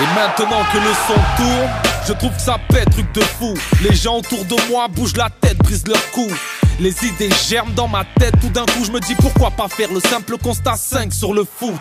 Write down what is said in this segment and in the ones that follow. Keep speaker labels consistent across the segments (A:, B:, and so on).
A: Et maintenant que le son tourne, je trouve que ça pète, truc de fou. Les gens autour de moi bougent la tête, brisent leur cou. Les idées germent dans ma tête, tout d'un coup je me dis pourquoi pas faire le simple constat 5 sur le foot.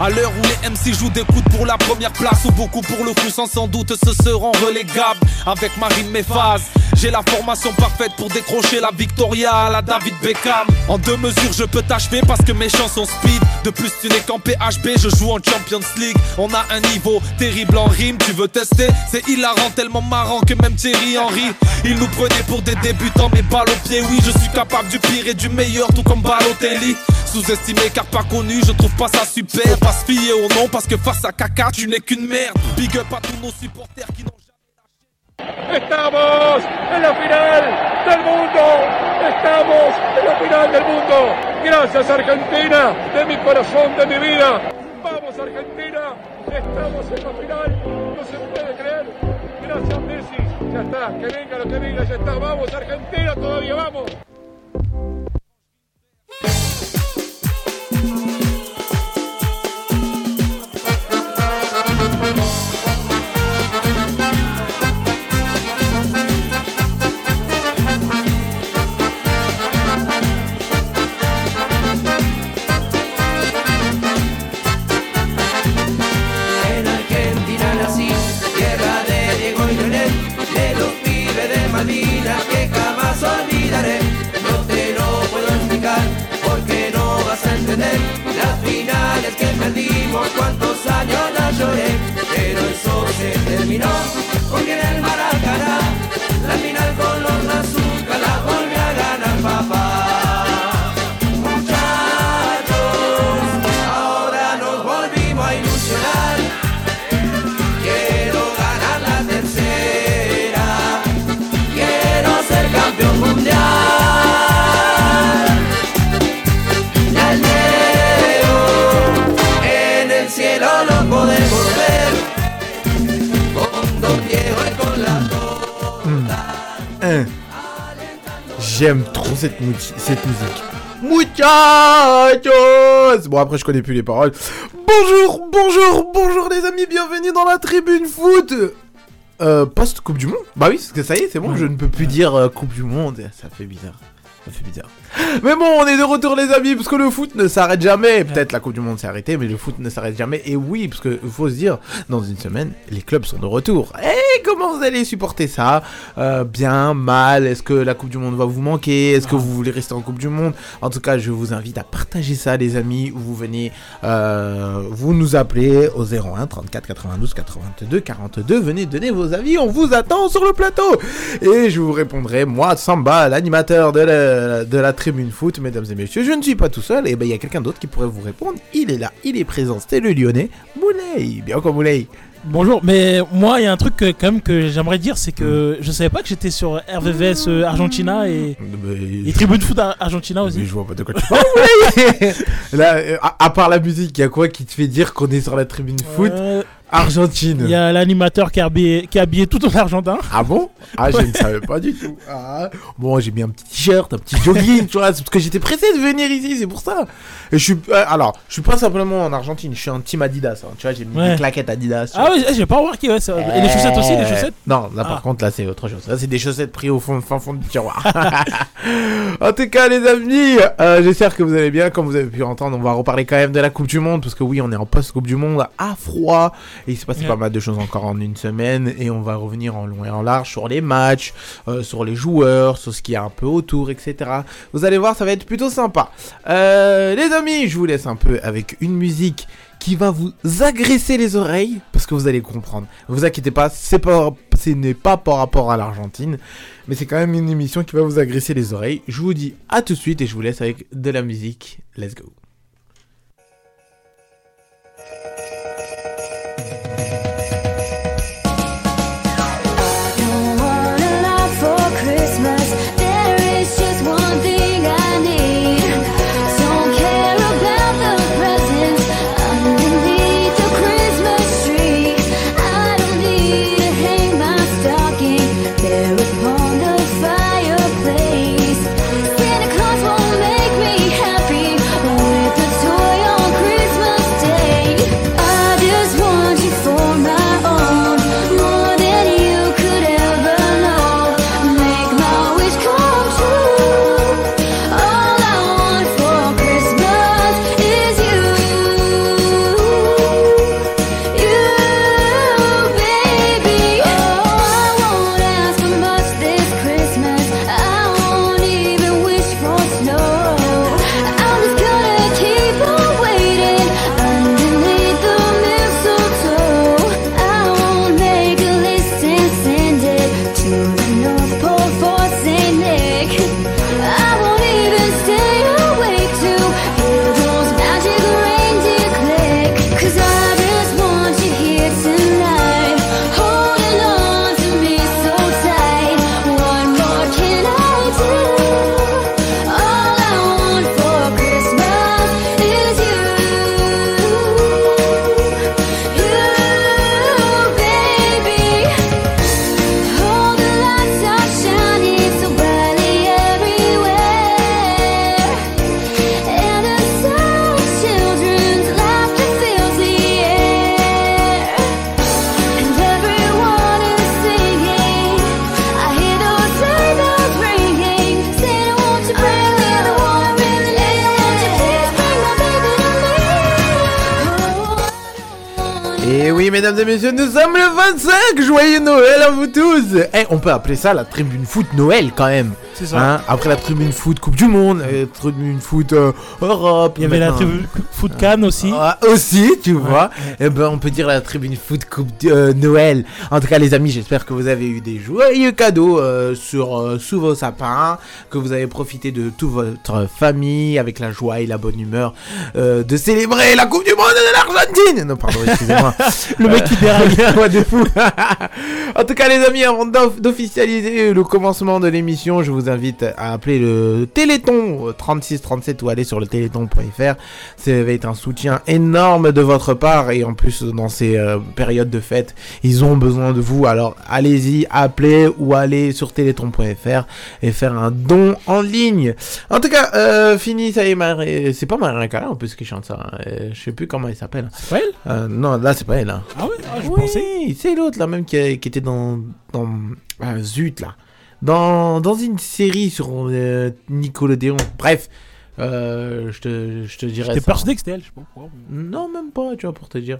A: À l'heure où les MC jouent des coudes pour la première place ou beaucoup pour le coup sans sans doute se seront relégables avec Marine Méphase. J'ai la formation parfaite pour décrocher la Victoria à la David Beckham. En deux mesures je peux t'achever parce que mes chansons speed. De plus tu n'es qu'en PHB, je joue en Champions League. On a un niveau terrible en rime, tu veux tester C'est hilarant, tellement marrant que même Thierry Henry. Il nous prenait pour des débutants, mais balle au pied, oui, je suis capable du pire et du meilleur, tout comme Balotelli. Sous-estimé car pas connu, je trouve pas ça super. Faut Pas se fier au nom parce que face à caca, tu n'es qu'une merde. Big up à tous nos supporters qui n'ont
B: Estamos en la final del mundo. Estamos en la final del mundo. Gracias Argentina, de mi corazón, de mi vida. Vamos Argentina, estamos en la final. No se puede creer. Gracias Messi. Ya está, que venga lo que venga, ya está. Vamos Argentina, todavía vamos.
C: En Argentina nací, tierra de Diego y Leonel, de los pibes de Malvinas que jamás olvidaré. No te lo puedo explicar porque no vas a entender las finales que perdimos, cuántos años las lloré. Pero eso se terminó porque en el Maracaná la final con los azúcar la volvió a ganar papá. Muchachos, ahora nos volvimos a ilusionar. Quiero ganar la tercera, quiero ser campeón mundial. Al en el cielo lo podemos ver. Con Don Diego y con la
D: Un. J'aime trop cette, mou- cette musique. Muchachos Bon, après, je connais plus les paroles. Bonjour, bonjour, bonjour les amis, bienvenue dans la tribune foot Euh, post-Coupe du Monde Bah oui, parce que ça y est, c'est bon, je ne peux plus dire euh, Coupe du Monde, ça fait bizarre. Ça fait bizarre. Mais bon, on est de retour les amis, parce que le foot ne s'arrête jamais. Peut-être la Coupe du Monde s'est arrêtée, mais le foot ne s'arrête jamais. Et oui, parce que faut se dire, dans une semaine, les clubs sont de retour. Eh, Et comment vous allez supporter ça Euh, Bien, mal Est-ce que la Coupe du Monde va vous manquer Est-ce que vous voulez rester en Coupe du Monde En tout cas, je vous invite à partager ça les amis. Vous venez, euh, vous nous appelez au 01 34 92 82 42. Venez donner vos avis, on vous attend sur le plateau. Et je vous répondrai, moi, Samba, l'animateur de la, de la tribune foot, mesdames et messieurs, je ne suis pas tout seul, et ben il y a quelqu'un d'autre qui pourrait vous répondre. Il est là, il est présent, c'était le lyonnais, Moulay. Bien encore Moulay.
E: Bonjour, mais moi il y a un truc que, quand même que j'aimerais dire, c'est que je savais pas que j'étais sur RVVS euh, Argentina et, et
D: Mais,
E: Tribune Foot Ar- Argentina
D: mais
E: aussi.
D: je vois pas de quoi tu parles. Moulay. là, euh, à, à part la musique, il y a quoi qui te fait dire qu'on est sur la tribune foot
E: Euh,
D: Argentine
E: Il y a l'animateur qui est habillé, qui est habillé tout en argentin.
D: Ah bon Ah, je ne savais pas du tout. Ah. Bon, j'ai mis un petit t-shirt, un petit jogging, tu vois, c'est parce que j'étais pressé de venir ici, c'est pour ça. Et je suis, euh, alors, je suis pas simplement en Argentine, je suis un team Adidas, hein, tu vois, j'ai mis
E: Ouais.
D: des claquettes Adidas. tu
E: Ah
D: vois.
E: ouais, j'ai pas remarqué, ouais, ça- Et les chaussettes aussi, les
D: Euh,
E: chaussettes
D: Non, là par
E: Ah.
D: contre, là c'est autre chose. Là c'est des chaussettes prises au fond, fin fond du tiroir. en tout cas, les amis, euh, j'espère que vous allez bien. Comme vous avez pu entendre, on va reparler quand même de la Coupe du Monde. Parce que oui, on est en post-Coupe du Monde à froid. Et il s'est passé
E: Ouais.
D: pas mal de choses encore en une semaine. Et on va revenir en long et en large sur les matchs, euh, sur les joueurs, sur ce qu'il y a un peu autour, etc. Vous allez voir, ça va être plutôt sympa. Euh, les amis, je vous laisse un peu avec une musique qui va vous agresser les oreilles parce que vous allez comprendre. Ne vous inquiétez pas, c'est pas, ce n'est pas par rapport à l'Argentine, mais c'est quand même une émission qui va vous agresser les oreilles. Je vous dis à tout de suite et je vous laisse avec de la musique. Let's go.
F: Don't want a lot for Christmas. There is just one thing I need. Don't care about the presents underneath the Christmas tree. I don't need to hang my stocking there upon the fireplace. Santa Claus won't make me happy. Only Oh, Oh,
D: Et oui, mesdames et messieurs, nous sommes le 25 Joyeux Noël à vous tous Eh, on peut appeler ça la tribune foot Noël, quand même
E: C'est ça.
D: hein Après la tribune foot Coupe du Monde, la tribune foot euh, Europe...
E: Il y avait la
D: maintenant.
E: tribu Foot Cannes aussi.
D: Ah, aussi, tu vois. Eh ben, on peut dire la tribune foot Coupe du- euh, Noël. En tout cas, les amis, j'espère que vous avez eu des joyeux cadeaux euh, sur, euh, sous vos sapins, que vous avez profité de toute votre famille avec la joie et la bonne humeur euh, de célébrer la Coupe du Monde de l'Argentine. Non, pardon, excusez-moi.
E: Le mec qui déraille.
D: Ouais, de fou. en tout cas, les amis, avant d'off- d'officialiser le commencement de l'émission, je vous invite à appeler le Téléthon euh, 3637 ou aller sur le téléthon.fr. Ça va être un soutien énorme de votre part et en plus, dans ces euh, périodes de fête, ils ont besoin de vous. Alors, allez-y, appelez ou allez sur téléthon.fr et faire un don en ligne. En tout cas, euh, fini, ça y est, Marie- c'est pas Marie Carré en plus qui chante ça. hein. Euh, Je sais plus comment il s'appelle.
E: C'est pas elle
D: Euh, non, là, c'est pas elle. hein.
E: Ah ouais, ah, je
D: Oui,
E: pensais.
D: c'est l'autre là même qui, a- qui était dans dans ah, zut là dans, dans une série sur euh, Nickelodeon. Bref, euh, je te je te dirai.
E: T'es
D: Bah, ça.
E: persuadé que c'était elle, je sais pas pourquoi.
D: Non, même pas, tu vois, pour te dire.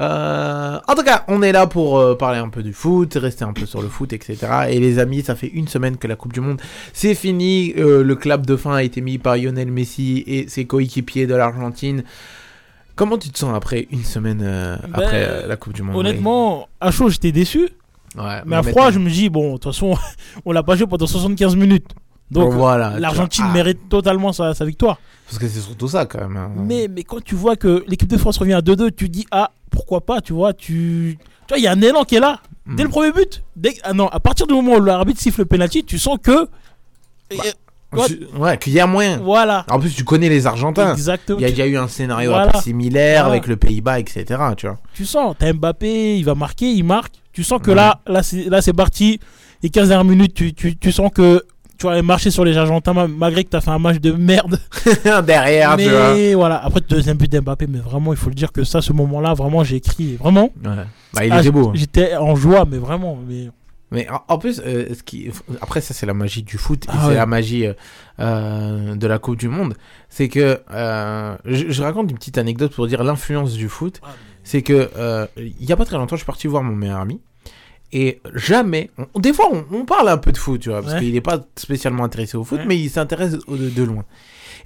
D: Euh, en tout cas, on est là pour euh, parler un peu du foot, rester un peu sur le foot, etc. Et les amis, ça fait une semaine que la Coupe du Monde, c'est fini. Euh, le clap de fin a été mis par Lionel Messi et ses coéquipiers de l'Argentine. Comment tu te sens après une semaine euh,
E: Ben,
D: après euh, la Coupe du Monde
E: Honnêtement, à chaud, j'étais déçu.
D: oui. Ouais,
E: Mais à froid, je me dis, bon, de toute façon, on l'a pas joué pendant 75 minutes. Donc,
D: Bon, voilà, tu
E: l'Argentine
D: vois. Ah,
E: mérite totalement sa, sa victoire.
D: Parce que c'est surtout ça quand même. hein.
E: Mais, mais quand tu vois que l'équipe de France revient à 2-2, tu dis, ah, pourquoi pas, tu vois, tu. Tu vois, il y a un élan qui est là. Dès
D: Mm.
E: le premier but, dès... ah non, à partir du moment où l'arbitre siffle le penalty, tu sens que.
D: Hmm.
E: Et-
D: Tu- Ouais, qu'il y a moyen.
E: Voilà.
D: En plus, tu connais les Argentins.
E: Exactement.
D: Il y a
E: Tu-
D: déjà eu un scénario
E: Voilà.
D: un peu similaire
E: Voilà.
D: avec le Pays-Bas, etc. Tu vois.
E: tu sens, t'as Mbappé, il va marquer, il marque. Tu sens que
D: Ouais.
E: là, là c'est, là, c'est parti. Les 15 dernières minutes, tu, tu, tu sens que tu vas aller marcher sur les Argentins, ma- malgré que t'as fait un match de merde.
D: Derrière, tu vois.
E: mais voilà, après, deuxième but d'Mbappé, mais vraiment, il faut le dire que ça, ce moment-là, vraiment, j'ai écrit. Vraiment.
D: Ouais. Bah, il
E: Ah,
D: était beau. hein.
E: J'étais en joie, mais vraiment. Mais...
D: Mais en, en plus, euh, ce qui... après, ça, c'est la magie du foot et
E: Ah
D: c'est
E: ouais.
D: la magie euh, euh, de la Coupe du Monde. C'est que euh, je, je raconte une petite anecdote pour dire l'influence du foot.
E: Ah,
D: C'est que euh, il y a pas très longtemps, je suis parti voir mon meilleur ami. Et jamais, on- des fois on, on parle un peu de foot, tu vois, parce
E: Ouais.
D: qu'il n'est pas spécialement intéressé au foot,
E: Ouais.
D: mais il s'intéresse au- de, de loin.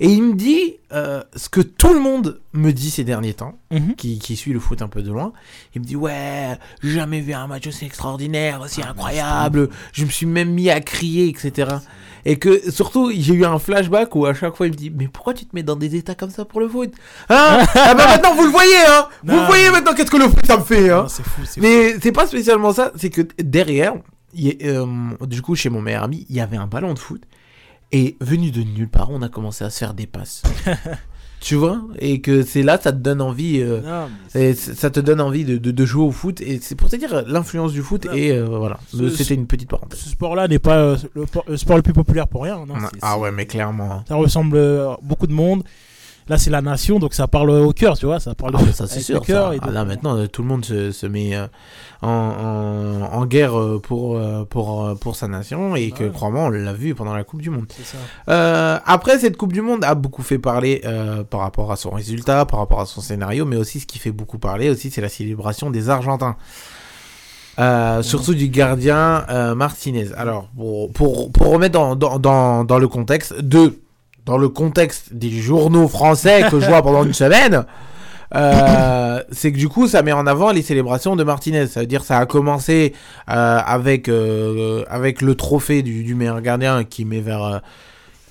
D: Et il me dit euh, ce que tout le monde me dit ces derniers temps,
E: Mhm.
D: qui, qui suit le foot un peu de loin. Il me dit ouais, j'ai jamais vu un match aussi extraordinaire, aussi
E: Ah,
D: incroyable. Je me suis même mis à crier, etc. Et que surtout, j'ai eu un flashback où à chaque fois il me dit mais pourquoi tu te mets dans des états comme ça pour le foot Hein Ah bah maintenant vous le voyez, hein Vous
E: Non.
D: le voyez maintenant qu'est-ce que le foot ça me fait, hein
E: Non, c'est fou, c'est fou.
D: Mais c'est pas spécialement ça, c'est que derrière, il y a, euh, du coup chez mon meilleur ami, il y avait un ballon de foot et venu de nulle part, on a commencé à se faire des passes. tu vois Et que c'est là, ça te donne envie. euh,
E: Non, mais c'est-
D: et c- ça te donne envie de, de- de jouer au foot et c'est pour te dire euh, l'influence du foot
E: Ouais.
D: et euh, voilà Le-
E: Ce-
D: c'était une petite parenthèse
E: Ce sport-là n'est pas euh, le, por- le sport le plus populaire pour rien. non, c'est-
D: ah ouais mais clairement
E: Ça ressemble euh, à beaucoup de monde. Là, c'est la nation, donc ça parle au cœur, tu vois. Ça parle
D: Ah,
E: au-
D: bah, ça c'est
E: avec
D: sûr
E: le cœur
D: ça.
E: et
D: Ah,
E: donc-
D: là maintenant euh, tout le monde se, se met euh, en, en- en guerre euh, pour, euh, pour, euh, pour sa nation et que
E: Ah Ouais.
D: crois-moi on l'a vu pendant la coupe du monde
E: C'est ça.
D: Euh, après, cette Coupe du Monde a beaucoup fait parler euh, par rapport à son résultat, par rapport à son scénario, mais aussi ce qui fait beaucoup parler aussi, c'est la célébration des Argentins. Euh, surtout du gardien euh, Martinez. Alors, pour, pour, pour remettre dans, dans, dans, dans le contexte, de, dans le contexte des journaux français que je vois pendant une semaine, euh, c'est que du coup, ça met en avant les célébrations de Martinez. Ça veut dire ça a commencé euh, avec, euh, avec le trophée du, du meilleur gardien qui met vers, euh,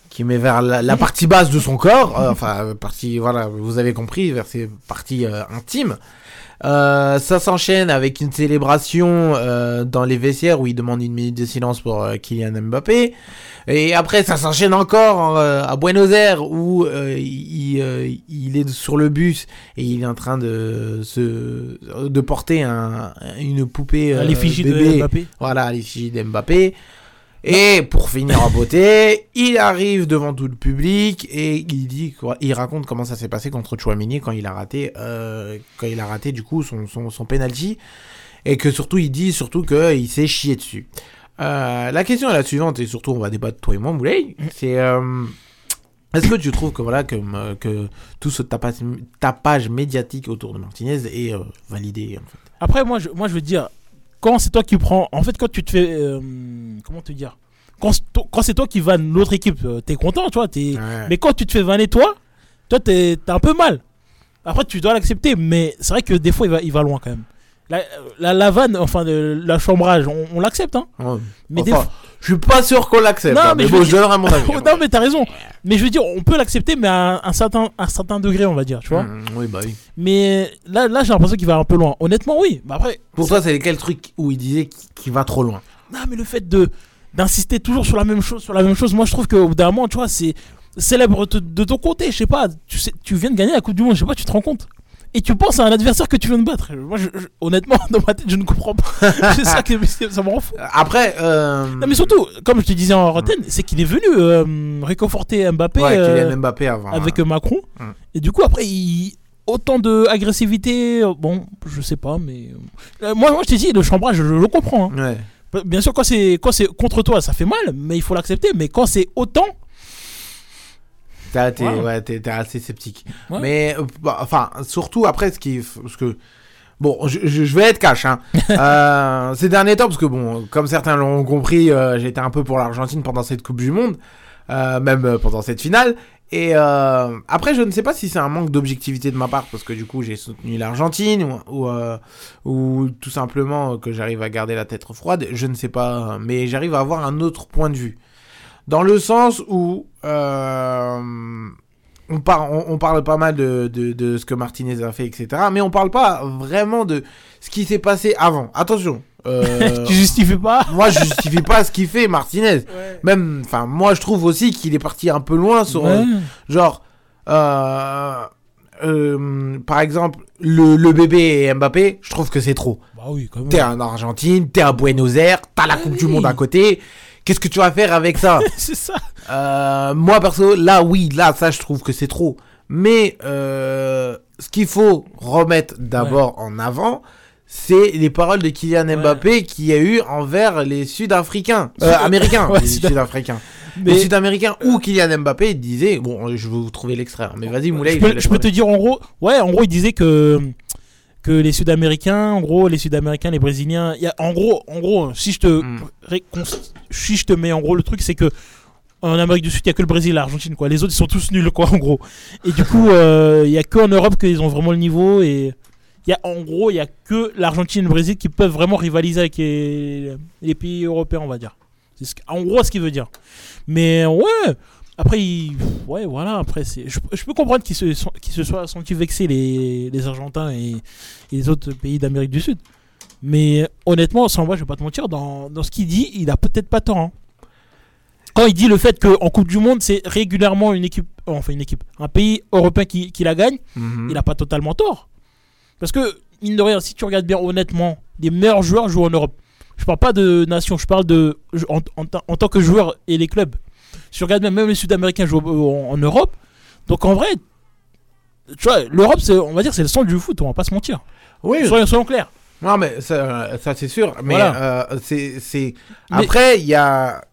D: qui met vers la, la partie basse de son corps. euh, enfin, euh, partie, voilà, vous avez compris, vers ses parties euh, intimes. Euh, ça s'enchaîne avec une célébration euh, dans les vestiaires où il demande une minute de silence pour euh, Kylian Mbappé. Et après, ça s'enchaîne encore euh, à Buenos Aires où euh, il, euh, il est sur le bus et il est en train de se de porter un, une poupée
E: À
D: euh,
E: l'effigie de
D: bébé.
E: Mbappé.
D: Voilà, à l'effigie d'Mbappé. Et pour finir en beauté, il arrive devant tout le public et il dit quoi, il raconte comment ça s'est passé contre Chouamini quand il a raté, euh, quand il a raté du coup son, son, son penalty et que surtout il dit surtout que il s'est chié dessus. Euh, la question est la suivante et surtout on va débattre toi et moi Moulay, c'est euh, Est-ce que tu trouves que, voilà, que, euh, que tout ce tapage, tapage médiatique autour de Martinez est euh, validé en fait
E: Après, moi je, moi, je veux dire, quand c'est toi qui prends. En fait, quand tu te fais. euh, comment te dire Quand, c'est to- quand c'est toi qui vannes l'autre équipe, euh, t'es content, tu vois. t'es-
D: Ouais.
E: Mais quand tu te fais vanner toi, toi, t'es t'as un peu mal. Après, tu dois l'accepter, mais c'est vrai que des fois, il va, il va loin quand même. La, la, la vanne, enfin, le- la chambrage, on, on l'accepte, hein.
D: Ouais.
E: Mais des
D: Enfin, Je suis pas sûr qu'on l'accepte.
E: Non,
D: hein,
E: mais
D: mais,
E: je
D: bon,
E: veux
D: je
E: dire-
D: donnerai mon avis. hein.
E: non, mais t'as raison. Mais je veux dire, on peut l'accepter, mais à un, un certain, un certain degré, on va dire, tu vois.
D: Mmh, oui, bah oui.
E: Mais là, là j'ai l'impression qu'il va un peu loin. Honnêtement, oui. Mais après,
D: Pour toi, c'est quel truc où il disait qu'il qu'il va trop loin
E: Non, mais le fait de d'insister toujours sur la même chose, sur la même chose, moi je trouve qu'au bout d'un moment, tu vois, c'est célèbre te- de ton côté, je sais pas, tu, sais, tu viens de gagner la Coupe du Monde, je sais pas, tu te rends compte. Et tu penses à un adversaire que tu viens de battre. Moi, je- je- honnêtement, dans ma tête, je ne comprends pas. c'est ça que ça me rend fou.
D: Après, euh,
E: Non, mais surtout, comme je te disais en antenne, c'est qu'il est venu euh, réconforter Mbappé
D: Mm. ouais,
E: euh,
D: Kylian Mbappé avant.
E: avec
D: hein.
E: euh, Macron.
D: Mm.
E: Et du coup, après, il... autant de agressivité, euh, bon, je sais pas, mais euh, moi, moi, je t'ai dit, le chambrage, je, je le comprends. hein.
D: Ouais.
E: Bien sûr, quand c'est quand c'est contre toi, ça fait mal, mais il faut l'accepter. Mais quand c'est autant,
D: T'as- T'es
E: Ouais.
D: ouais, t'es- t'es assez sceptique.
E: Ouais.
D: Mais euh, bah, enfin, surtout après ce qui. f- Parce que, bon, je, je- je vais être cash. Hein. Euh, ces derniers temps, parce que, bon, comme certains l'ont compris, euh, j'étais un peu pour l'Argentine pendant cette Coupe du Monde, euh, même euh, pendant cette finale. Et euh, après, je ne sais pas si c'est un manque d'objectivité de ma part, parce que du coup, j'ai soutenu l'Argentine, ou, ou, euh, ou tout simplement euh, que j'arrive à garder la tête froide, je ne sais pas, hein. mais j'arrive à avoir un autre point de vue. Dans le sens où euh, on, par- on, on parle pas mal de, de, de ce que Martinez a fait, etc. Mais on parle pas vraiment de ce qui s'est passé avant. Attention. euh,
E: tu justifies pas.
D: moi, je justifie pas ce qu'il fait Martinez. Même, enfin, moi, je trouve aussi qu'il est parti un peu loin sur,
E: Ouais.
D: Genre, euh, euh, par exemple, le, le bébé et Mbappé, je trouve que c'est trop.
E: Bah oui, quand même.
D: T'es en Argentine, t'es à Buenos Aires, t'as la Coupe du
E: Ah oui.
D: Monde à côté. Qu'est-ce que tu vas faire avec ça
E: C'est ça.
D: Euh, Moi, perso, là, oui, là, ça, je trouve que c'est trop. Mais euh, ce qu'il faut remettre d'abord en avant, c'est les paroles de Kylian Mbappé qui a eu envers les Sud-Africains, euh, américains,
E: Ouais,
D: les
E: Sud-
D: Sud-Africains.
E: Mais
D: Les Sud-Américains ou Kylian Mbappé disait, bon, euh, je vais vous trouver l'extrait, hein, mais vas-y, Moulay.
E: je
D: te
E: peux,
D: laisse
E: je peux te
D: parler.
E: dire en gros, ouais, en gros, il disait que que les Sud-Américains, en gros, les Sud-Américains, les Brésiliens, il y a, en gros, en gros, si je te
D: Mm.
E: récon- si je te mets en gros le truc, c'est que en Amérique du Sud, il y a que le Brésil, et l'Argentine, quoi. Les autres, ils sont tous nuls, quoi, en gros. Et du coup, euh, il y a que en Europe qu'ils ont vraiment le niveau et il y a, en gros, il y a que l'Argentine et le Brésil qui peuvent vraiment rivaliser avec les, les pays européens, on va dire. C'est ce que- en gros ce qu'il veut dire. Mais ouais, après, il- ouais, voilà, après, c'est, je, je peux comprendre qu'ils se, sont- qu'ils se soient sentis vexés, les, les Argentins et, et les autres pays d'Amérique du Sud. Mais honnêtement, sans moi, je vais pas te mentir, dans, dans ce qu'il dit, il a peut-être pas tort. hein. Quand il dit le fait qu'en Coupe du Monde, c'est régulièrement une équipe, euh, enfin une équipe, un pays européen qui, qui la gagne,
D: Mhm.
E: il a pas totalement tort. Parce que, mine de rien, si tu regardes bien honnêtement, les meilleurs joueurs jouent en Europe. Je parle pas de nation, je parle de. je- En, en ta- en tant que joueur et les clubs. Si tu regardes bien, même les Sud-Américains jouent euh, en, en Europe. Donc en vrai, tu vois, l'Europe, c'est- on va dire, c'est le centre du foot, on va pas se mentir.
D: Oui,
E: Soyons, soyons clairs.
D: non, mais ça, ça, c'est sûr. Mais
E: Voilà.
D: euh, c'est, c'est-
E: Mais-
D: Après, il y a.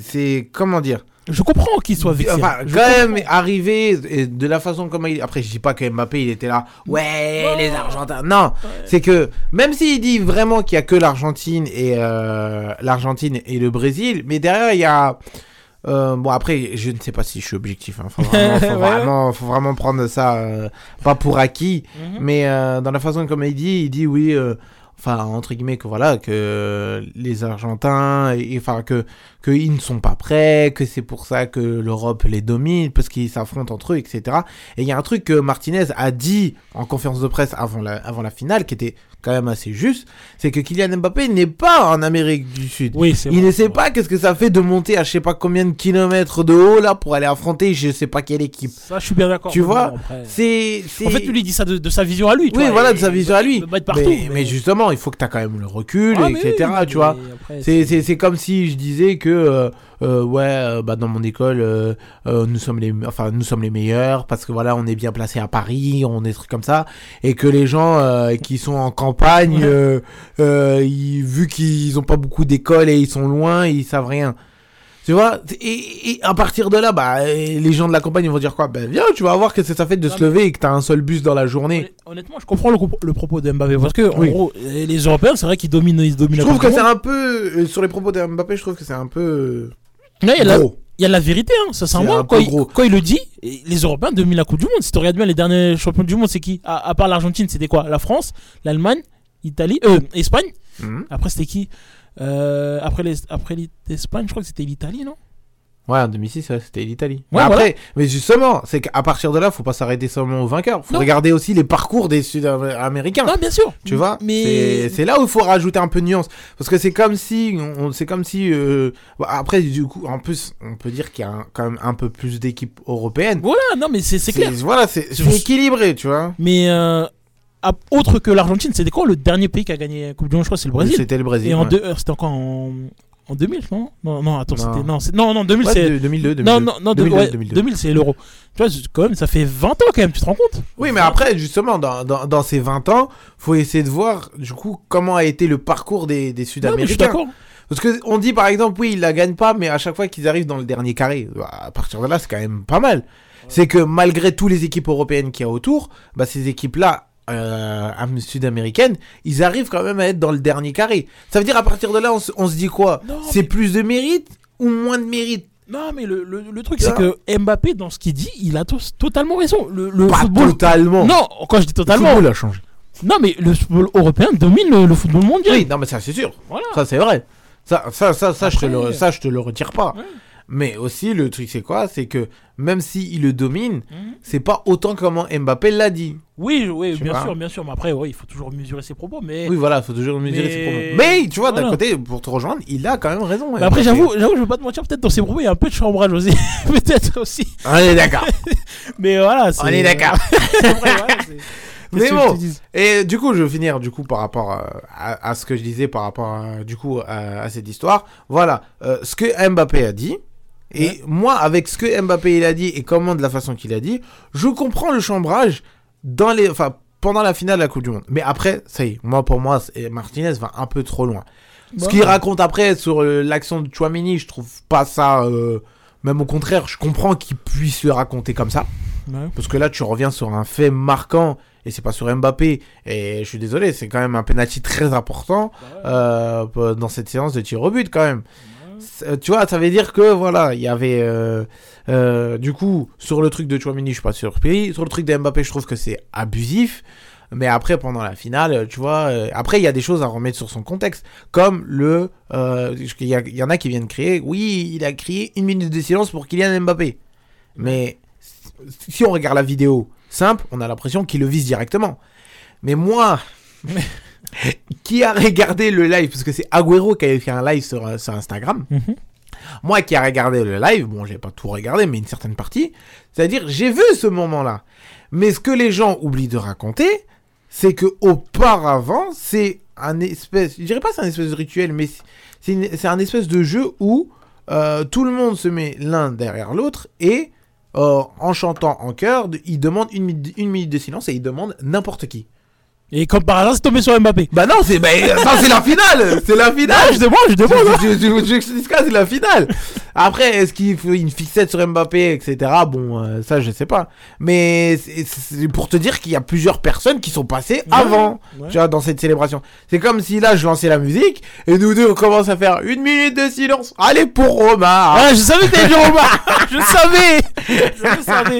D: C'est. Comment dire
E: Je comprends qu'ils soient vexés.
D: Enfin,
E: Je
D: quand même, arrivé et de la façon comme il. Après, je dis pas que Mbappé, il était là.
E: Mm.
D: Ouais, les Argentins. Non, c'est que même s'il dit vraiment qu'il y a que l'Argentine et euh, l'Argentine et le Brésil, mais derrière il y a. euh, bon après, je ne sais pas si je suis objectif. hein. Faut, vraiment, faut,
E: Ouais, ouais.
D: vraiment, faut vraiment prendre ça euh, pas pour acquis,
E: Mhm.
D: mais euh, dans la façon comme il dit, il dit oui. euh, Enfin, entre guillemets, que voilà, que les Argentins, et- et enfin, que qu'ils ne sont pas prêts, que c'est pour ça que l'Europe les domine, parce qu'ils s'affrontent entre eux, etc. Et il y a un truc que Martinez a dit en conférence de presse avant la, avant la finale, qui était quand même assez juste, c'est que Kylian Mbappé n'est pas en Amérique du Sud.
E: Oui, c'est
D: Il
E: vrai,
D: ne
E: c'est
D: sait pas qu'est-ce que ça fait de monter à je sais pas combien de kilomètres de haut là pour aller affronter je sais pas quelle équipe.
E: Ça, je suis bien d'accord.
D: Tu
E: Mais bon,
D: vois,
E: après-
D: C'est c'est-
E: En fait, lui, il dit ça de, de sa vision à lui. tu
D: oui
E: vois,
D: voilà
E: et-
D: de sa vision à lui.
E: il peut battre partout,
D: mais,
E: mais-
D: mais justement il faut que t'as quand même le recul
E: Ah, mais
D: etc
E: oui,
D: tu vois.
E: mais après,
D: C'est- C'est c'est comme si je disais que euh, euh, ouais euh, bah dans mon école euh, euh, nous sommes les enfin nous sommes les meilleurs parce que voilà on est bien placé à Paris on est des trucs comme ça et que les gens euh, qui sont en campagne euh, euh, ils- vu qu'ils ont pas beaucoup d'écoles et ils sont loin ils savent rien Tu vois et, et à partir de là, bah, et les gens de la campagne ils vont dire quoi Ben viens, tu vas voir que c'est ça fait de
E: Non,
D: se lever et que t'as un seul bus dans la journée.
E: Honn- Honnêtement, je comprends le, compo- le propos de Mbappé parce que en
D: Oui.
E: gros, les les Européens, c'est vrai qu'ils dominent, ils dominent.
D: Je
E: la
D: trouve
E: Coupe
D: que
E: du
D: c'est
E: Monde.
D: un peu. euh, Sur les propos de Mbappé, je trouve que c'est un peu.
E: Non, il y a la-
D: gros.
E: il y a la vérité, hein, ça c'est un
D: C'est
E: mois.
D: un
E: Quand
D: peu
E: il,
D: gros.
E: quand il le dit, et les Européens dominent la Coupe du Monde. Si tu regardes bien les derniers champions du monde, c'est qui à, à part l'Argentine, c'était quoi La France, l'Allemagne, Italie, euh, Espagne.
D: Mhm.
E: Après, c'était qui Euh, Après les- après l'Espagne, je crois que c'était l'Italie, non
D: Ouais, en 2006, ouais, c'était l'Italie.
E: Ouais,
D: mais après,
E: voilà.
D: mais justement, c'est qu'à partir de là, faut pas s'arrêter seulement aux vainqueurs. Faut
E: Non.
D: regarder aussi les parcours des Sud-Américains.
E: Ah, bien sûr.
D: Tu vois,
E: Mais
D: c'est- c'est là où il faut rajouter un peu de nuance, parce que c'est comme si, on, on- c'est comme si, euh, bah, après du coup, en plus, on peut dire qu'il y a un- quand même un peu plus d'équipes européennes.
E: voilà, non, mais c'est c'est clair.
D: Voilà, c'est
E: Je-
D: c'est équilibré, tu vois.
E: Mais euh, à- autre que l'Argentine, c'était quoi le dernier pays qui a gagné la Coupe du Monde Je crois que c'est le Brésil.
D: C'était le Brésil.
E: Et en
D: ouais.
E: deux, euh, c'était encore en, en 2000, non Non, non, attends,
D: Non.
E: c'était non, c'est- non, non, 2000
D: Ouais,
E: c'est
D: de- 2002, 2002.
E: non, non, non, de-
D: 2002,
E: ouais,
D: 2002.
E: 2000 c'est l'euro. Tu vois, c'est- quand même, ça fait 20 ans quand même, tu te rends compte
D: Oui, mais après, justement, dans, dans, dans ces 20 ans, faut essayer de voir, du coup, comment a été le parcours des, des
E: Non, mais je suis
D: Sud-Américains.
E: d'accord.
D: Parce que on dit par exemple, oui, ils la gagnent pas, mais à chaque fois qu'ils arrivent dans le dernier carré, bah, à partir de là, c'est quand même pas mal. C'est que malgré toutes les équipes européennes qu'il y a autour, bah, ces équipes-là, euh, am- sud-américaines, ils arrivent quand même à être dans le dernier carré. Ça veut dire à partir de là, on, se- on se dit quoi
E: Non,
D: C'est plus de mérite ou moins de mérite
E: Non, mais le, le- le truc c'est
D: Ah.
E: que Mbappé dans ce qu'il dit, il a tous- totalement raison. Le, le
D: Pas
E: football
D: totalement.
E: Non, quand je dis
D: le
E: totalement.
D: football a changé.
E: Non, mais le football européen domine le, le football mondial.
D: Oui, non, mais ça c'est sûr.
E: Voilà.
D: Ça c'est vrai. Ça, ça, ça, ça, je te
E: Après-
D: le, ça, je te le retire pas.
E: Ouais.
D: Mais aussi, le truc c'est quoi C'est que même s'il le domine,
E: Mhm.
D: c'est pas autant comment Mbappé l'a dit.
E: Oui, oui,
D: Je sais
E: bien
D: pas.
E: sûr, bien sûr, mais après ouais, il faut toujours mesurer ses propos mais
D: Oui, voilà, faut toujours mesurer
E: Mais-
D: ses propos. Mais tu vois, d'un
E: Voilà.
D: côté, pour te rejoindre, il a quand même raison.
E: Mais
D: Mbappé.
E: après, j'avoue, j'avoue, je veux pas te mentir, peut-être dans ses propos, il y a un peu de chambrage aussi. peut-être aussi.
D: On est d'accord.
E: Mais voilà, c'est.
D: on est d'accord.
E: C'est vrai, voilà, c'est-
D: Mais
E: Qu'est-ce que je
D: bon.
E: te dise
D: Et du coup, je vais finir du coup par rapport euh, à, à ce que je disais par rapport euh, du coup à, à cette histoire. Voilà, euh, ce que Mbappé a dit. Et moi, avec ce que Mbappé il a dit et comment de la façon qu'il a dit, je comprends le chambrage dans les, enfin, pendant la finale de la Coupe du Monde. Mais après, ça y est, moi pour moi, c'est- Martinez va un peu trop loin. Ce
E: Bah,
D: qu'il raconte après sur euh, l'action de Chouamini, je trouve pas ça. euh, même au contraire, je comprends qu'il puisse le raconter comme ça.
E: ouais.
D: Parce que là, tu reviens sur un fait marquant, et c'est pas sur Mbappé. Et je suis désolé, c'est quand même un penalty très important euh, dans cette séance de tir au but, quand même. C'est- euh, Tu vois, ça veut dire que voilà, il y avait euh, euh, du coup sur le truc de Chouamini, je suis pas surpris. Sur le truc de Mbappé, je trouve que c'est abusif. Mais après, pendant la finale, euh, tu vois, euh, après il y a des choses à remettre sur son contexte, comme le, euh, il y, a- il y en a qui viennent crier, oui, il a crié une minute de silence pour Kylian Mbappé. Mais si on regarde la vidéo simple, on a l'impression qu'il le vise directement. Mais moi, qui a regardé le live, parce que c'est Agüero qui avait fait un live sur, euh, sur Instagram,
E: Mhm.
D: moi qui a regardé le live, bon, j'ai pas tout regardé, mais une certaine partie, c'est-à-dire j'ai vu ce moment-là. Mais ce que les gens oublient de raconter, c'est que auparavant, c'est un espèce, je dirais pas c'est un espèce de rituel, mais c'est- c'est une- c'est un espèce de jeu où euh, tout le monde se met l'un derrière l'autre et euh, en chantant en chœur, de- il demande une, mi- une minute de silence et il demande n'importe qui.
E: Et comme par hasard, c'est tombé sur Mbappé.
D: Bah non, c'est bah, ça, c'est la finale, c'est la finale.
E: je demande, je
D: Tu-
E: demande.
D: tu- tu- tu- tu- tu- tu- tu- c'est la finale. Après, est-ce qu'il faut une fixette sur Mbappé, etc. Bon, euh, ça, je sais pas. Mais c'est- c'est pour te dire qu'il y a plusieurs personnes qui sont passées avant,
E: ouais.
D: tu vois, dans cette célébration. C'est comme si là, je lançais la musique et nous deux, on commence à faire une minute de silence. Allez pour Romain.
E: Ah, je savais que t'allais dire Omar. Je savais. Je le savais.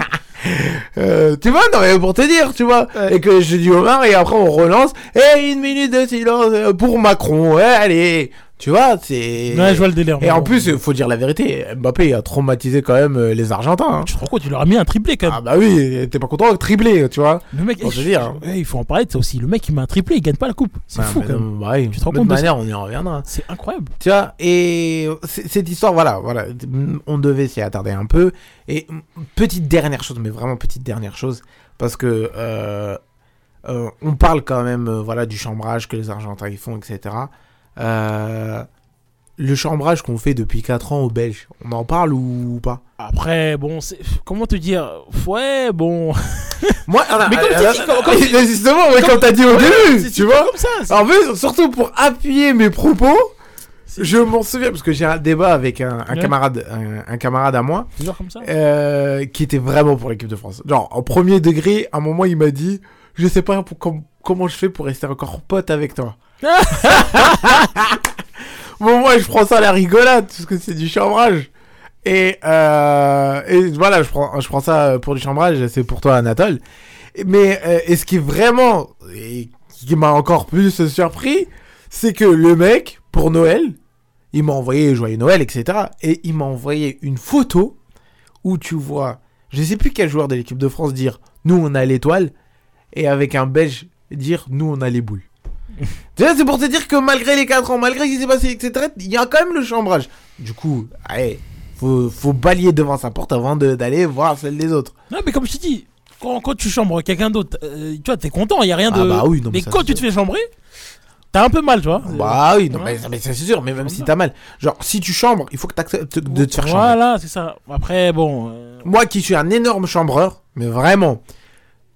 D: Euh, tu vois, non, mais pour te dire, tu vois.
E: Ouais.
D: Et que je dis Omar, et après on relance. Et une minute de silence euh, pour Macron. Ouais, allez. Tu vois, c'est.
E: Ouais, je vois le délire.
D: Et
E: mais
D: en
E: bon.
D: plus, euh, faut dire la vérité, Mbappé a traumatisé quand même euh, les Argentins. hein.
E: tu te rends compte, il leur a mis un triplé quand même.
D: Ah bah oui, t'es pas content, triplé, tu vois.
E: le mec,
D: on
E: eh,
D: peut dire, hein.
E: eh, il faut en parler, c'est aussi le mec il met un triplé, il gagne pas la coupe. C'est
D: Bah,
E: fou
D: mais
E: quand même.
D: non, bah oui.
E: Tu te rends
D: De
E: compte de
D: toute manière, on y reviendra.
E: C'est incroyable.
D: Tu vois, et c- cette histoire, voilà, voilà, on devait s'y attarder un peu. Et mm, petite dernière chose, mais vraiment petite dernière chose, parce que euh, euh, on parle quand même, euh, voilà, du chambrage que les Argentins ils font, etc. Euh, le chambrage qu'on fait depuis 4 ans aux Belges, on en parle ou pas
E: Après, bon, c'est- comment te dire Ouais, bon.
D: Moi,
E: Mais comme tu dis, comme- comme-
D: ah, Mais justement, ouais,
E: comme-
D: quand t'as dit au
E: Ouais,
D: début,
E: c'est-
D: tu
E: c'est
D: vois.
E: comme ça. c'est-
D: En plus, surtout pour appuyer mes propos, Je m'en souviens parce que j'ai un débat avec un, un
E: Ouais.
D: camarade, un, un camarade à moi,
E: Toujours comme ça
D: euh, qui était vraiment pour l'équipe de France. Genre en premier degré, à un moment il m'a dit, je sais pas pour- com- comment je fais pour rester encore pote avec toi. bon moi je prends ça à la rigolade parce que c'est du chambrage. Et, euh, et voilà, je prends, je prends ça pour du chambrage, c'est pour toi Anatole. Mais euh, et ce qui est vraiment, et qui m'a encore plus surpris, c'est que le mec, pour Noël, il m'a envoyé Joyeux Noël, etc. Et il m'a envoyé une photo où tu vois, je sais plus quel joueur de l'équipe de France dire Nous on a l'étoile, et avec un belge dire Nous on a les boules. Tu vois, c'est pour te dire que malgré les 4 ans, malgré ce qui s'est passé, etc., il y a quand même le chambrage. Du coup, allez, faut, faut balayer devant sa porte avant de- d'aller voir celle des autres.
E: Non, mais comme je te dis, quand, quand tu chambres quelqu'un d'autre, euh, tu vois, t'es content, il y a rien
D: Ah
E: de.
D: bah oui, non, mais
E: mais
D: ça,
E: quand
D: c'est
E: tu te fais chambrer, t'as un peu mal, tu vois.
D: Bah oui, non, mais,
E: Ouais.
D: mais ça, c'est sûr, mais même si t'as mal. Genre, si tu chambres, il faut que t'acceptes de te faire chambrer.
E: Voilà, c'est ça. Après, bon. euh,
D: Moi qui suis un énorme chambreur, mais vraiment,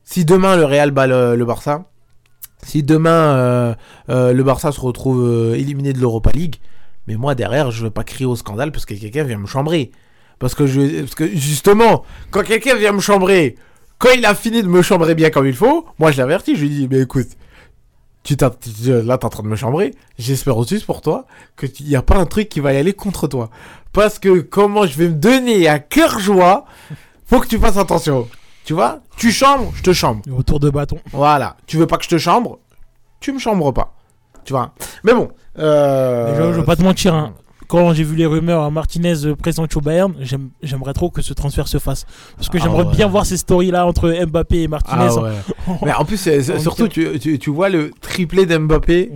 D: si demain le Real bat le, le Barça, si demain euh, euh, le Barça se retrouve euh, éliminé de l'Europa League, mais moi derrière, je veux pas crier au scandale parce que quelqu'un vient me chambrer. Parce que, je, parce que justement, quand quelqu'un vient me chambrer, quand il a fini de me chambrer bien comme il faut, moi je l'avertis, je lui dis, mais écoute, tu t'as- tu- tu- là t'es en train de me chambrer, j'espère aussi pour toi qu'il n'y a pas un truc qui va y aller contre toi. Parce que comment je vais me donner à cœur joie, faut que tu fasses attention. Tu vois, tu chambres, je te chambre.
E: le Retour de bâton.
D: Voilà, tu veux pas que je te chambre, tu me chambres pas. Tu vois, mais bon.
E: Mais
D: Euh...
E: je, je veux pas te mentir, hein. quand j'ai vu les rumeurs à Martinez euh, pressenti au Bayern, j'aime- j'aimerais trop que ce transfert se fasse. Parce que
D: Ah
E: j'aimerais
D: ouais.
E: bien voir ces stories-là entre Mbappé et Martinez.
D: Ah ouais. mais en plus, c'est- c'est-
E: En
D: surtout, tu, tu, tu vois le triplé d'Mbappé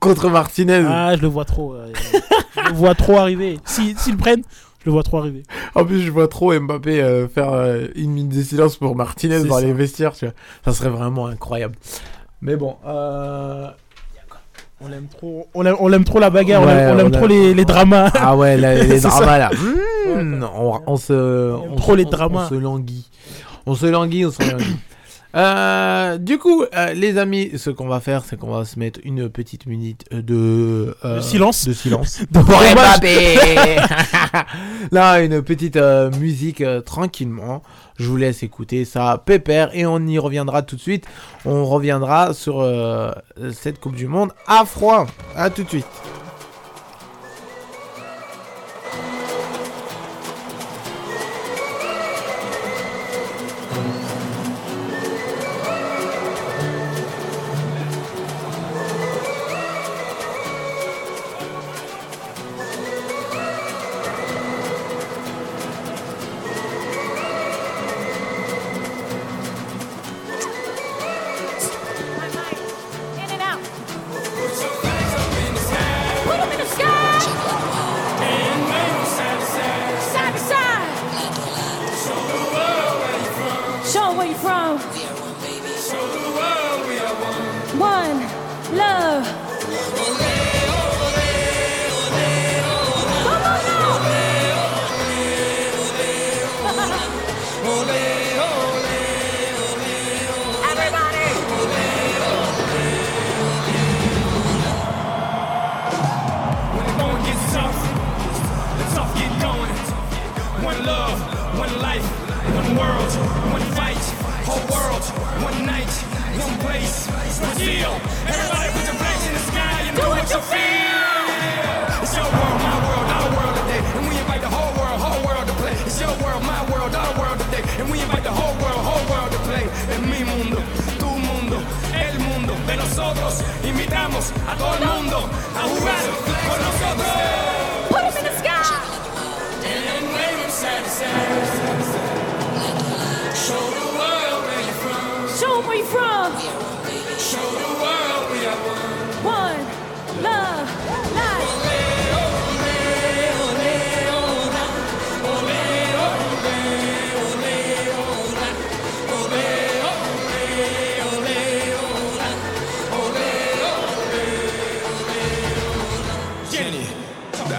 D: contre Martinez.
E: Ah, je le vois trop. euh, je le vois trop arriver. Si- S'ils le prennent, je le vois trop arriver.
D: En plus, je vois trop Mbappé euh, faire euh, une minute de silence pour Martinez
E: C'est
D: dans
E: ça.
D: les vestiaires. Tu vois. Ça serait vraiment incroyable. Mais bon, euh...
E: On l'aime trop. On l'aime- on l'aime trop la bagarre. on
D: Ouais,
E: l'aime- on
D: on
E: l'aime trop
D: l'aime-
E: les, les dramas.
D: Ah ouais, là, les
E: C'est ça.
D: dramas là. Mmh, on, on se.
E: aime
D: On,
E: trop les
D: on-
E: dramas.
D: On se languit. On se languit, on se languit. Euh, du coup, euh, les amis, ce qu'on va faire, c'est qu'on va se mettre une petite minute de, euh,
E: De silence.
D: De silence.
E: Donc,
D: Pour
E: dommage.
D: Mbappé. Là, une petite euh, musique euh, tranquillement. Je vous laisse écouter ça, pépère, et on y reviendra tout de suite. On reviendra sur euh, cette Coupe du Monde à froid. À tout de suite.
G: In and out. Put 'em in the sky. Side to side. Show 'em where you from. One love. Come on now. Everybody!
H: When the going gets tough, the tough get going. One love, one life, one world, one fight, whole world, one night, one place, Brazil. Everybody put your flags in the sky and do what you feel. It's your world, my world, our world today, and we invite the whole world, whole world to play. It's your world, my world, our world today, and we invite the whole world, whole world to play. En mi mundo, tu mundo, el mundo de nosotros. Invitamos a todo el mundo a jugar con nosotros.
G: Put 'em in the sky.
H: And wave them side to side. Show the world where you're from.
G: Show 'em where you from.
H: Show the world we are one.
G: One, love, life.
H: Jenny,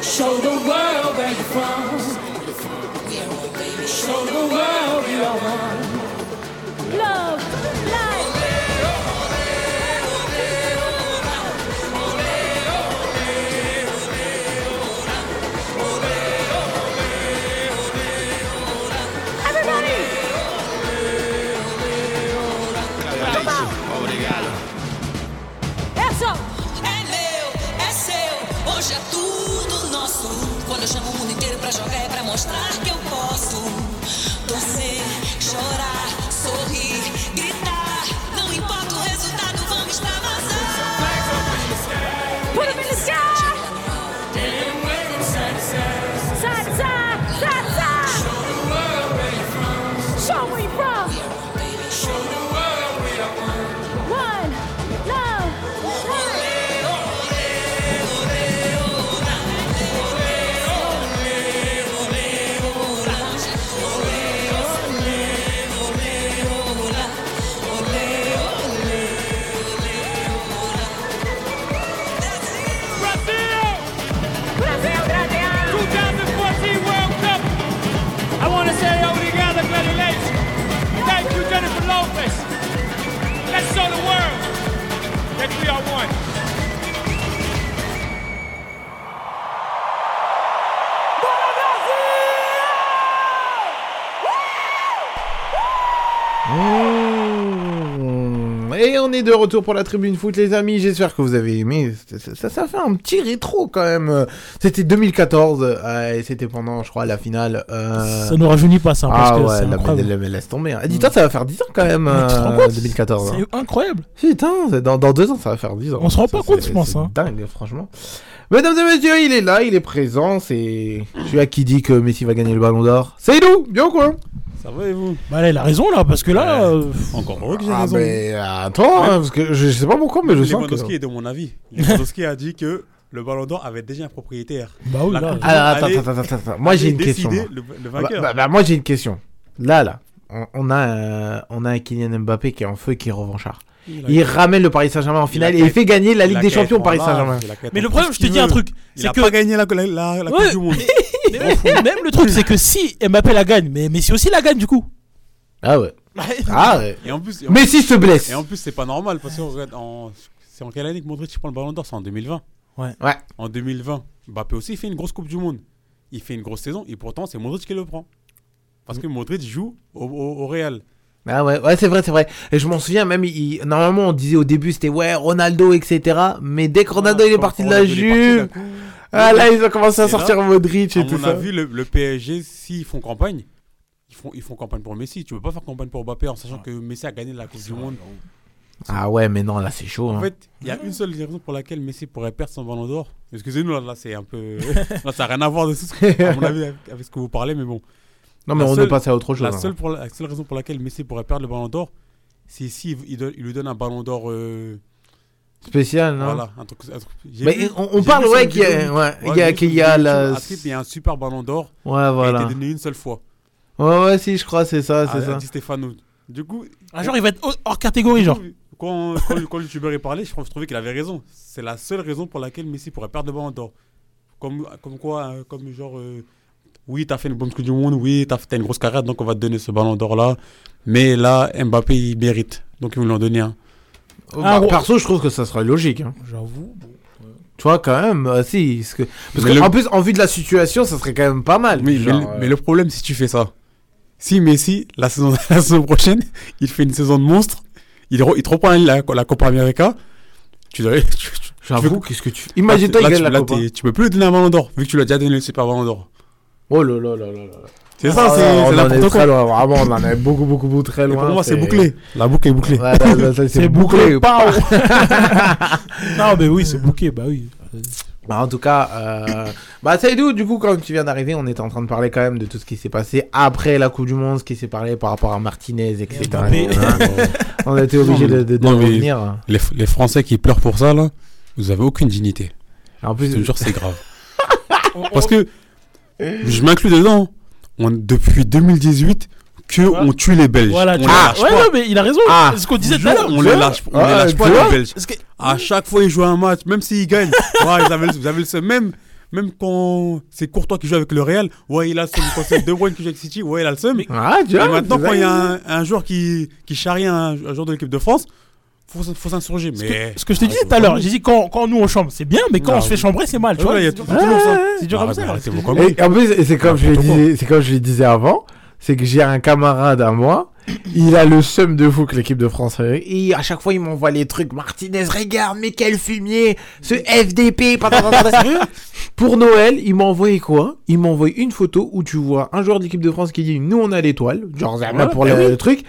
G: where you're from. Show the world you're one. Love, life. Everybody! That's all.
I: É meu, é seu, E hoje é tudo nosso. Quando eu chamo o mundo inteiro pra jogar é pra mostrar que eu posso. Torcer, chorar, sorrir, gritar. Não importa o resultado, vamos extravasar.
G: Put them in the sky! Side to side, side to side. Show where you're from. One, love, life.
J: Brasil, grande ano. 2014 World Cup. I want to say obrigado, congratulations. Thank you, Jennifer Lopez. Let's show the world that we are one.
D: Mmh. Oh. Et on est de retour pour la tribune foot, les amis. J'espère que vous avez aimé. Ça, ça, ça fait un petit rétro quand même. C'était 2014 euh, et c'était pendant, je crois, la finale. euh,
E: Ça ne rajeunit pas ça. parce
D: ah
E: que
D: ouais,
E: c'est
D: la,
E: incroyable.
D: la- la- laisse tomber. hein. Et Dis-toi, ça va faire 10 ans quand même.
E: Mais tu te rends
D: euh,
E: compte
D: 2014. hein.
E: C'est incroyable.
D: Putain, c'est dans, dans deux ans, ça va faire 10 ans.
E: On se rend
D: Ça,
E: pas compte,
D: c'est-
E: je pense,
D: c'est
E: hein.
D: Dingue, franchement. Mesdames et messieurs, il est là, il est présent. C'est celui à qui dit que Messi va gagner le ballon d'or. C'est nous, bien ou quoi
K: Ça va et vous
E: Bah là, il a raison là, parce que là, euh,
K: Encore heureux que j'ai
D: Ah,
K: raison.
D: mais attends, hein, parce que je, je sais pas pourquoi, mais je sens que.
K: Lewandowski est de mon avis. Lewandowski a dit que le Ballon d'Or avait déjà un propriétaire.
E: bah oui,
K: La
E: là.
K: coupe.
D: Alors, attends,
K: Allez,
D: attends, attends, attends, attends. Moi, Ah, j'ai
K: Et
D: une question.
K: décider
D: moi.
K: Le, le
D: Bah,
K: vainqueur.
D: bah, bah, moi, j'ai une question. Là, là, on, on a, euh, on a un Kylian Mbappé qui est en feu et qui est revanchard.
K: Il a-
D: Il ramène le Paris Saint-Germain en finale
K: a
D: et il
K: quatre-
D: fait gagner la
K: il
D: Ligue
K: a
D: des
K: qu'à
D: Champions au
K: être en
D: Paris
K: large,
D: Saint-Germain.
K: il a qu'à être
E: Mais
K: en
E: le problème,
K: plus
E: je te
K: qu'il
E: dis un
K: veut.
E: truc,
K: Il
E: c'est
K: a
E: que-
K: pas gagné la, la, la, la
E: Ouais.
K: Coupe du Monde.
E: Mais même, même le truc, c'est que si Mbappé la gagne, mais Messi aussi la gagne du coup.
D: Ah ouais. Ah ouais.
K: Et en plus, et en-
D: Messi se blesse.
K: et en plus, c'est pas normal parce que regarde, en- c'est en quelle année que Modric prend le Ballon d'Or C'est en 2020.
D: Ouais.
K: En 2020, Mbappé aussi il fait une grosse Coupe du Monde. Il fait une grosse saison et pourtant c'est Modric qui le prend. Parce que Modric joue au, au- au Real.
D: Ah ouais, ouais c'est vrai, c'est vrai. Et je m'en souviens même, il- il- normalement on disait au début c'était ouais Ronaldo, etc. Mais dès que Ronaldo il est
K: Ah, Quand
D: parti de la
K: Ronaldo, il est
D: Juve,
K: parti d'un coup,
D: ah là ils ont commencé à
K: Et là,
D: sortir Modric
K: À
D: et tout
K: mon
D: ça.
K: avis, le, le PSG, s'ils font campagne, ils font, ils font campagne pour Messi. Tu peux pas faire campagne pour Mbappé en sachant que Messi a gagné la Coupe du Monde.
D: Ah ouais, mais non, là c'est chaud.
K: En
D: hein.
K: fait, il y a une seule raison pour laquelle Messi pourrait perdre son ballon d'or. Excusez-nous, là, là, c'est un peu. là, ça n'a rien à voir de ce que- à mon avis, avec- avec ce que vous parlez, mais bon.
D: non, mais
K: la
D: on
K: seule-
D: est passé à autre chose.
K: La
D: hein.
K: seule, pour la, la seule raison pour laquelle Messi pourrait perdre le ballon d'or, c'est si il, donne- il lui donne un ballon d'or. euh,
D: Spécial, non
K: voilà, un truc. un truc- j'ai
D: Mais
K: vu-
D: on, on
K: j'ai
D: parle,
K: vu sur
D: ouais,
K: une
D: qu'il y a,
K: vidéo-
D: ouais,
K: ouais,
D: il y a,
K: j'ai vu
D: qu'il
K: sur
D: y a
K: une
D: la-
K: vidéo, un trip, Il y a un super ballon d'or
D: Ouais,
K: qui a
D: voilà.
K: été donné une seule fois.
D: Ouais, ouais, si, je crois, c'est ça,
K: à-
D: c'est
K: à
D: ça.
K: Di Stefano. Du coup,
E: Ah, genre, il va être hors- hors catégorie, genre.
K: Quand, quand, quand le youtubeur est parlé, je trouve- je trouvais qu'il avait raison. C'est la seule raison pour laquelle Messi pourrait perdre le ballon d'or. Comme, comme quoi, euh, comme genre, euh, oui, t'as fait une bonne Coupe du Monde, oui, t'as fait une grosse carrière, donc on va te donner ce ballon d'or là. Mais là, Mbappé, il mérite. Donc ils vont lui en donner un.
D: Oh,
E: Ah,
D: bah,
E: ouais.
D: perso, je trouve que ça serait logique. hein.
E: J'avoue.
D: Tu vois, quand même, euh, si. Parce que, parce
K: Mais
D: que,
K: le-
D: en plus, en vue de la situation, ça serait quand même pas mal.
K: Mais,
D: Genre,
K: mais-
D: euh,
K: mais le problème, si tu fais ça, si Messi, la saison, la saison prochaine, il fait une saison de monstre, il, re- il te reprend la, la Copa América, tu dois. tu- tu-
D: J'avoue,
K: veux- Ah,
D: qu'est-ce que tu. Imagine-toi, il
K: là, tu-
D: gagne la
K: là,
D: Copa.
K: t'es- Tu peux plus lui donner un ballon d'or, vu que tu l'as déjà donné le super ballon d'or.
D: Oh là là là là là.
K: C'est
D: Ah
K: ça, c'est
D: ouais,
K: c'est
D: on en est
K: n'importe
D: très
K: quoi.
D: loin, vraiment, on en est beaucoup, beaucoup, beaucoup très
K: Et
D: loin.
K: Pour moi, c'est bouclé. La boucle est bouclée.
D: Ouais, là, là, ça, c'est bouclé.
E: Non, mais oui, c'est bouquet, bah oui.
D: Bah, en tout cas, euh... bah, Saïdou, du coup, quand tu viens d'arriver, on était en train de parler quand même de tout ce qui s'est passé après la Coupe du Monde, ce qui s'est parlé par rapport à Martinez, etc.
E: Mbappé.
D: on a été obligé
K: Non,
D: de,
K: mais-
D: de, de
K: non, mais-
D: revenir.
K: Les, les Français qui pleurent pour ça, là, vous avez aucune dignité.
D: En
K: Je te
D: plus,
K: jure, c'est grave. Parce que je m'inclus dedans. On- depuis 2018, que on tue les Belges.
E: Voilà,
K: on
E: tu
K: les
E: vois.
K: lâche
E: Ouais,
K: pas.
E: non, mais il a raison.
D: Ah,
E: c'est ce qu'on disait tout à
K: Jure,
E: l'heure.
K: on les lâche, on les
D: Ah,
K: lâche pas
D: tu vois
K: les Belges.
E: Parce que-
K: À chaque fois ils jouent un match, même s'ils gagnent, ouais, ils avaient le, ils avaient le seum. même, Même quand c'est Courtois qui joue avec le Real, ouais, il a le seum. Quand c'est De Bruyne qui joue avec City, ouais, il a le seum.
D: Ah, tu
K: Et
D: vois,
K: maintenant,
D: c'est
K: quand
D: vrai.
K: il y a un, un joueur qui, qui charrie un, un joueur de l'équipe de France, faut, s- faut s'insurger. Mais
E: Ce que je t'ai dit tout à l'heure, j'ai dit quand, quand nous on chambre, c'est bien, mais quand
K: Ah,
E: on se fait
K: oui.
E: chambrer, c'est mal. Tu
K: Ouais,
E: vois,
K: il y a
E: c'est
K: tout-
E: dur-
K: toujours ça.
E: c'est dur comme
K: Arrête,
E: ça. alors,
K: arrêtez
E: c'est-
K: vos conneries.
D: Et en plus, et c'est comme, je le disais- c'est comme je le disais avant, c'est que j'ai un camarade à moi, il a le seum de fou que l'équipe de France a eu. Et à chaque fois, il m'envoie les trucs. Martinez, regarde, mais quel fumier Ce FDP patata, patata. Pour Noël, il m'a envoyé quoi Il m'a envoyé une photo où tu vois un joueur de l'équipe de France qui dit Nous, on a l'étoile, genre Zerma
E: Ouais,
D: pour
E: bah
D: le, le truc,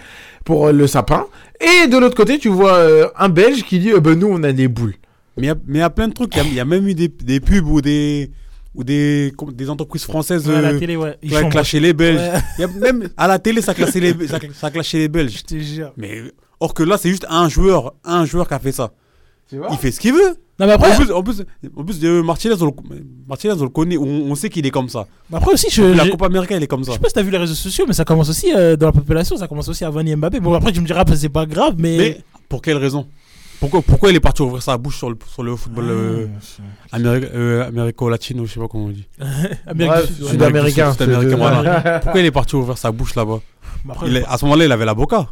D: pour euh, le sapin. Et de l'autre côté, tu vois euh, un Belge qui dit Eh ben, Nous, on a des boules.
K: Mais il y a- mais il y, a plein de trucs. Il y a- il y, a même eu des, des pubs ou des, ou des, com- des entreprises françaises
E: Ouais, à la
K: euh,
E: télé, ouais.
K: qui
E: Ils
K: ont
E: chambrent.
K: clashé les Belges.
E: Ouais.
K: Il y a même à la télé, ça clashait les, ça, ça clashait les Belges.
E: Je te jure.
K: Mais or que là, c'est juste un joueur, un joueur qui a fait ça. Il fait ce qu'il veut.
E: Non, mais après,
K: En plus, en plus, en plus de Martinez, on le, Martinez, on le connaît, on, on sait qu'il est comme ça.
E: mais après aussi, je.
K: La
E: j'ai-
K: Coupe Américaine, elle est comme
E: Je
K: ça.
E: sais pas si t'as vu les réseaux sociaux, mais ça commence aussi euh, dans la population, ça commence aussi à Vanny Mbappé. Bon, après, tu me diras, bah, c'est pas grave, mais.
K: Mais pour quelle raison pourquoi, pourquoi il est parti ouvrir sa bouche sur le, sur le football euh, améri- euh, américo-latino, je sais pas comment on dit.
E: Amérique
D: Ouais,
E: du Sud, ouais.
D: Sud-Amérique. Sud-américain,
K: Amérique du Sud, Sud-américain,
D: c'est-
K: voilà. Pourquoi il est parti ouvrir sa bouche là-bas
E: Mais après,
K: Il est- À ce moment-là, il avait la boca.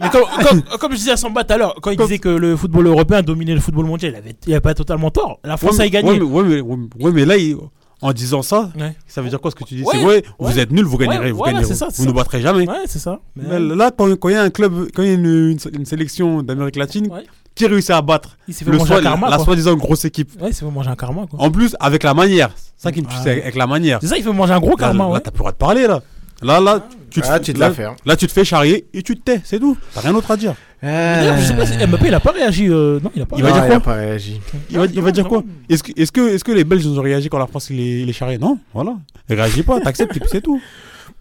E: Mais comme, comme- Euh, comme je disais à Samba tout à l'heure, quand il disait que le football européen dominait le football mondial, il avait, il avait pas totalement tort. La France
K: Ouais,
E: a gagné.
K: mais- Ouais, mais, ouais, mais- ouais, mais là, il- en disant ça,
E: Ouais.
K: ça veut dire quoi ce que tu dis
E: Ouais,
K: C'est ouais, vous
E: ouais.
K: êtes nuls, vous gagnerez,
E: Ouais,
K: vous
E: voilà,
K: gagnerez.
E: c'est ça, c'est
K: vous
E: ça.
K: ne battrez jamais.
E: Ouais, c'est ça. Mais-
K: Mais là, quand quand il y a un club, quand il y a une, une- une sélection d'Amérique latine
E: Ouais.
K: qui réussit à battre
E: il s'est fait
K: le
E: manger
K: soi,
E: un karma.
K: la Oh.
E: quoi.
K: soi-disant grosse équipe,
E: Ouais, il s'est fait manger un karma. quoi.
K: en plus avec la manière, c'est ça qui me tue,
E: Ah.
K: c'est avec avec la manière.
E: C'est ça, il fait manger un gros
K: Là,
E: karma.
K: là,
E: ouais.
K: t'as plus le droit de parler là. Là, là, tu te,
D: Ah, tu te
K: là-
D: la fais, hein.
K: là, tu te fais charrier et tu te tais, c'est tout. T'as rien d'autre à dire.
E: D'ailleurs, je sais pas si Mbappé, il a pas réagi. euh, Non, il a pas
K: Il va
D: Non,
K: dire
D: Ah, il a
K: quoi
D: pas réagi.
K: Il va, il va dire quoi Est-ce que, est-ce que, est-ce que les Belges nous ont réagi quand la France les, les charriait Non, voilà. Réagis pas, t'acceptes et puis c'est tout.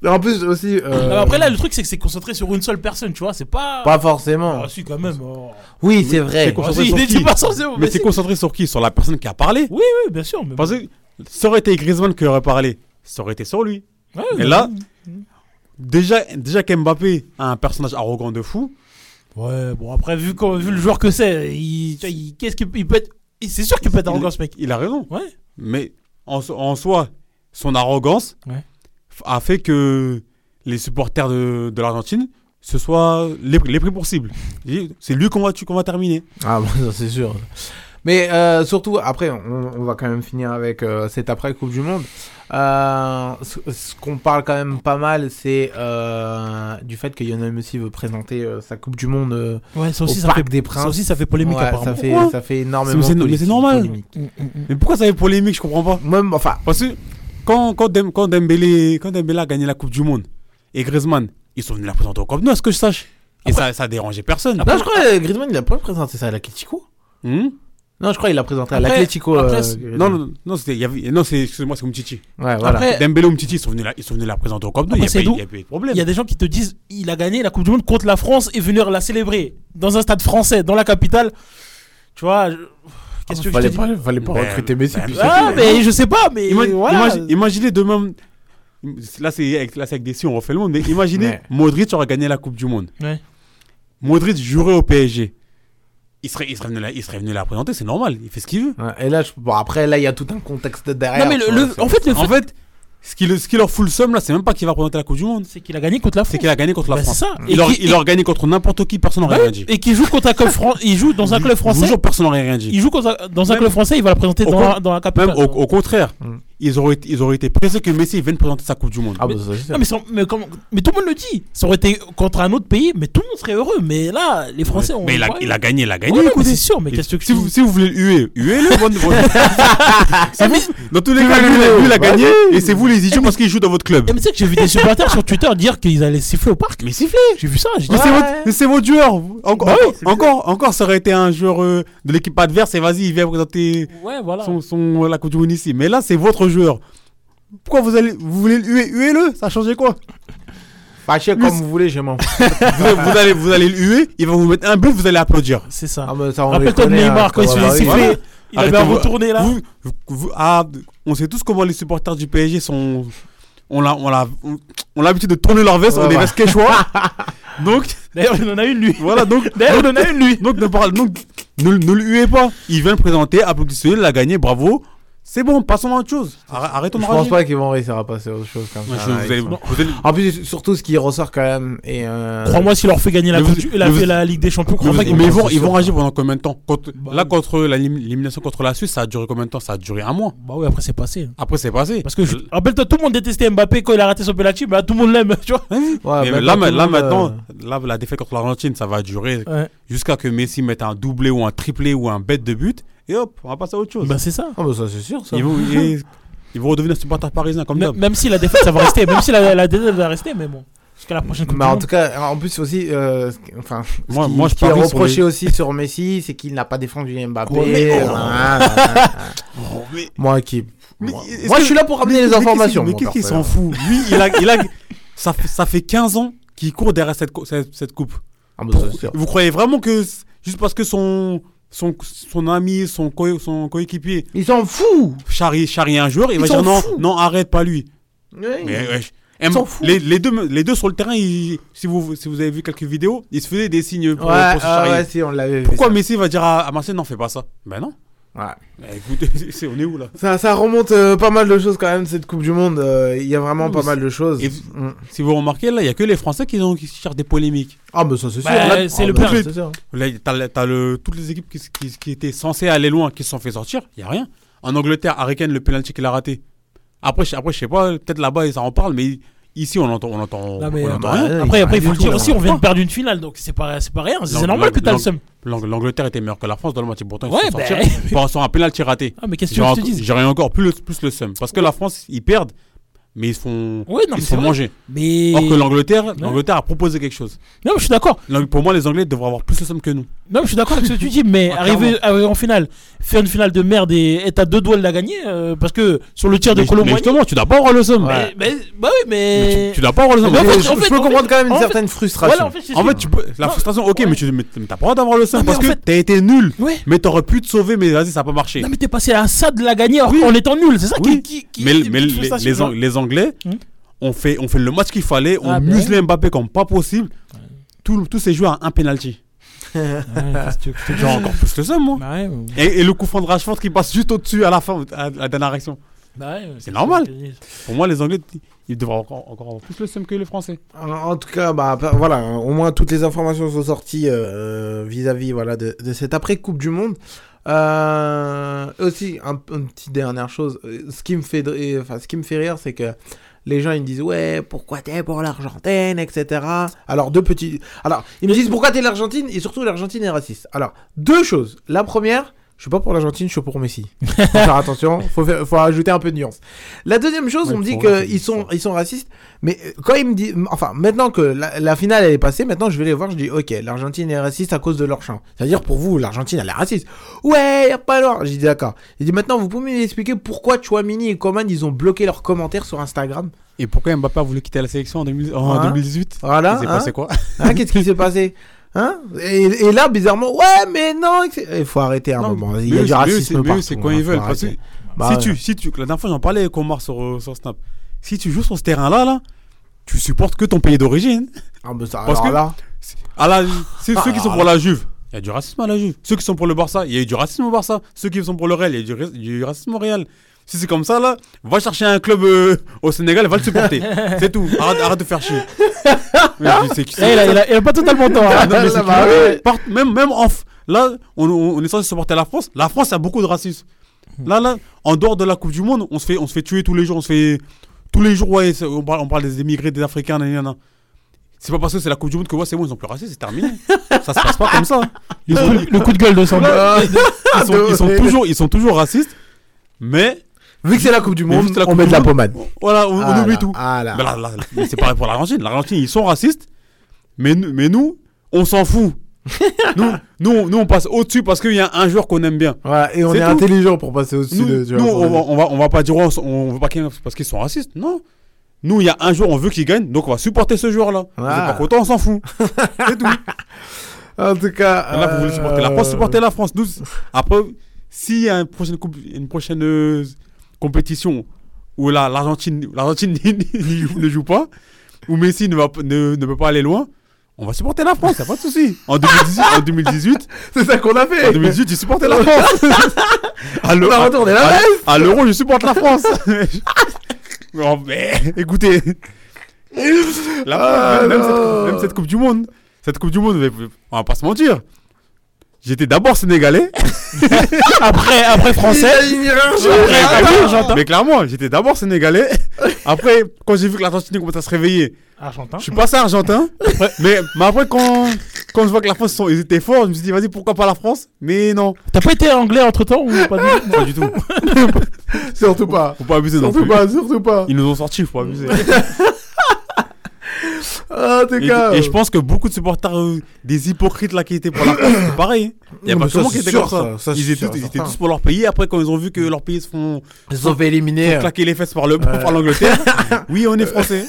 D: En plus, aussi. euh,
E: Alors après, là, le truc, c'est que c'est concentré sur une seule personne, tu vois. C'est pas.
D: Pas forcément.
E: Ah, si, quand même. oh.
D: Oui, c'est vrai.
K: quoi
E: Ah,
K: ça
E: si,
K: veut
E: il
K: dire
E: était
K: qui
E: pas censé. mais
K: Mais
E: si.
K: c'est concentré sur qui Sur la personne qui a parlé
E: Oui, oui, bien sûr. mais-
K: Parce que ça aurait été Griezmann qui aurait parlé, ça aurait été sur lui.
E: Ouais,
K: Et là, déjà, déjà qu'Mbappé a un personnage arrogant de fou,
E: Ouais, bon, après, vu, qu'on- vu le joueur que c'est, il, tu vois, il- qu'est-ce qu'il il peut être. il- C'est sûr qu'il peut être arrogant, ce mec.
K: il a raison.
E: Ouais.
K: Mais en, so- en soi, son arrogance
E: Ouais.
K: f- a fait que les supporters de, de l'Argentine se soient les, les pris pour cible. Et C'est lui qu'on va, tu- qu'on va terminer.
D: Ah, bon, ça, c'est sûr. Mais euh, surtout, après, on, on va quand même finir avec euh, cette après-Coupe du Monde. Euh, ce ce qu'on parle quand même pas mal, c'est euh, du fait que Lionel Messi veut présenter euh, sa Coupe du Monde euh,
E: Ouais, ça aussi,
D: au
E: ça
D: Parc
E: fait,
D: des Princes.
E: ça aussi, ça fait polémique,
D: Ouais,
E: apparemment.
D: ça, fait,
K: Pourquoi
D: ça fait énormément
K: C'est- mais c'est-
D: polémique-
K: mais c'est normal.
D: polémique.
E: Mm, mm, mm.
K: Mais pourquoi ça fait polémique Je comprends pas.
D: Même, enfin,
K: Parce que quand, quand, Dem- quand Dembélé, quand Dembélé a gagné la Coupe du Monde et Griezmann, ils sont venus la présenter au Camp Nou, à ce que je sache. Et ça, ça dérangeait personne.
D: non, je crois que Griezmann, il a pas présenté ça à l'Atletico.
K: Hmm
D: Non, je crois qu'il a présenté à
E: Après-
D: l'Atletico.
E: après,
D: euh,
E: c'est-
D: Griezmann.
K: non, non, non, c'était- il y avait- non, c'est- excusez-moi, c'est Umtiti.
D: Ouais, voilà.
E: Après,
K: Dembélé, Umtiti, ils sont venus la, ils sont venus la présenter au Camp Nou. Il
E: Eh. Après,
K: n'y a,
E: c'est
K: pas eu-
E: d'où-
K: il y a pas eu de problème.
E: il y a des gens qui te disent il a gagné la Coupe du Monde contre la France et venir la célébrer dans un stade français, dans la capitale. Tu vois, je-
K: Ah,
E: qu'est-ce que je te
D: Ah, fallait
E: dis
D: pas, fallait pas
K: Ben,
D: recruter Messi.
K: ben,
D: puis
K: ben,
D: c'est
E: Ah,
D: tout.
E: mais je sais pas, mais.
K: Ima-
E: voilà.
K: imagi- imaginez demain. Là, c'est avec, là, c'est avec des si, on refait le monde. Mais imaginez,
D: Ouais.
K: Modric aurait gagné la Coupe du Monde.
E: Ouais.
K: Modric jouerait au PSG. Il serait, il serait, venu, la, il serait venu la présenter, c'est normal. Il fait ce qu'il veut.
D: Ouais, Et là, je- bon, après, là, il y a tout un contexte derrière.
E: Non, mais le-
D: tu vois,
E: le-
D: c'est-
E: en fait, le
K: En
E: fait,
K: fait, ce qui, le- ce qui leur fout le somme, là, c'est même pas qu'il va présenter la Coupe du Monde.
E: c'est qu'il a gagné contre la France.
K: C'est qu'il a gagné contre la
E: Bah, c'est
K: France.
E: ça. Et
K: Il, aurait-
E: qui-
K: il aurait gagné contre n'importe qui, personne n'aurait
E: Ouais,
K: rien dit.
E: Et qui joue contre un club fran- il joue dans un
K: Je-
E: club
K: je vous
E: français.
K: jure, personne n'aurait rien dit.
E: Il joue dans un, dans un
K: Même-
E: club français, il va la présenter
K: au
E: dans,
K: con-
E: la, dans la capitale.
K: Même au, au contraire,
D: Mm.
K: ils, auraient, ils auraient été pressés que Messi vienne présenter sa Coupe du Monde.
D: Ah, bah, ça, c'est sûr.
E: Non, mais, sans- mais comment- mais tout le monde le dit. Ça aurait été contre un autre pays, mais tout le monde serait heureux. Mais là, les Français ont.
K: mais il a, il a gagné, il a gagné.
E: Ouais, mais
K: écoutez.
E: c'est sûr, mais
K: Et
E: qu'est-ce que
K: si
E: tu
K: vous, si vous voulez le huer, huez-le. bonne- bonne-
E: Eh, mais-
K: Dans tous les cas, lui, il a- lui, il a
E: Bah
K: gagné et c'est vous les idiots parce qu'il joue dans votre club.
E: eh, mais tu sais que j'ai vu des supporters sur Twitter dire qu'ils allaient siffler au parc.
K: Mais sifflez
E: J'ai vu ça, j'ai dit
K: Mais
E: ça.
K: c'est votre- mais c'est votre joueur
E: Bah
K: Encore, encore, encore, encore, ça aurait été un joueur euh, de l'équipe adverse et vas-y, il vient présenter
E: Ouais, voilà.
K: son, son, euh, la Coupe du Monde ici. Mais là, c'est votre joueur. Pourquoi vous, allez, vous voulez le huer Huez-le Ça a changé quoi
D: Fâchez comme vous voulez, je m'en fous.
K: vous, vous allez, vous allez le huer, il va vous mettre un but, vous allez applaudir.
E: C'est ça.
D: Ah, mais ça, on les
E: Rappelle-toi de
D: connaît, hein,
E: Neymar quand il se
D: comment-
E: faisait
D: bah
E: siffler.
D: oui,
E: Il avait un
K: Arrêtez-vous.
E: retourné là.
K: Vous- vous- vous- ah, on sait tous comment les supporters du PSG sont. On l'a, on l'a, on, on a l'habitude de tourner leur veste,
D: Ouais,
K: on est
D: ouais.
K: veste quechua. donc,
E: D'ailleurs, il en a une lui.
K: voilà, donc.
E: D'ailleurs, il en a une lui.
K: Donc, ne, parle- donc, ne, ne le huez pas. Il vient le présenter, applaudissez, il l'a gagné, bravo. C'est bon, passons à autre chose. Arr- Arrêtons de
D: Je pense pas qu'ils vont réussir à passer à autre chose Ah, comme
K: Ouais,
D: ça.
K: je-
D: là,
K: vous allez-
D: ils sont-
K: vous allez-
D: En plus, surtout ce qui ressort quand même. et, euh,
E: Crois-moi, s'il leur fait gagner la,
K: Mais vous-
E: coupe- la,
K: mais vous-
E: la Ligue des Champions,
K: Mais,
E: crois-moi
K: vous-
E: qu'ils
K: mais ils, vont,
E: passer
K: ils vont
E: sur-
K: agir pendant combien de temps Contre- Là, contre la- l'élimination contre la Suisse, ça a duré combien de temps Ça a duré un mois.
E: Bah oui, après c'est passé.
K: Après, c'est passé.
E: Parce que je- rappelle-toi, tout le monde détestait Mbappé quand il a raté son penalty, bah tout le monde l'aime, tu vois.
K: Mais
D: ah,
K: là, ma- là,
D: euh,
K: maintenant, là, la défaite contre l'Argentine, ça va durer
E: Ouais.
K: jusqu'à que Messi mette un doublé ou un triplé ou un bête de but. Et hop, on va passer à autre chose.
E: Bah c'est ça.
D: Ah, bah ça, c'est sûr, ça.
K: Ils vont, ils, ils vont redevenir supporters parisiens comme
E: Même,
K: d'hab.
E: même si la défaite, ça va rester. Même si la, la défaite va rester, mais bon. Jusqu'à la prochaine Coupe
D: Mais
E: du
D: Bah, en
E: Monde.
D: tout cas, en plus aussi, euh, ce qui- enfin, ce
K: Moi-
D: qui,
K: moi, je
D: ce qui est
K: parie sur
D: reproché
K: les-
D: aussi sur Messi, c'est qu'il n'a pas défendu Mbappé.
K: Oh, mais-
D: euh, voilà, voilà.
K: Oh,
D: Moi qui, moi, moi, je suis là pour ramener les informations.
K: Mais
D: mon hein.
K: qu'est-ce qu'il
D: personnel.
K: s'en fout Lui, il a, il a, ça, fait- ça fait 15 ans qu'il court derrière cette, co- cette, cette coupe.
D: Ah, bah, ça, c'est sûr.
K: Vous croyez vraiment que c- juste parce que son, son, son ami, son, co- son coéquipier
D: Il s'en fout.
K: charrie, charrie un joueur, il,
D: Il
K: va
D: s'en
K: dire non,
D: fout.
K: non, arrête pas lui.
D: Ouais.
K: Mais wesh.
D: Il
K: Em-
D: s'en fout.
K: les, les deux, me- les deux sur le terrain, ils- si, vous, si vous avez vu quelques vidéos, ils se faisaient des signes pour,
D: Ouais,
K: pour se
D: ah
K: charrier.
D: ouais, si on l'avait vu.
K: Pourquoi
D: ça.
K: Messi va dire à, à Marseille non, fais pas ça Ben non.
D: Ouais.
K: Bah, écoutez, c'est- on est où là
D: Ça, ça remonte euh, pas mal de choses quand même cette Coupe du Monde. euh, Il y a vraiment
K: Oui,
D: pas
K: mais
D: mal de choses.
K: Et-
D: Mm.
K: Si vous remarquez, là, il n'y a que les Français qui, ont, qui cherchent des polémiques.
D: Ah bah ça c'est sûr.
E: Bah,
D: Là-
E: c'est
D: ah,
E: le
D: bah,
E: pire.
D: ça, c'est sûr.
K: Là, t'as, le- t'as le, toutes les équipes qui, s- qui, qui étaient censées aller loin, qui se sont fait sortir, il n'y a rien. En Angleterre, Harry Kane, le penalty qu'il a raté. Après, je- après je sais pas, peut-être là-bas, ça en parle, mais ici, on entend, on entend,
E: Non, mais,
K: on
E: euh,
K: entend
D: bah,
K: rien.
D: ouais,
E: Après,
D: il
E: après,
D: s'en
E: il faut
D: fout du
E: le dire
D: tout,
E: aussi,
D: là.
E: on vient de perdre une finale, donc c'est pas, c'est pas rien. C'est
K: L'Ang-
E: normal que t'as le
K: l'Ang-
E: seum.
K: L'Ang- L'Angleterre était meilleure que la France dans le match et pourtant ils
E: Ouais,
K: se sont
E: bah.
K: sortis pensant à un penalty raté.
E: Ah, mais qu'est-ce que tu veux
K: J'aurais
E: que je te dise
K: j'aurais encore plus le, plus le seum. Parce que la France, ils perdent, mais ils se font,
E: Ouais, non, mais
K: ils se
E: c'est
K: font
E: vrai.
K: manger.
E: Mais.
K: Or que l'Angleterre,
E: Ouais.
K: l'Angleterre a proposé quelque chose.
E: Non, mais je suis d'accord.
K: L'Ang- Pour moi, les Anglais devraient avoir plus le somme que nous.
E: Non, mais je suis d'accord avec ce que tu dis, mais
K: Ah,
E: arriver, arriver en finale, faire une finale de merde et être à deux doigts de la gagner, euh, parce que sur le tir de
K: mais, mais
E: Colombo.
K: justement, tu dois pas avoir le somme.
E: Mais, mais- bah oui, mais.
K: Mais tu, tu dois pas avoir le somme.
E: Mais en
D: Mais
E: fait,
D: je,
E: en
D: je
E: fait,
D: peux
E: en
D: comprendre
E: fait-
D: quand même une
E: en fait-
D: certaine frustration.
E: Voilà, en fait, c'est
K: en
E: ça.
K: fait, tu peux, la
E: Non.
K: frustration, ok, mais tu mais t'as pas le droit d'avoir le
E: Non,
K: seum
E: mais
K: parce
E: en
K: que
E: fait-
K: t'as été nul.
E: Ouais.
K: Mais t'aurais pu te sauver, mais vas-y, ça n'a pas marché.
E: Non, mais t'es passé à ça de la gagner alors
K: Oui.
E: en étant nul, c'est ça
K: Oui.
E: qui, qui, qui-
K: mais
E: qui-
K: mais
E: qui-
K: les,
E: frustration,
K: les Ang-
E: genre.
K: les Anglais,
E: Hmm.
K: on, fait, on fait le match qu'il fallait, on
E: Ah bon
K: musle Mbappé comme pas possible. Tout- Tous ces joueurs à un penalty.
E: Ouais, qu'est-ce que tu veux que je te dise
K: Genre encore plus le seum, moi.
E: Bah ouais, ouais.
K: Et, et le coup franc de Rashford qui passe juste au-dessus à la fin, à la dernière action.
E: Bah ouais,
K: C'est normal.
E: ce que je te dis.
K: Pour moi, les Anglais, ils devraient encore, encore avoir plus le seum que les Français.
D: En, en tout cas, bah, bah, voilà, hein, au moins toutes les informations sont sorties euh, vis-à-vis voilà, de, de cette après-Coupe du Monde. Euh, aussi, un, une petite dernière chose, euh, ce qui me fait, dr- enfin, ce qui me fait rire, c'est que les gens ils me disent ouais pourquoi t'es pour l'Argentine etc. Alors deux petits, alors ils me disent pourquoi t'es l'Argentine et surtout l'Argentine est raciste. Alors deux choses. La première, je suis pas pour l'Argentine, je suis pour Messi. faut faire attention, faut faire- faut ajouter un peu de nuance. La deuxième chose,
K: Ouais,
D: on me dit
K: pour moi, c'est
D: qu'ils sont
K: différent.
D: ils sont racistes, mais euh, quand ils me disent enfin maintenant que la, la finale elle est passée, maintenant je vais les voir, je dis ok l'Argentine est raciste à cause de leur chant. C'est-à-dire pour vous l'Argentine elle est raciste. Ouais y a pas l'or. J'ai dit d'accord. J'ai dit maintenant vous pouvez m'expliquer pourquoi Chouamini et Coman ils ont bloqué leurs commentaires sur Instagram.
K: Et pourquoi Mbappé a voulu quitter la sélection en, 2000 en
D: Hein
K: 2018
D: Voilà,
K: Il s'est
D: hein.
K: passé quoi
D: Hein, Qu'est-ce qui s'est passé Hein et, et là, bizarrement, ouais, mais non, etc. il faut arrêter un
K: Non,
D: moment. Il
K: mais
D: y a
K: eux,
D: du
K: c'est-
D: racisme
K: mais eux, c'est- mais eux,
D: partout.
K: c'est quand
D: hein,
K: ils
D: faut
K: veulent. Parce que
D: arrêter. Bah
K: si,
D: ouais.
K: tu, si tu, la dernière fois, j'en parlais avec Omar sur, euh, sur Snap. Si tu joues sur ce terrain-là, là, tu supportes que ton pays d'origine.
D: Ah, bah ça,
K: Parce
D: alors
K: que-
D: là.
K: À la- c'est
D: Ah,
K: ceux qui sont
D: alors
K: pour la Juve. Il y a du racisme à la Juve. Ceux qui sont pour le Barça, il y a eu du racisme au Barça. Ceux qui sont pour le Real, il y a eu du, ra- du racisme au Real. Si c'est comme ça, là, va chercher un club euh, au Sénégal, va le supporter. c'est tout. Arrête, arrête de faire chier. Mais c'est- c'est-
E: Eh, il, a, il a- il a pas totalement tort. hein.
K: Ah, non, mais c'est
D: Là, bah,
K: que-
D: ouais.
K: part- même, même en f- Là, on, on- on est censé supporter la France. La France a beaucoup de racisme. Là, là, en dehors de la Coupe du Monde, on se fait, on se fait tuer tous les jours. On se fait. Tous les jours, ouais, c'est- on parle, on parle des émigrés, des Africains, nan, nan, nan. C'est pas parce que c'est la Coupe du Monde que ouais, c'est bon, ils ont plus racisme, c'est terminé. ça se passe pas comme ça. Ils, ont-
E: Le coup de gueule de Sandro.
K: ils sont, ils sont toujours, ils sont toujours racistes, mais
D: Vu que c'est la Coupe du
K: Mais
D: Monde,
K: vu que c'est la
D: on
K: Coupe
D: met
K: du
D: de la
K: Monde,
D: pommade.
K: voilà, on, on
D: Ah
K: oublie
D: là,
K: tout. Bah,
D: ah là.
K: Mais là, là, mais c'est pareil pour l'Argentine. L'Argentine, ils sont racistes, mais, nous- mais nous, on s'en fout. nous, nous, on- nous, on passe au-dessus parce qu'il y a un joueur qu'on aime bien.
D: Voilà, et on
K: C'est
D: est
K: tout.
D: intelligent pour passer au-dessus
K: Nous,
D: de. tu
K: nous,
D: vois,
K: on, va,
D: pour-
K: on, va, on va pas dire oh, on veut pas qu'ils parce qu'ils sont racistes. Non. Nous, il y a un joueur, on veut qu'il gagne, donc on va supporter ce joueur-là. Vous êtes
D: Ah.
K: pas content, on s'en fout. C'est tout.
D: En tout cas.
K: Là, vous voulez supporter la France,
D: euh,
K: supportez la France. Nous, après, s'il y a une prochaine, coupe- une prochaine euh, compétition où la- l'Argentine l'Argentine n'y- n'y- n'y- ne joue pas, où Messi ne, va, p- ne, ne peut pas aller loin, on va supporter la France, y a pas de souci. En 2018, en 2018 c'est ça qu'on a fait. En 2018, j'ai supporté la France. à l'euro-
D: On a retourné la
K: à-
D: veste.
K: À l'euro, je supporte la France. oh, mais écoutez, la
D: Ah,
K: même, même
D: non.
K: cette, même cette Coupe du Monde, cette Coupe du Monde, mais- on va pas se mentir. J'étais d'abord sénégalais,
E: Après, après français.
K: Ouais, bah oui, Mais clairement, j'étais d'abord sénégalais. Après, quand j'ai vu que l'Argentine commençait à se réveiller,
E: Argentin.
K: je suis passé argentin. mais, mais après, quand, quand je vois que la France, sont- ils étaient forts, je me suis dit, vas-y, pourquoi pas la France Mais non,
E: T'as pas été anglais entre temps ou pas du-
K: pas du tout.
D: Surtout pas.
K: Faut pas abuser non
D: Surtout
K: plus.
D: pas, surtout pas.
K: Ils nous ont sortis, faut pas abuser.
D: Ah, en tout
K: Et,
D: cas.
K: et je pense que beaucoup de supporters, euh, des hypocrites là qui étaient pour la France, c'est pareil. Il y a
D: Non,
K: pas
D: mais Eh
K: que
D: euh, ben, ça,
K: moi qui
D: c'est
K: était
D: sûr, ça,
K: comme ça.
D: ça,
K: ils
D: c'est
K: étaient,
D: sûr,
K: ils étaient
D: certain.
K: tous pour leur pays. Après, quand ils ont vu que leur pays se font
D: Ils se sont fait éliminer.
K: claquer les fesses par le par l'Angleterre, oui, on est français.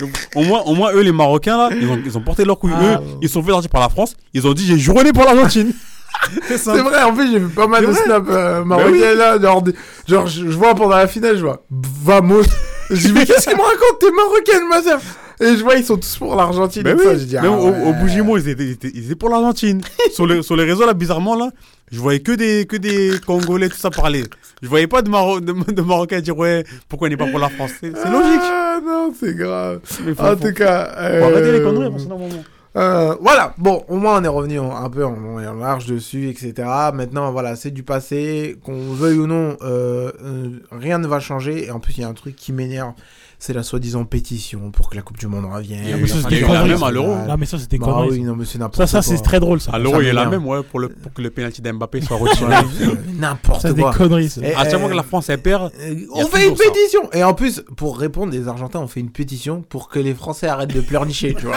K: Donc, au moins, au moins eux, les Marocains là, ils ont, ils ont porté leur couille.
E: Ah.
K: Eux, ils sont fait sortir par la France. Ils ont dit, j'ai juré pour l'Argentine. c'est ça.
D: C'est vrai, en fait, j'ai vu pas mal de snaps euh, marocains
K: Bah
D: là. Genre, des- genre, je je vois pendant la finale, je vois Vamos. J'ai dit, mais qu'est-ce qu'ils me racontent T'es marocaine, ma sœur Et je vois, ils sont tous pour l'Argentine.
K: Mais
D: et
K: Bah oui,
D: tout ça, j'ai dit, ah,
K: même au,
D: ouais.
K: au Bougimont, ils étaient, ils étaient- ils étaient pour l'Argentine. sur, les, sur les réseaux, là, bizarrement, là, je voyais que des, que des Congolais, tout ça parler. Je voyais pas de, Maro- de, de Marocains dire, ouais, pourquoi on n'est pas pour la France C'est c'est logique.
D: Ah non, c'est grave.
K: Mais faut-
D: en
K: faut-
D: tout cas.
K: faut arrêter les
D: euh,
K: conneries,
E: hein,
K: parce que normalement.
D: Euh, voilà, bon, au moins on est revenu en- un peu en, en large dessus, etc. Maintenant, voilà, c'est du passé, qu'on veuille ou non, euh, euh, rien ne va changer. Et en plus, il y a un truc qui m'énerve, c'est la soi-disant pétition pour que la Coupe du Monde revienne.
K: Il y a eu-
E: Ah, ça, c'est
K: il
E: des
K: y a eu la
E: conneries,
K: même
E: ça.
K: à l'euro.
E: Non, mais ça, c'était
D: Bah
E: connerie.
D: oui, non, mais c'est
E: Ça,
D: n'importe
E: ça, c'est
D: quoi.
E: très drôle, ça.
K: À Ah, l'euro, il y a la
D: m'énerve.
K: même, ouais, pour, le, pour que le pénalty d'Mbappé soit retiré.
D: euh, N'importe
E: Ça, c'est des
D: quoi.
E: conneries, ça.
D: Et-
K: à chaque fois que la France, elle perd,
D: Euh,
K: y a
D: On fait une
K: toujours ça.
D: pétition Et en plus, pour répondre, les Argentins ont fait une pétition pour que les Français arrêtent de pleurnicher, tu vois.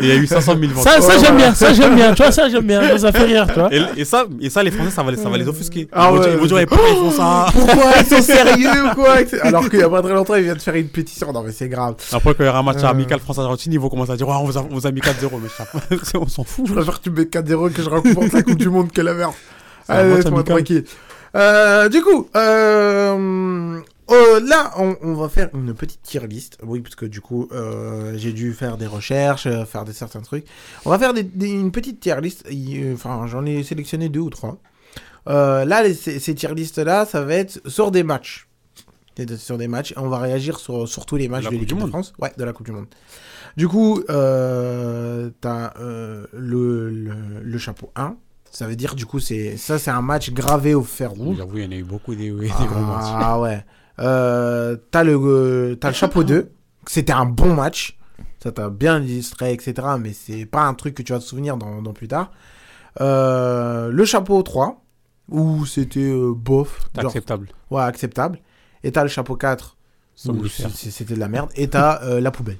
K: il y a eu 500 000 ventes.
E: Ça, ça j'aime bien, ça j'aime bien, tu vois, ça j'aime bien, ça fait rire, tu vois.
K: Et, et ça, et ça, les Français, ça va, les- ça va les offusquer.
D: Ah
K: ils vont
D: ouais.
K: dire, ils vont dire, mais pourquoi ils font ça
D: Pourquoi ils sont sérieux ou quoi Alors qu'il y a pas très longtemps, ils viennent de faire une pétition. Non mais c'est grave.
K: Après, quand il y aura un match
D: Euh.
K: amical France-Argentine, ils vont commencer à dire, ouais, on vous a, on vous a mis 4-0, mais ça, on s'en fout.
D: Je préfère que tu me mettes 4-0 que je raconte la Coupe du Monde que la merde.
K: un match
D: Allez, laisse-moi
K: amical.
D: tranquille. Euh, du coup, euh, euh, là, on, on va faire une petite tier list. Oui, parce que du coup, euh, j'ai dû faire des recherches, euh, faire des certains trucs. On va faire des- des- une petite tier list. Il- euh, Enfin, j'en ai sélectionné deux ou trois. Euh, là, les- ces, ces tier listes là, ça va être sur des matchs. C'est- Sur des matchs, on va réagir sur, sur tous les matchs
K: La
D: de
K: Coupe du
D: l'équipe de
K: Monde.
D: France. Ouais, de la Coupe du Monde. Du coup, euh, t'as euh, le, le, le chapeau 1. Ça veut dire, du coup, c'est ça, c'est un match gravé au fer rouge.
K: J'avoue, il y en a eu beaucoup des, des gros matchs.
D: Ah ouais. Euh, t'as le, euh, t'as le chapeau 2. C'était un bon match. Ça t'a bien illustré, etc. Mais c'est pas un truc que tu vas te souvenir dans, dans plus tard. Euh, le chapeau 3. Où c'était euh, bof.
K: C'est
D: Genre,
K: acceptable.
D: ouais, acceptable. Et t'as le chapeau 4.
K: Sans
D: où
K: le
D: c-
K: faire.
D: c- C'était de la merde. Et t'as euh, la poubelle.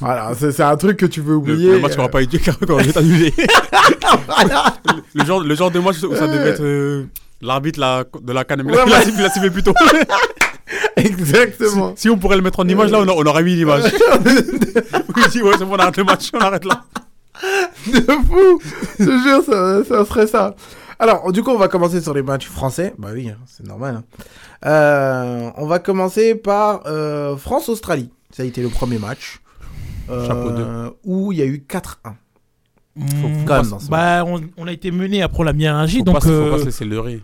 D: Voilà, c'est c'est un truc que tu veux
K: Le,
D: oublier. euh,
K: le match qu'on aura pas eu lieu car quand on est annulé. le, le genre, le genre de match où ça devait être euh, l'arbitre la- de la canne. mais
D: Ouais,
K: il a
D: ouais.
K: ciblé- il a ciblé plus tôt.
D: Exactement.
K: si on pourrait le mettre en image là, on, a- on aurait mis l'image. oui, si, ouais, c'est bon, on arrête le match, on arrête là.
D: de fou Je te jure, ça, ça serait ça. Alors, du coup, on va commencer sur les matchs français. Bah oui, hein, c'est normal. hein. Euh, on va commencer par euh, France-Australie. Ça a été le premier match. Euh,
K: Chapeau
D: Où il y a eu 4-1.
E: Mm,
D: quand même, dans ce
E: bah, on, on a été mené après la miéralgie,
K: Faut
E: donc,
K: pas, se- faut
E: euh,
K: pas se laisser leurrer.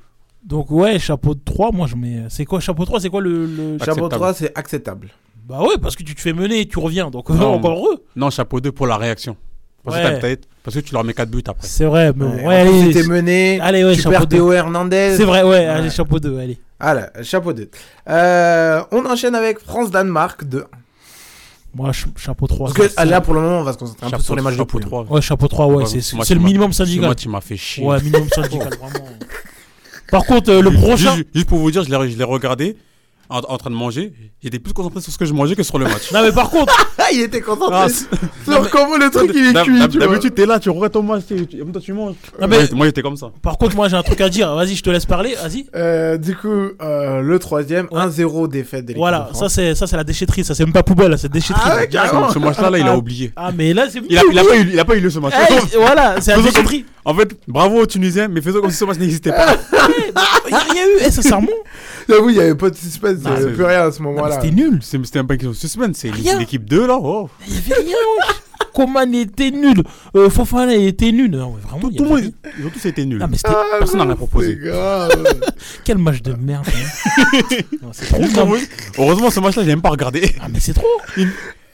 E: donc ouais, chapeau de 3, moi je mets. C'est quoi, chapeau 3 C'est quoi le. le-
D: Chapeau
K: Acceptable.
D: 3, c'est acceptable.
E: Bah ouais, parce que tu te fais mener et tu reviens, donc euh,
K: Non.
E: encore heureux.
K: Non, chapeau 2 pour la réaction. Parce, que
E: Ouais.
K: t'as peut-être- parce que tu leur mets 4 buts après.
E: C'est vrai, mais
D: Ouais,
E: ouais,
D: en plus,
E: allez.
D: C'était mené.
E: Allez, ouais,
D: tu
E: chapeau
D: perds
E: 2.
D: Théo Hernandez.
E: C'est vrai, ouais, allez,
D: Ouais.
E: chapeau 2, allez.
D: Ah là, chapeau 2. Euh, on enchaîne avec France-Danemark 2.
E: Moi, ch- chapeau 3.
D: Parce que ah, là, pour le moment, on va se concentrer un peu sur les matchs de
K: chapeau
D: poule. hein.
K: 3.
E: Ouais, chapeau 3, Ah ouais, c'est c'est le minimum
K: Ce
E: syndical.
K: match, il m'a fait chier.
E: Ouais, minimum syndical, vraiment. Par contre, euh, le
K: Juste-
E: prochain.
K: Juste, juste pour vous dire, je l'ai, je l'ai regardé en, en train de manger. J'étais plus concentré sur ce que je mangeais que sur le match.
E: Non, mais par contre,
D: Ah, il était concentré
K: Ah, c'est-
D: sur comment le truc il est
K: D'hab-
D: cuit.
K: d'hab-
D: tu vois.
K: D'habitude, t'es là, tu regardes ton match, t'es- tu- en même temps, tu manges.
E: Ah,
K: Moi,
E: mais-
K: j'étais- Moi, j'étais comme ça.
E: par contre, moi j'ai un truc à dire. Vas-y, je te laisse parler, vas-y.
D: Euh, du coup, euh, le troisième,
E: Ouais.
D: 1-0 défaite de l'équipe
E: Voilà,
D: de
E: ça
D: France.
E: c'est ça c'est la déchetterie, ça c'est même pas poubelle, là, c'est déchetterie.
D: Ah ouais,
E: là.
D: carrément.
K: Ce match-là, là, il
E: Ah.
K: a oublié.
E: Ah, mais là c'est
K: Il a, il a pas eu, il a pas eu lieu ce match.
E: Eh, voilà, c'est la
K: Faisons comme-
E: déchetterie.
K: En fait, bravo aux Tunisiens, mais faisons comme si ce match n'existait pas.
E: Il y a rien eu, eh, sincèrement.
D: J'avoue, il n'y avait pas de suspense, il
K: Ah,
D: n'y avait
K: c'est-
D: plus rien à ce
E: Non, mais
D: moment-là.
E: C'était nul.
K: C'est- C'était même pas une question de suspense, c'est
E: Rien.
K: l'équipe 2 là. Oh.
E: Il y avait rien. wesh. Coman était nul, euh, Fofana était nul. Non, mais vraiment,
K: Tout le monde, ils ont tous été nuls.
E: Ah, mais c'était- Ah,
K: personne n'en a
E: non,
K: proposé.
E: c'est grave.
D: Ah,
E: Quel match de merde. hein. Non, c'est trop
K: Heureusement,
E: bien.
K: Heureusement, ce match-là, j'ai même pas regardé.
E: Ah, mais c'est trop.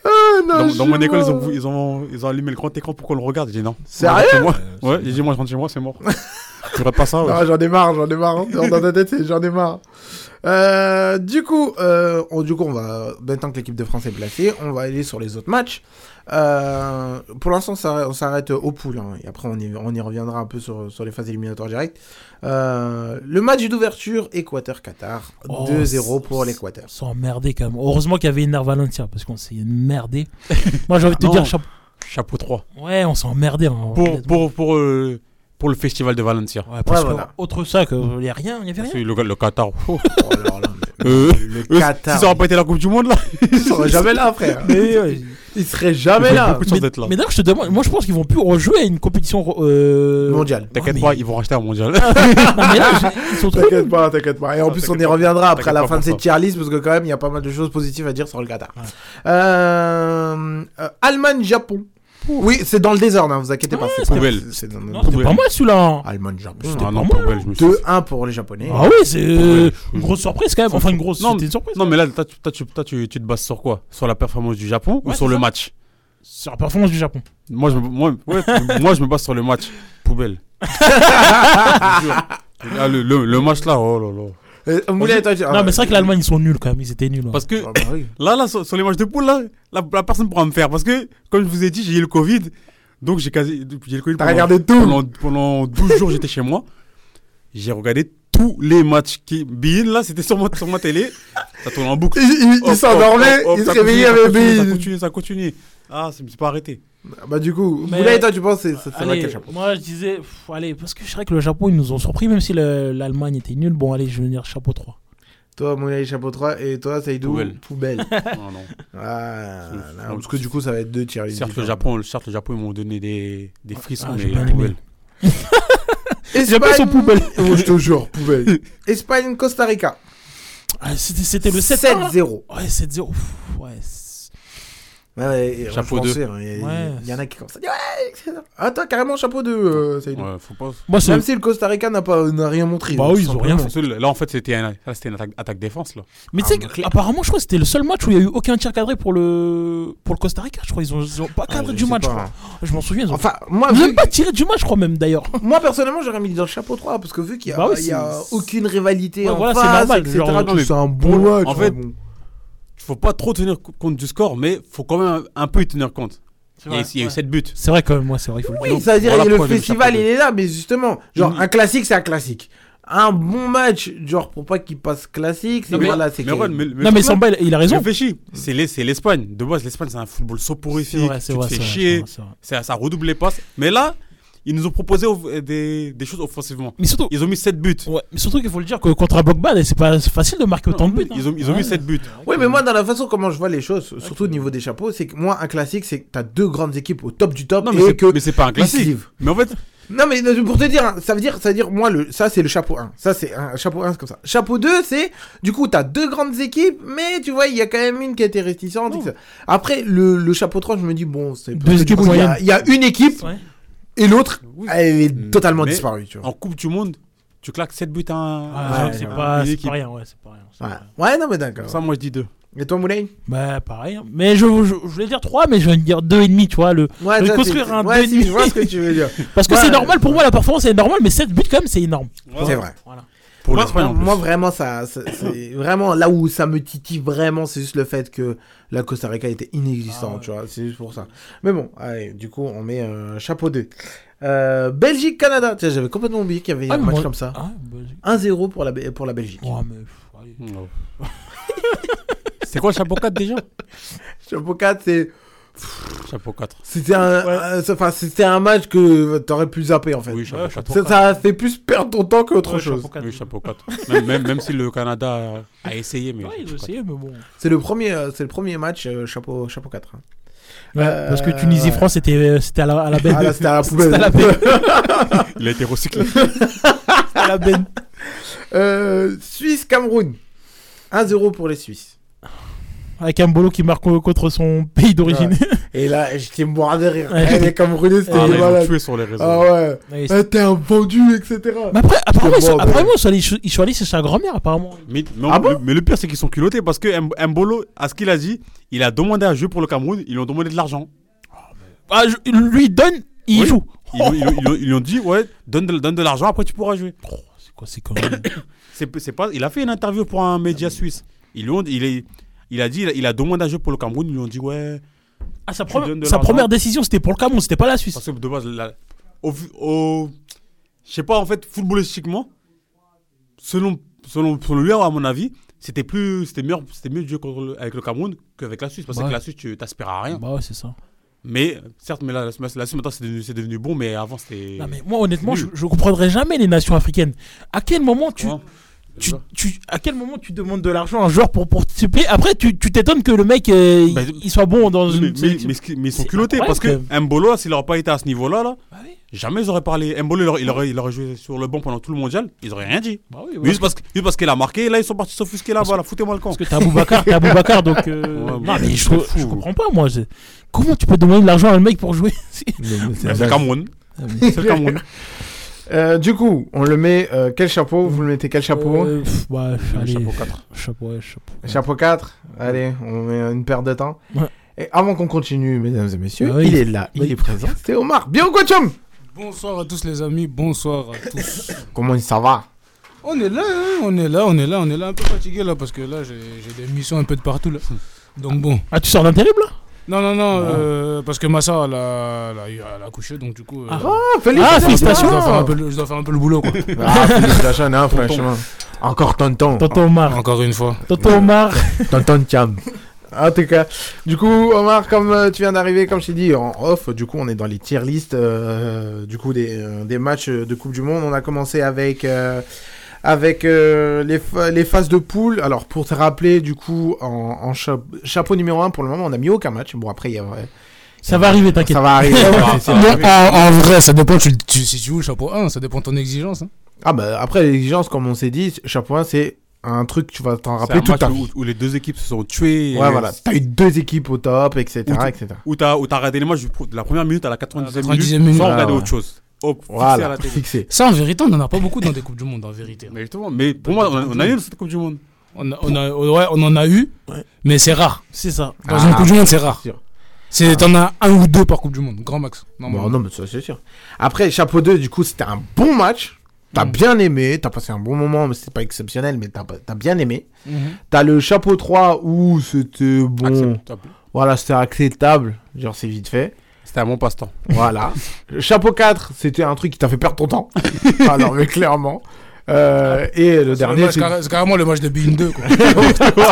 E: Oh,
K: Dans, dans mon
D: je
K: école, ils
D: vois.
K: ont, ils, ont, ils ont allumé le grand écran pour qu'on le regarde. J'ai dit non.
D: Sérieux
K: Moi, je rentre chez moi. Ouais, j'ai dit moi, je rentre chez moi, c'est mort. Tu regardes pas ça, ouais.
D: Non, j'en ai marre, j'en ai marre. hein. Dans dans ta tête, c'est j'en ai marre. Euh, du coup, euh, on, du coup, on va maintenant que l'équipe de France est placée, on va aller sur les autres matchs. Euh, pour l'instant, on s'arrête- on s'arrête aux poules, hein, et après on y, on y reviendra un peu sur, sur les phases éliminatoires directes. Euh, le match d'ouverture Équateur-Qatar,
E: Oh,
D: 2-0 pour l'Équateur.
E: Ils sont emmerdés quand même. Heureusement qu'il y avait Inar Valencia parce qu'on s'est emmerdé. Moi j'ai envie de te
K: Non.
E: dire chapeau.
K: Chapeau 3.
E: Ouais, on s'est emmerdé. hein,
K: Pour,
E: honnêtement.
K: pour, pour, euh, pour le festival de Valencia.
E: Ouais, parce que Autre ça, que, il n'y a rien, il n'y avait rien.
K: Parce que le, le Qatar. Oh.
D: alors là,
K: Euh,
D: le
K: eux,
D: Qatar.
K: S'ils n'auraient pas été à la Coupe du Monde là.
D: Ils seraient jamais là, frère.
E: Mais, ouais.
D: Ils seraient jamais
K: Ils ont
D: là.
K: beaucoup de chance d'être là.
E: Mais d'ailleurs, je te demande, moi je pense qu'ils vont plus rejouer à une compétition euh...
D: Mondial.
K: T'inquiète
E: mais-
K: pas, ils vont racheter un mondial.
E: Non, mais là, ils sont trop
D: T'inquiète pas, t'inquiète pas. Et en plus, on y
K: t'inquiète pas.
D: reviendra après la
K: T'inquiète
D: fin
K: pas
D: de
K: pour
D: cette tier list parce que quand même, il y a pas mal de choses positives à dire sur le Qatar. Euh, euh, Allemagne-Japon. Oui, c'est dans le désordre, hein, vous inquiétez pas. c'est
K: Poubelle.
D: c'est dans le-
E: Non, c'était pas moi celui-là. hein.
D: Allemagne-Japon.
K: Ah non,
E: pas hein.
K: poubelle, je me suis.
D: 2-1 pour les Japonais.
E: Ah oui, c'est euh,
K: Ouais, je-
E: une grosse surprise quand même. Enfin, une grosse.
K: Non,
E: C'était une surprise. hein.
K: Non, mais là, toi, tu, toi, tu, toi, tu- tu te bases sur quoi Sur la performance du Japon ou
E: Ouais,
K: sur
E: c'est
K: le
E: ça.
K: match
E: Sur la performance du Japon.
K: moi je, me- moi, ouais, moi, je me base sur le match. Poubelle. Je te jure. Ah, le, le- le match là, oh là là.
D: Euh, Moulay, toi, tu- ah,
E: non, mais c'est vrai que l'Allemagne, ils sont nuls quand même. Ils étaient nuls. hein.
K: Parce que
D: ah, bah oui.
K: là, là sur, sur les matchs de poule, là, la, la personne pourra me faire. Parce que, comme je vous ai dit, j'ai eu le Covid. Donc, j'ai quasi. J'ai eu le Covid
D: T'as
K: pendant-
D: regardé tout.
K: pendant, pendant 12 jours, j'étais chez moi. J'ai regardé tous les matchs qui. Bein, là, c'était sur, moi- sur ma télé. Ça tournait en boucle.
D: Ils- ils-
K: Hop,
D: Ils s'endormaient,
K: hop, hop,
D: ils se
K: ça continue,
D: réveillaient
K: ça
D: avec
K: continue, Ça
D: Bill.
K: continue, ça continue. Ah, ça me suis pas arrêté.
D: Bah, du coup,
E: Mais-
D: Moulay, toi, tu penses que c'est- c'est vrai
E: Allez,
D: quel chapeau
E: moi je disais, pff, allez, parce que je dirais que le Japon ils nous ont surpris, même si le- l'Allemagne était nulle. Bon, allez, je vais dire chapeau 3.
D: Toi, Moulay, chapeau 3, et toi, Saïdou,
K: Poubelle.
D: poubelle.
K: Non, non.
D: Ah,
K: C'est-
D: là, parce que du coup, ça va être deux tiers listes
K: Certes, le
D: différentes.
K: Japon, certes, le Japon, ils m'ont donné des, des frissons,
E: Ah, j'ai
K: mais
E: bien
K: la
E: aimé.
K: poubelle.
D: Espagne... sont poubelles. je te jure, poubelle. Espagne-Costa Rica.
E: Ah, C'était c'était le hein 7 là
D: 7-0.
E: Ouais, 7-0. Pff, Ouais, c'est-
D: Ouais, et
K: Chapeau
D: je
K: deux.
D: pensais, hein, Il y, a-
E: Ouais.
D: il y en a qui commencent à dire Ouais, etc. Ah, toi, carrément, chapeau 2, euh, Saïdou.
K: Ouais, faut pas.
E: Moi, c'est.
D: Même si le Costa Rica n'a pas- n'a rien montré. hein,
E: Bah
D: tout
E: oui, ils ont rien
D: simplement.
K: Parce que Là, en fait, c'était un- là, c'était une attaque, attaque défense. Là.
E: Mais tu sais, que, apparemment, je crois que c'était le seul match où il n'y a eu aucun tir cadré pour le, pour le Costa Rica. Je crois ils ont, ils ont pas
D: Ah,
E: cadré
D: je
E: du
D: sais
E: match.
D: pas,
E: je crois.
D: hein.
E: Je m'en souviens. Ils ont
D: Enfin, moi,
E: ils ont
D: vu-
E: même pas tiré du match, je crois même d'ailleurs.
D: moi personnellement, j'aurais mis dans le chapeau 3 parce que vu qu'il n'y a,
E: Bah oui,
D: il y a
E: c'est-
D: aucune rivalité
E: Ouais,
D: en
E: voilà, c'est
D: face,
E: normal,
D: etc.
E: genre,
D: tout,
K: mais-
D: c'est un bon match.
K: En
D: ouais,
K: fait,
D: bon.
K: Faut pas trop tenir co- compte du score, mais faut quand même un, un peu y tenir compte. Il y a, eu- il y a eu 7 buts.
E: C'est vrai quand même, moi, c'est vrai. il faut le dire.
D: Oui, ça veut dire
K: voilà
D: le
K: pourquoi j'aime
D: festival
K: chapeau
D: il
K: deux.
D: est là, mais justement, genre
E: Mm.
D: un classique c'est un classique. Un bon match, genre pour pas qu'il passe classique, c'est
K: Non, mais-
D: voilà, c'est
K: mais
D: que-
K: Ron, mais-
E: Non, mais
K: Ron,
E: Samba, il- il a raison.
K: Réfléchis, c'est l'Es- c'est l'Espagne. De base, l'Espagne, c'est un football
E: C'est
K: soporifique.
E: vrai, c'est
K: tu te
E: vrai.
K: fais
E: c'est vrai,
K: chier.
E: c'est vrai, c'est vrai.
K: ça, ça redouble les passes. Mais là, ils nous ont proposé off- des, des choses offensivement.
E: Mais surtout,
K: Ils ont mis 7 buts.
E: ouais, mais surtout qu'il faut le dire que contre un Bogban, c'est pas facile de marquer autant de buts. hein.
K: Ils ont, ils ont mis 7 buts.
D: Oui, mais moi, dans la façon comment je vois les choses, surtout au niveau des chapeaux, c'est que moi, un classique, c'est que t'as deux grandes équipes au top du top
K: Non, mais
D: et
K: c'est-
D: que.
K: mais c'est pas un
D: ils se
K: classique.
D: livrent.
K: Mais en fait,
D: Non, mais pour te dire, hein, ça veut dire, ça veut dire, moi, le, ça, c'est le chapeau 1. Ça, c'est un chapeau 1, c'est comme ça. Chapeau 2, c'est, du coup, t'as deux grandes équipes, mais tu vois, il y a quand même une qui a été réticente. etc. Après, le, le chapeau 3, je me dis, bon, c'est parce
E: Deux
D: que, du
E: équipes
D: coup, il y a-
E: moyennes.
D: Il y, a une équipe
E: Ouais.
D: et l'autre, elle est
K: Mm.
D: totalement
K: Mais-
D: disparue, tu vois.
K: en Coupe du Monde, tu claques 7 buts à un-
E: Ah,
K: à
E: c'est
K: une
E: pas, c'est
K: équipe.
E: pas rien, ouais, c'est pas rien. c'est
D: Ouais.
E: pas rien.
D: Ouais, non, mais d'accord.
K: Ah. Ça, moi, je dis 2.
D: Et toi, Moulay
E: Bah, pareil. hein. Mais je, je, je voulais dire 3, mais je vais dire 2,5, tu vois. Le...
D: Ouais,
E: Je vais
D: ça,
E: construire
D: c'est-
E: un
D: ouais,
E: Denis.
D: si, je vois ce que tu veux dire.
E: Parce que
D: Ouais.
E: c'est normal, pour moi, la performance est normale, mais 7 buts, quand même, c'est énorme.
D: C'est vrai.
E: Voilà.
K: Pour
D: Moi,
K: l'Espagne, en plus.
D: moi, vraiment ça, ça- c'est vraiment là où ça me titille vraiment, c'est juste le fait que la Costa Rica était inexistante,
E: Ah
D: tu vois, c'est juste pour ça. Mais bon, allez, du coup on met euh, chapeau 2. Euh, Belgique Canada, tiens j'avais complètement oublié qu'il y avait
E: Ah,
D: un
E: mais
D: match
E: moi-
D: comme ça.
E: Ah, bah, j'ai-
D: 1-0 pour la Be- pour la Belgique.
E: Ouais, mais, pff, allez.
K: Non. Oh. c'est quoi le chapeau 4 déjà
D: Chapeau 4 c'est
K: Chapeau 4.
D: c'était un un- c'est- enfin c'était un match que t'aurais pu zapper en fait.
K: Oui, chapeau 4.
D: ça, ça a fait plus perdre ton temps qu'autre
E: Ouais,
D: chose.
E: chapeau quatre.
K: Oui, chapeau 4. Même, même, même si le Canada a a essayé, mais.
E: Ouais,
K: chapeau
E: ils ont
K: quatre.
E: essayé, mais bon.
D: C'est le premier euh, c'est le premier match euh, chapeau chapeau 4. hein.
E: Ouais,
D: Euh,
E: Parce que Tunisie-France, c'était euh, c'était à la, à la benne.
D: Ah là c'était à la
E: C'était
D: poubelle.
E: à la benne.
K: Il a été recyclé.
E: à la benne.
D: Euh, Suisse Cameroun. 1-0 pour les Suisses.
E: avec un bolo qui marque contre son pays d'origine.
D: Et là, j'étais mort de rire.
E: Ouais.
D: Elle est comme Bruno, c'était
E: Ah,
D: des
E: ils l'ont
D: malades.
E: tué sur les Bah, réseaux.
D: Ah ouais.
E: Ouais,
D: Ah, T'es un vendu, etc.
E: Mais après, apparemment, ils
D: Parce que
E: sont,
D: moi,
E: apparemment, ils sont allés- ils sont allés chez sa grand-mère, apparemment.
K: Mais, mais-
D: Ah
K: le, mais le pire, c'est qu'ils sont culottés parce que M- Mbolo, à ce qu'il a dit, il a demandé à jouer pour le Cameroun, ils lui ont demandé de l'argent.
E: Ah, je- lui, il donne, il joue.
K: Ils, lui- ils lui- ils lui- ils lui ont dit, ouais, donne de, donne de l'argent, après tu pourras jouer. c'est
E: quoi, c'est quoi
K: pas, Il a fait une interview pour un média suisse. Ils lui ont, il, est- il a dit, il a, il a demandé à jouer pour le Cameroun, ils lui ont dit, ouais.
E: Ah, sa,
K: tu
E: première-
K: donnes de
E: sa
K: l'argent.
E: première décision, c'était pour le Cameroun, c'était pas la Suisse.
K: Parce que de base, la- au, vu- au- je sais pas, en fait, footballistiquement, selon, selon, selon lui, à mon avis, c'était plus, c'était meilleur, c'était mieux de jouer contre le- avec le Cameroun qu'avec la Suisse, parce
E: Bah
K: que
E: ouais.
K: la Suisse, tu t'aspires à rien.
E: Bah ouais, c'est ça.
K: Mais certes, mais la, la, la Suisse maintenant, c'est devenu, c'est devenu bon, mais avant, c'était.
E: Non, mais moi, honnêtement, je,
K: nul.
E: je comprendrais jamais les nations africaines. À quel moment tu.
K: Comment
E: Tu, tu- à quel moment tu demandes de l'argent à un joueur pour participer Après, tu tu t'étonnes que le mec euh, il- il, soit bon dans
K: Bah, Mais,
E: une.
K: mais,
E: sélection.
K: mais ce qui- mais ils sont
E: C'est
K: culottés parce
E: incroyable, Bah
K: que
E: quand même.
K: Mbolo, s'il n'aurait pas été à ce niveau-là, là, jamais ils auraient parlé. Mbolo, il aurait, il, aurait, il aurait joué sur le banc pendant tout le mondial, ils auraient rien dit.
E: Bah oui,
K: Mais
E: voilà.
K: juste parce que- juste parce qu'il a marqué, là, ils sont partis s'offusquer là-bas, là, foutez-moi le camp. Parce
E: que t'es Aboubacar, t'es Aboubacar, donc. euh, non, mais je,
K: trouve
E: je comprends pas, moi. c'est- Comment tu peux demander de l'argent à un mec pour jouer
K: Mais c'est le Cameroun. C'est le Cameroun.
D: Euh, du coup, on le met euh, quel chapeau Vous le mettez quel chapeau
E: Euh, pff, ouais, allez,
K: chapeau quatre.
E: Chapeau, ouais, chapeau.
D: Chapeau 4. Allez, on met une paire de temps.
E: Ouais.
D: Et avant qu'on continue, mesdames et messieurs,
L: Ah oui.
D: il est là, il
L: Oui.
D: est présent. C'est Omar. Bien au Quantum
L: Bonsoir à tous les amis, bonsoir à tous.
D: Comment ça va
L: On est là, hein, on est là, on est là, on est là, un peu fatigué là parce que là j'ai j'ai des missions un peu de partout là. Donc bon.
E: Ah, tu sors d'un terrible là
L: Non, non, non, euh, parce que ma soeur elle a, elle a eu- elle a accouché donc du coup. euh,
D: Ah, félicitations.
L: je dois- Je dois, faire un peu, le- je dois faire un peu le boulot quoi.
D: Ah, félicitations, hein, franchement. Encore tonton.
E: Tonton Omar.
L: Encore une fois.
E: Tonton Omar.
D: Tonton Cham. En tout cas, du coup, Omar, comme euh, tu viens d'arriver, comme je t'ai dit en off, du coup, on est dans les tier list euh, du coup, des, euh, des matchs euh, de Coupe du Monde. On a commencé avec, euh, avec euh, les, pha- les phases de poule. Alors, pour te rappeler, du coup, en, en cha- chapeau numéro 1, pour le moment, on n'a mis aucun match. Bon, après, il y a.
E: Ça va arriver, t'inquiète.
D: Ça va arriver. Ça va
L: Mais
D: arriver.
L: en, en vrai, ça dépend tu, tu- si tu joues le chapeau 1, ça dépend de ton exigence. hein.
D: Ah, bah, après, l'exigence, comme on s'est dit, chapeau 1, c'est un truc, tu vas t'en
K: C'est un
D: rappeler toute
K: match
D: ta
K: où,
D: vie.
K: où les deux équipes se sont tuées.
D: Ouais, voilà. T'as eu deux équipes au top, etc.
K: Où tu-
D: etc.
K: Où t'as où t'as regardé les matchs du pro- de la première minute à la 90e,
L: 90e
K: minute,
L: minute.
K: sans
L: Ah,
K: regarder
L: ouais.
K: autre chose. Oh, fixé à
D: Voilà,
K: la télé.
D: fixé.
L: Ça, en vérité, on n'en a pas beaucoup dans des Coupes du Monde, en vérité.
K: Mais justement, mais pour moi, on a- on a eu cette Coupe du Monde.
L: On, a- on a- ouais, on en a eu, mais c'est rare.
E: C'est ça.
L: Dans
D: Ah,
L: une Coupe du Monde, c'est rare.
D: sûr.
L: C'est, t'en as un ou deux par Coupe du Monde, grand max.
D: Bon, non, mais ça, c'est sûr. Après, chapeau 2, du coup, c'était un bon match. T'as bien aimé, t'as passé un bon moment, mais c'était pas exceptionnel, mais t'as, pas- t'as bien aimé.
L: Mhm.
D: T'as le chapeau 3 où c'était bon.
K: Acceptable.
D: Voilà, c'était acceptable. Genre, c'est vite fait.
K: C'était un bon passe-temps.
D: Voilà. Le chapeau 4, c'était un truc qui t'a fait perdre ton temps. Alors, mais clairement. Euh, et le
L: C'est, le
D: dernier.
L: match
D: c'est-
L: carré- c'est carrément le match de Bean 2. Quoi.
D: Exactement.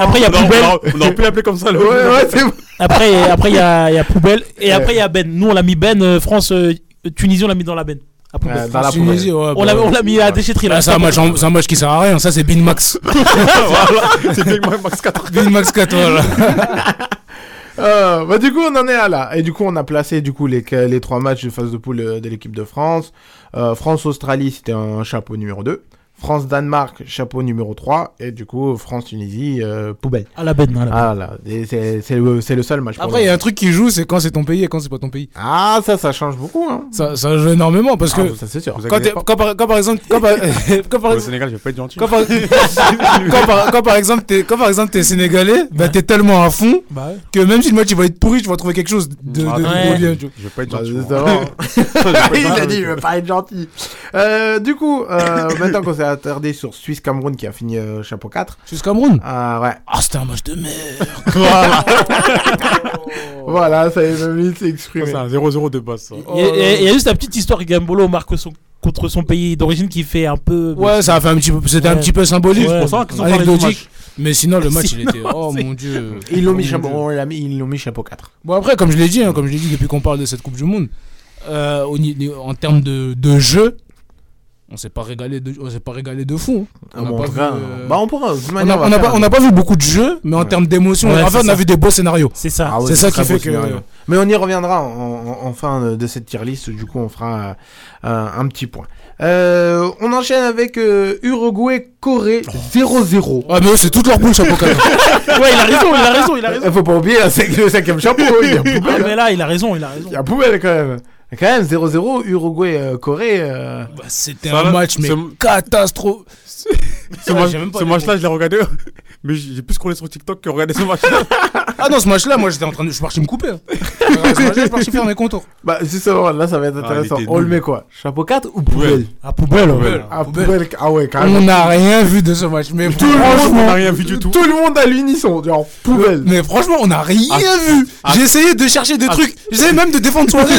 E: Après, il y a
K: Non,
E: poubelle.
K: on aurait pu l'appeler comme ça. le-
D: Ouais, ouais, c'est bon.
E: Après, après il y a, il y a poubelle. Et après, il y a Ben. Nous, on l'a mis Ben. euh, France, euh, Tunisie, on l'a mis dans la Ben. À poubelle.
D: Euh, dans la
L: Tunisie,
D: poubelle.
L: ouais,
E: on l'a
L: bah,
E: on l'a mis à la déchetterie.
L: là,
E: Là.
L: c'est, un match, en- c'est un match qui sert à rien. Ça, c'est Bean Max.
K: voilà, c'était Max 4.
L: Bean Max 4, voilà.
D: Euh, bah du coup on en est à là et du coup on a placé du coup les, les trois matchs de phase de poule euh, de l'équipe de France. France Australie c'était un chapeau numéro 2. France Danemark chapeau numéro 3 et du coup France Tunisie euh, poubelle.
E: À la Ben. à la Ben.
D: Ah là et c'est c'est le, c'est le seul match. pour
L: Après, il y
D: nous.
L: a un truc qui joue, c'est quand c'est ton pays et quand c'est pas ton pays.
D: Ah ça ça change beaucoup hein.
L: Ça, ça joue énormément parce
D: Ah,
L: que.
D: ça c'est sûr.
K: Vous
L: Quand,
K: inquiétez
L: t'es-
K: pas.
L: quand par, quand par exemple, quand par, quand par-
K: Au Sénégal, je vais pas être gentil.
L: quand par- quand par- quand par exemple t'es quand par exemple t'es sénégalais, bah t'es tellement à fond
E: Bah ouais.
L: que même si le match il va être pourri, tu vas trouver quelque chose de, de,
K: Ah,
L: de- de
E: ouais.
L: bien. tu vois.
K: Je vais pas être
D: Bah,
K: gentil. moi.
D: justement.
K: Je vais pas être
D: il a
K: gentil.
D: dit, je veux pas être gentil. Euh, du coup, euh, maintenant qu'on s'est attardé sur Suisse-Cameroun qui a fini euh, chapeau 4,
L: Suisse Cameroun.
D: ah ouais,
L: Ah c'était un match de merde.
D: voilà, ça y est, Mamie s'est exprimé.
K: Ça, C'est un 0-0 de base. ça.
L: Oh
E: Il y, a- il y a- il y a juste la petite histoire que Gambolo marque son, contre son pays d'origine qui fait un peu.
L: Ouais, ça a fait un petit peu, c'était un
E: Ouais.
L: petit peu symbolique,
E: Ouais.
L: pour ça,
K: Pour ça qu'ils ont parlé du match.
L: anecdotique. Mais sinon le match il
E: Sinon,
L: était oh
E: c'est-
L: mon dieu.
D: Ils l'ont mis,
L: Oh,
D: chapeau-
L: mon Dieu.
D: on l'a mis, ils l'ont mis chapeau 4.
L: Bon après comme je l'ai dit, hein, comme je l'ai dit depuis qu'on parle de cette Coupe du Monde, euh, au ni- en termes de, de jeu, on s'est pas régalé de, on s'est pas régalé de fou. hein.
D: Ah
L: On a
D: bon,
L: pas
D: on
L: vu,
D: verra.
L: euh,
D: Bah, on pourra. de toute
L: On n'a
D: manière,
L: on
D: va
L: a
D: faire
L: pas, on
D: un-
L: a pas vu beaucoup de jeux, mais en
D: Ouais.
L: termes d'émotion,
E: Ouais,
L: en fait,
E: c'est
L: on
E: ça.
L: a vu des beaux scénarios.
E: C'est ça.
D: Ah ouais,
L: c'est ça
D: très
L: qui
D: beau
L: fait que.
D: scénario. Mais on y reviendra en, en- en fin de cette tier list. Du coup, on fera euh, un, un petit point. Euh, on enchaîne avec euh, Uruguay-Corée 0-0.
L: Ah, mais eux, c'est toute leur bouche, chapeau
E: Ouais, il a raison, il a raison, il a raison.
D: Faut pas oublier la cin- le cinquième chapeau. Il y a poubelle,
E: Ah,
D: hein.
E: mais là, il a raison, il a raison.
D: Il y a poubelle quand même. Quand même, 0-0, Uruguay-Corée. euh,
L: C'était
K: Ça
L: un
K: va,
L: match, mais
K: ce-
L: catastrophe.
K: Ce,
L: Ouais,
K: match-
L: j'ai même pas
K: ce
L: les
K: match-là, je l'ai regardé, mais j'ai j'ai plus scrollé sur TikTok que regardé ce match-là.
L: Ah non, ce match-là, moi, j'étais en train de. Je suis parti me couper. hein. Ce match-là, Je suis parti faire mes contours.
D: Bah, justement, là, ça va être
K: Ah,
D: intéressant.
K: il était
D: on le
K: nul.
D: met quoi Chapeau 4 ou poubelle
E: À poubelle, ouais.
D: Ah, poubelle. Ah ouais,
L: On
D: carrément.
L: n'a rien vu de ce match, mais
D: Tout le
L: franchement-
D: monde,
K: On n'a rien vu du tout.
D: tout le monde à l'unisson, genre poubelle.
L: Mais franchement, on n'a rien
K: Ah,
L: vu.
K: ah,
L: J'ai essayé de chercher des trucs. J'essayais même de défendre Suarez.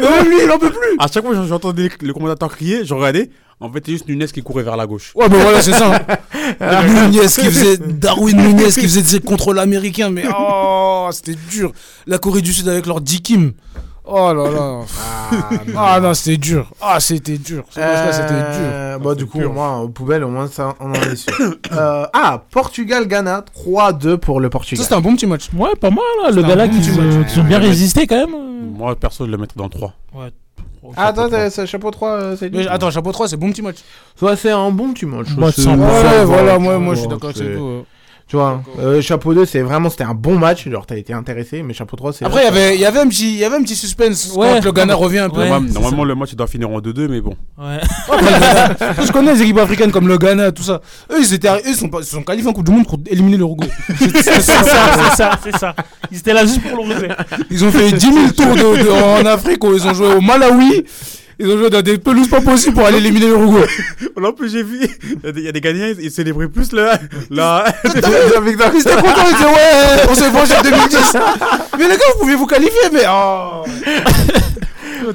L: mais même lui, il en peut plus.
K: À chaque fois que j'entendais le commentateur crier, je regardais. En fait, c'est juste Nunes qui courait vers la gauche.
L: Ouais, mais voilà, c'est ça. hein. Nunez qui faisait Darwin Nunez qui faisait de ses contrôles américains, mais oh, c'était dur. La Corée du Sud avec leur Dikim. Oh là là. Ah non, c'était dur. Ah, c'était dur. Ce match-là, c'était dur.
D: Euh, Bah, du coup,
L: dur.
D: au moins, aux poubelles, au moins, ça, on en est sûr. Euh, ah, Portugal-Ghana, 3-2 pour le
L: Ça,
D: Portugal.
L: c'était un bon petit match.
E: Ouais, pas mal, là, le
L: un
E: gala
L: bon
E: qui,
L: petit
E: euh,
L: match.
E: qui ont bien résisté quand
L: Hmm.
E: même.
K: Moi, perso, je le mettrais dans le 3.
D: ah, toi, t'as- c'est chapeau 3, euh, c'est
L: Mais attends, chapeau 3, c'est bon petit match.
D: Toi, c'est un bon petit match.
E: Bah,
D: C'est-
E: c'est un bon
D: ça va,
L: Ouais, voilà, moi,
D: tu
L: moi, je suis
D: vois,
L: d'accord avec
D: c'est-
L: ça. euh.
D: Tu vois, euh, chapeau 2, c'est vraiment, c'était un bon match. Genre, t'as été intéressé, mais chapeau 3, c'est.
L: Après, il y avait- il y avait un petit il y avait un petit suspense
E: Ouais.
L: quand le Ghana revient un peu.
E: Ouais.
K: Normal- Normalement, le match il doit finir en 2-2, mais bon.
E: Ouais.
L: Je connais les équipes africaines comme le Ghana, tout ça. Eux, ils, étaient, arri- eux, ils sont, pas- ils sont qualifiés en Coupe du Monde pour éliminer l'Uruguay. C'est- c'est ça.
E: c'est ça, c'est ça, c'est ça. Ils étaient là juste pour l'Uruguay.
L: Ils ont fait 10 000 tours de- de- en Afrique, où ils ont joué au Malawi, ils ont joué dans des pelouses pas possibles pour aller éliminer l'Uruguay.
K: Là, en plus, j'ai vu, il y a des- il y a des Ghanéens, ils ils célébraient plus là. là.
D: la victoire.
L: Ils étaient contents, ils disaient ouais, on s'est vengé en 2010. hein. Mais les gars, vous pouviez vous qualifier, mais oh.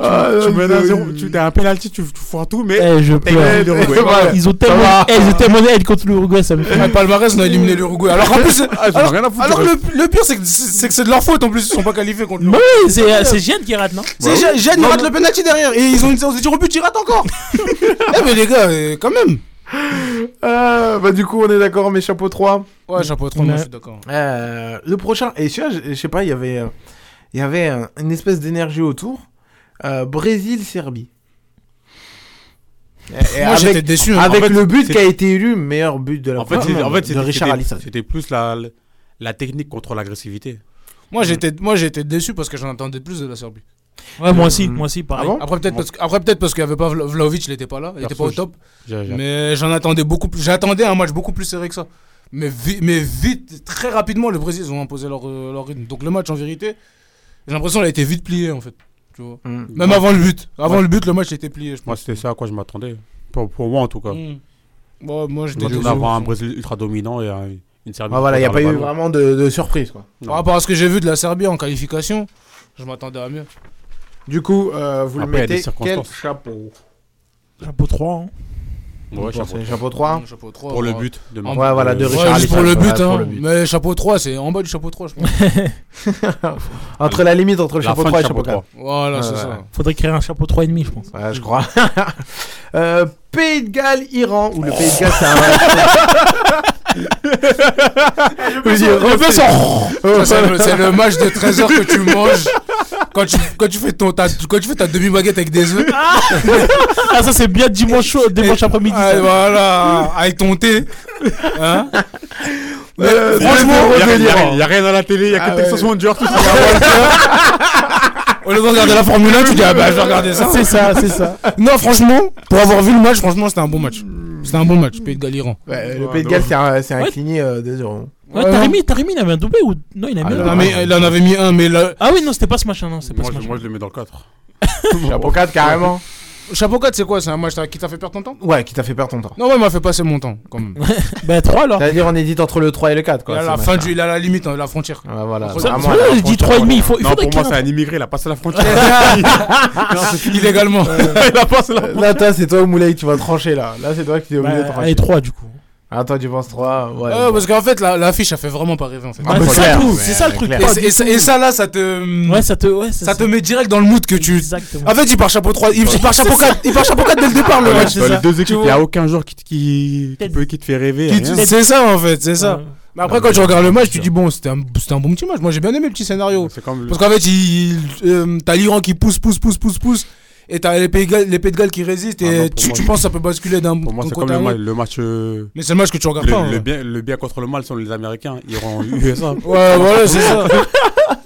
D: Ah,
K: tu
D: non,
K: mènes à
D: c'est-
K: zéro, tu t'as un penalty, tu, tu foires tout, mais.
E: Eh, je
K: t'as gagné
E: pleure.
K: l'Uruguay.
D: Voilà.
E: Ils ont tellement,
D: va.
E: eh, ils ont tellement de haine contre l'Uruguay, ça me fait
L: Le palmarès, on a éliminé l'Uruguay. Alors en plus,
K: Ah, j'en ai rien à foutre.
L: alors le, le pire, c'est que c'est c'est que c'est de leur faute en plus, ils sont pas qualifiés contre
E: Mais
L: nous.
E: oui, c'est euh, c'est Jeanne qui rate, non
L: C'est Jeanne, Jeanne, il rate le penalty derrière et ils ont une séance de tir au but, ils ratent encore. Eh mais les gars, euh, quand même.
D: Ah, bah, du coup, on est d'accord, mais chapeau 3.
L: Ouais, chapeau 3, moi
E: moi,
L: je
E: je
L: suis
E: suis
L: d'accord.
D: Euh, le prochain, et celui-là, je- je sais pas, il y avait, euh, il y avait euh, une espèce d'énergie autour. Euh, Brésil-Serbie. Et- et
L: Moi j'étais
D: avec
L: déçu. hein.
D: avec
K: en fait,
D: le but
K: c'est-
D: qui a été élu meilleur but de la
K: En fait,
D: Coupe du
K: c'est- en
D: Monde,
K: fait, c'est-
D: de Richard
K: c'était-
D: Allison.
K: C'était plus la, la technique contre l'agressivité.
L: Moi j'étais moi j'étais déçu parce que j'en attendais plus de la Serbie.
E: Ouais, moi aussi, moi aussi, pareil.
D: Ah bon
L: Après peut-être parce que- après peut-être parce qu'il y avait pas Vla- Vlahovic, il était pas là, il était
K: Perso,
L: pas au
K: je-
L: top,
K: J'ai- j'ai-
L: mais j'en attendais beaucoup plus j'attendais un match beaucoup plus serré que ça. Mais vi- mais vite très rapidement le Brésil ils ont imposé leur, euh, leur rythme. Donc le match en vérité, j'ai l'impression qu'il a été vite plié en fait, tu vois.
D: Mm.
L: Même avant le but, avant le but le match était plié je
K: Moi,
L: pense.
K: c'était ça à quoi je m'attendais. Pour, pour moi, en tout cas.
L: Mm. Bon, moi
K: Je
L: j'étais
K: m'attendais
L: déçu.
K: à avoir un Brésil ultra dominant et un- une Serbie.
D: Ah, voilà, il n'y a pas eu
K: vraiment.
D: vraiment de, de surprise. Quoi.
L: Par rapport à ce que j'ai vu de la Serbie en qualification, je m'attendais à mieux.
D: Du coup, euh, vous
K: Après, il y a
D: le mettez
K: des
D: quel
K: circonstances.
D: chapeau
E: Chapeau 3. hein.
K: Ouais,
D: Vous pensez
K: chapeau.
D: chapeau 3
L: Donc, chapeau 3,
K: Pour le
L: ouais.
K: but de
L: euh, Ouais,
K: Marc-
D: voilà, de
K: euh,
L: Ouais,
D: Richard
L: juste pour le
D: Allison,
L: but,
D: ouais, pour
L: hein.
D: le but.
L: Mais chapeau 3, c'est en bas du chapeau 3, je pense.
D: Entre la limite entre le
K: La
D: chapeau
K: fin
D: 3 et le
K: du
D: chapeau
K: chapeau
D: 4.
K: 3.
L: voilà,
D: Ouais,
L: c'est
D: ouais.
L: ça.
E: Faudrait créer un chapeau 3,5, je pense.
D: Ouais, je crois. Euh, Pays de Galles, Iran, où le Pays de Galles, c'est un match.
L: Ah,
D: Je veux dire, refais
L: Ça, c'est le- C'est le match de 13 heures que tu manges quand tu, quand tu fais ton ta, quand tu fais ta demi-baguette avec des œufs.
E: Ah, ça, c'est bien dimanche, chaud, dimanche après-midi.
L: Ah,
E: ça.
L: voilà, avec ton thé. Hein Mais
K: Euh, Franchement,
L: franchement,
K: Ah il y a- il y a- il y a rien à la télé, il y a que
D: ouais.
K: Texas Wonder, tout ça.
L: au lieu de regarder la Formule 1, tu dis ah bah je vais regarder ça.
E: C'est ça, c'est ça.
L: Non, franchement, pour avoir vu le match, franchement, c'était un bon match. C'était un bon match, Pays de Galles-Iran.
D: Ouais, le Pays de Galles, c'est un, c'est un
E: Ouais.
D: cligné euh, des euros.
E: Ouais,
L: Ouais, non.
E: Tarimi, Tarimi, il avait un doublé ou. Non, il a mis
D: Ah,
E: un
D: non,
L: Non,
E: doublé.
L: mais il en avait mis un, mais là,
E: Ah oui, non, c'était pas ce machin, non, c'est pas
K: Moi,
E: ce
K: je-
E: machin.
K: moi, je le mets dans le 4.
D: Chapeau 4, carrément.
L: Chapeau 4, c'est quoi C'est un match t'as- qui t'a fait perdre ton temps
D: Ouais, qui t'a fait perdre ton temps.
L: Non, ouais, il m'a fait passer mon temps, quand même.
E: Bah, 3 alors.
D: C'est-à-dire, on hésite entre le 3 et le 4,
L: Il
D: quoi.
L: a
D: c'est
L: la
D: machin.
L: fin du, il a la limite, hein, la frontière.
D: Ouais, voilà.
L: Entre-
E: C'est
D: vraiment,
E: pour ça que
D: la
E: je dis
D: frontière,
E: 3,5, il faut il
K: Non,
E: faudrait
K: pour
E: qu'il
K: moi,
E: y ait
K: c'est
E: un-
K: un immigré, il a passé la frontière.
L: Ah, Illégalement.
K: Il a passé la
D: voilà. Là, toi, c'est toi, Moulay, tu vas trancher, là. Là, c'est toi qui t'es obligé de
E: Bah,
D: trancher.
E: Allez, 3 du coup.
D: Ah, toi, tu penses 3. Ouais.
L: Ouais, parce qu'en fait, la, l'affiche, elle fait vraiment pas rêver, en fait.
D: Ah,
E: Bah,
D: bah,
E: c'est ça
D: clair,
E: le truc,
D: mais
E: c'est ça le truc.
D: clair.
L: Et,
E: pas
L: c'est-
E: du
L: et ça-
E: tout.
L: et ça, là, ça te.
E: Ouais, ça te. Ouais,
L: ça te met direct dans le mood que tu.
E: Exactement.
L: En fait, il part chapeau 3, il, il part chapeau 4, il part chapeau 4 dès le départ, le match.
K: Dans les deux équipes,
L: Tu
K: il n'y a aucun joueur qui, qui, qui
E: Peut-être-
K: peut, qui te fait rêver.
L: Qui-
K: rien.
L: C'est ça, en fait, c'est ça.
E: Ouais.
L: Mais après, quand tu regardes le match, tu dis bon, c'était un, c'était un bon petit match. Moi, j'ai bien aimé le petit scénario. Parce qu'en fait, il, euh, t'as l'Iran qui pousse, pousse, pousse, pousse, pousse. Et t'as les Pays de Galles- les Pays de Galles qui résistent. Et
K: Ah non, pour
L: tu,
K: moi,
L: tu penses que ça peut basculer d'un
K: Pour moi,
L: d'un
K: c'est comme
L: côté à
K: le,
L: un
K: ma-
L: autre.
K: le match. euh,
L: Mais c'est le match que tu regardes
K: le-
L: pas, hein. ouais.
K: Le bien, le bien contre le mal sont les Américains. Ils iront USA.
L: Ouais, voilà, c'est ça.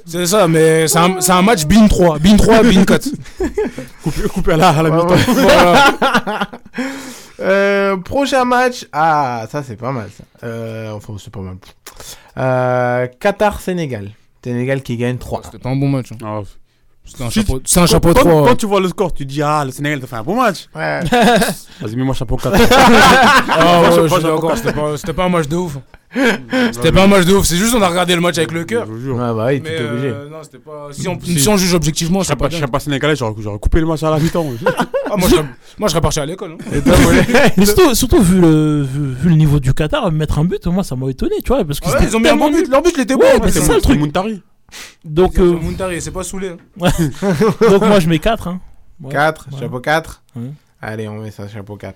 L: C'est ça, mais c'est un, c'est un match BIN 3. BIN 3, BIN 4.
K: coupé, coupé à la, à la mi-temps.
D: Euh, prochain match. Ah, ça c'est pas mal. Ça. Euh, enfin, c'est pas mal. Euh, Qatar-Sénégal. Sénégal qui gagne 3.
L: C'était pas un bon match. hein.
K: Ah,
L: C'est un
K: Si-
L: chapeau, c'est un chapeau
K: quand,
L: 3.
K: Quand,
L: ouais.
K: quand tu vois le score, tu dis Ah, le Sénégal, t'as fait un bon match.
D: Ouais.
K: Vas-y, mets-moi chapeau 4.
L: Ah ouais, je suis d'accord, c'était pas- c'était pas un match de ouf. C'était pas un match de ouf, c'est juste on a regardé le match avec le cœur.
D: Ouais, bah oui, t'étais
L: Mais,
D: obligé.
L: euh, non, c'était pas- si on- si on juge objectivement,
K: je serais
L: c'est pas
K: pas, je serais pas sénégalais, j'aurais j'aurais coupé le match à la mi-temps.
L: Ah, moi, je serais- moi je serais parti à l'école. hein.
E: Mais surtout, surtout vu, le, vu, vu le niveau du Qatar, mettre un but, moi ça m'a étonné, tu vois. Parce que
L: Ouais,
E: c'était
L: ils ont mis un bon
E: tellement
L: but, leur but il était bon.
E: Ouais,
L: en
E: mais
L: plus,
E: c'est
L: hein.
E: ça le truc.
K: Mountari.
E: Donc, euh,
L: Mountari, c'est pas saoulé. hein.
E: donc moi je mets 4. Hein. Ouais.
D: 4,
E: Ouais.
D: chapeau 4.
E: Ouais.
D: Allez, on met ça, chapeau 4.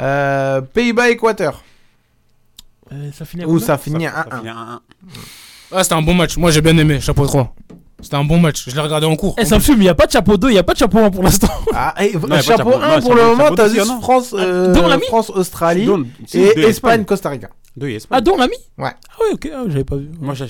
D: Euh, Pays-Bas-Équateur.
E: Euh, ça finit à
D: Où
E: combien
D: ça finit à 1-1.
L: Ah, c'était un bon match, moi j'ai bien aimé, chapeau 3. C'était un bon match, je l'ai regardé en cours.
E: Eh, ça me fume, il n'y a pas de chapeau 2, il n'y a pas de chapeau 1 pour l'instant.
D: Ah, et-
K: y a pas de
D: chapeau
K: chapeau-
D: 1
K: non, Ah,
D: pour
K: chapeau-
D: le moment,
K: chapeau
D: t'as
K: deux,
D: juste
K: il y en a.
D: France, euh,
E: deux, on l'a mis
D: France-Australie
K: Deux, si,
D: et
K: deux, Espagne.
D: Espagne-Costa Rica.
K: Deux, Espagne.
E: Ah, donc on l'a mis
D: Ouais.
E: Ah, ouais, ok, ah, j'avais pas vu.
K: Moi, j'ai.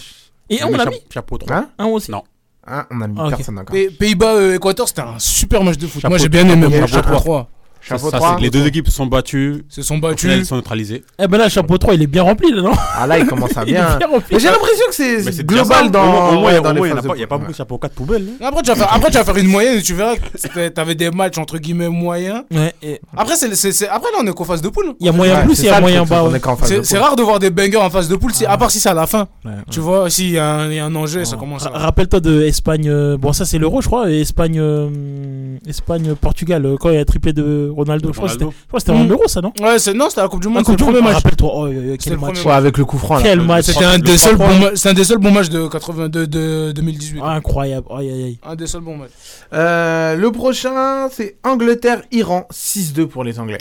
E: Et
K: j'ai
E: on
K: mis
E: l'a
K: cha-
E: mis
K: Chapeau 3.
D: Hein
E: Un aussi.
K: Non.
D: Hein On a mis
E: Ah, ok.
D: personne encore.
L: Pays- Pays-Bas, euh, Équateur, c'était un super match de foot.
K: Chapeau-
L: moi j'ai bien aimé,
D: chapeau-
L: moi,
D: chapeau
L: chapeau
D: trois.
L: 3.
D: Chapeau
K: Ça,
D: 3.
K: c'est que les deux équipes se sont battues.
L: Ils se sont
K: Au final,
L: battus.
K: Elles sont neutralisées.
E: Eh ben là, chapeau 3, il est bien rempli là, non
D: Ah là, il commence à
E: Il est
D: bien.
E: bien rempli.
D: Mais j'ai l'impression que
K: Mais
D: c'est
K: c'est déjà
D: global
K: ça.
D: dans.
K: Au moins- au moins,
D: ouais,
K: au
D: dans les
K: moins, il n'y
D: phases
K: a pas- il y a
D: de
K: pas
D: poule,
K: beaucoup de chapeau 4 poubelles. hein.
L: Après tu, vas faire, après, tu vas faire une moyenne et tu verras que c'était- t'avais des matchs entre guillemets moyens.
E: Ouais, et
L: Après, c'est c'est- c'est- après là, on est qu'aux phases de poule.
E: il y a
D: ouais.
E: moyen
D: Ouais,
E: plus,
D: c'est
E: il y
D: ça,
E: a
D: le
E: moyen
D: truc,
E: bas.
D: c'est qu'on est
E: ouais.
D: qu'en phase de
L: C'est c'est
D: poule.
L: rare de voir des bangers en phase de poule, si, à part si c'est à la fin.
E: Ouais, ouais.
L: Tu vois, s'il y, a un- il y a un enjeu, ça commence
E: Ra-
L: à.
E: Rappelle-toi de Espagne. euh, bon, ça c'est l'euro, je crois. Et Espagne, euh, Espagne, Portugal. euh, quand il y a triplé de Ronaldo, je crois que c'était-
K: Ronaldo.
E: je crois que c'était en
L: Mm.
E: euro, ça, non
L: Ouais, c'est- non, c'était la Coupe du
E: Ah,
L: Monde,
E: Coupe
L: c'était
E: du
L: le
E: Monde,
L: premier match.
E: Rappelle-toi. oh, euh,
L: C'était
E: quel
L: le
E: match.
L: premier
D: Ouais, avec le coup franc là.
E: Quel match.
L: C'était un,
K: Le
L: des seuls
K: trois-trois.
L: bons ma- c'est un des seuls bons matchs de 82 de 2018.
E: Ah, incroyable. Aïe, aïe, aïe.
L: Un des seuls bons matchs.
D: Euh, le prochain, c'est Angleterre-Iran. 6-2 pour les Anglais.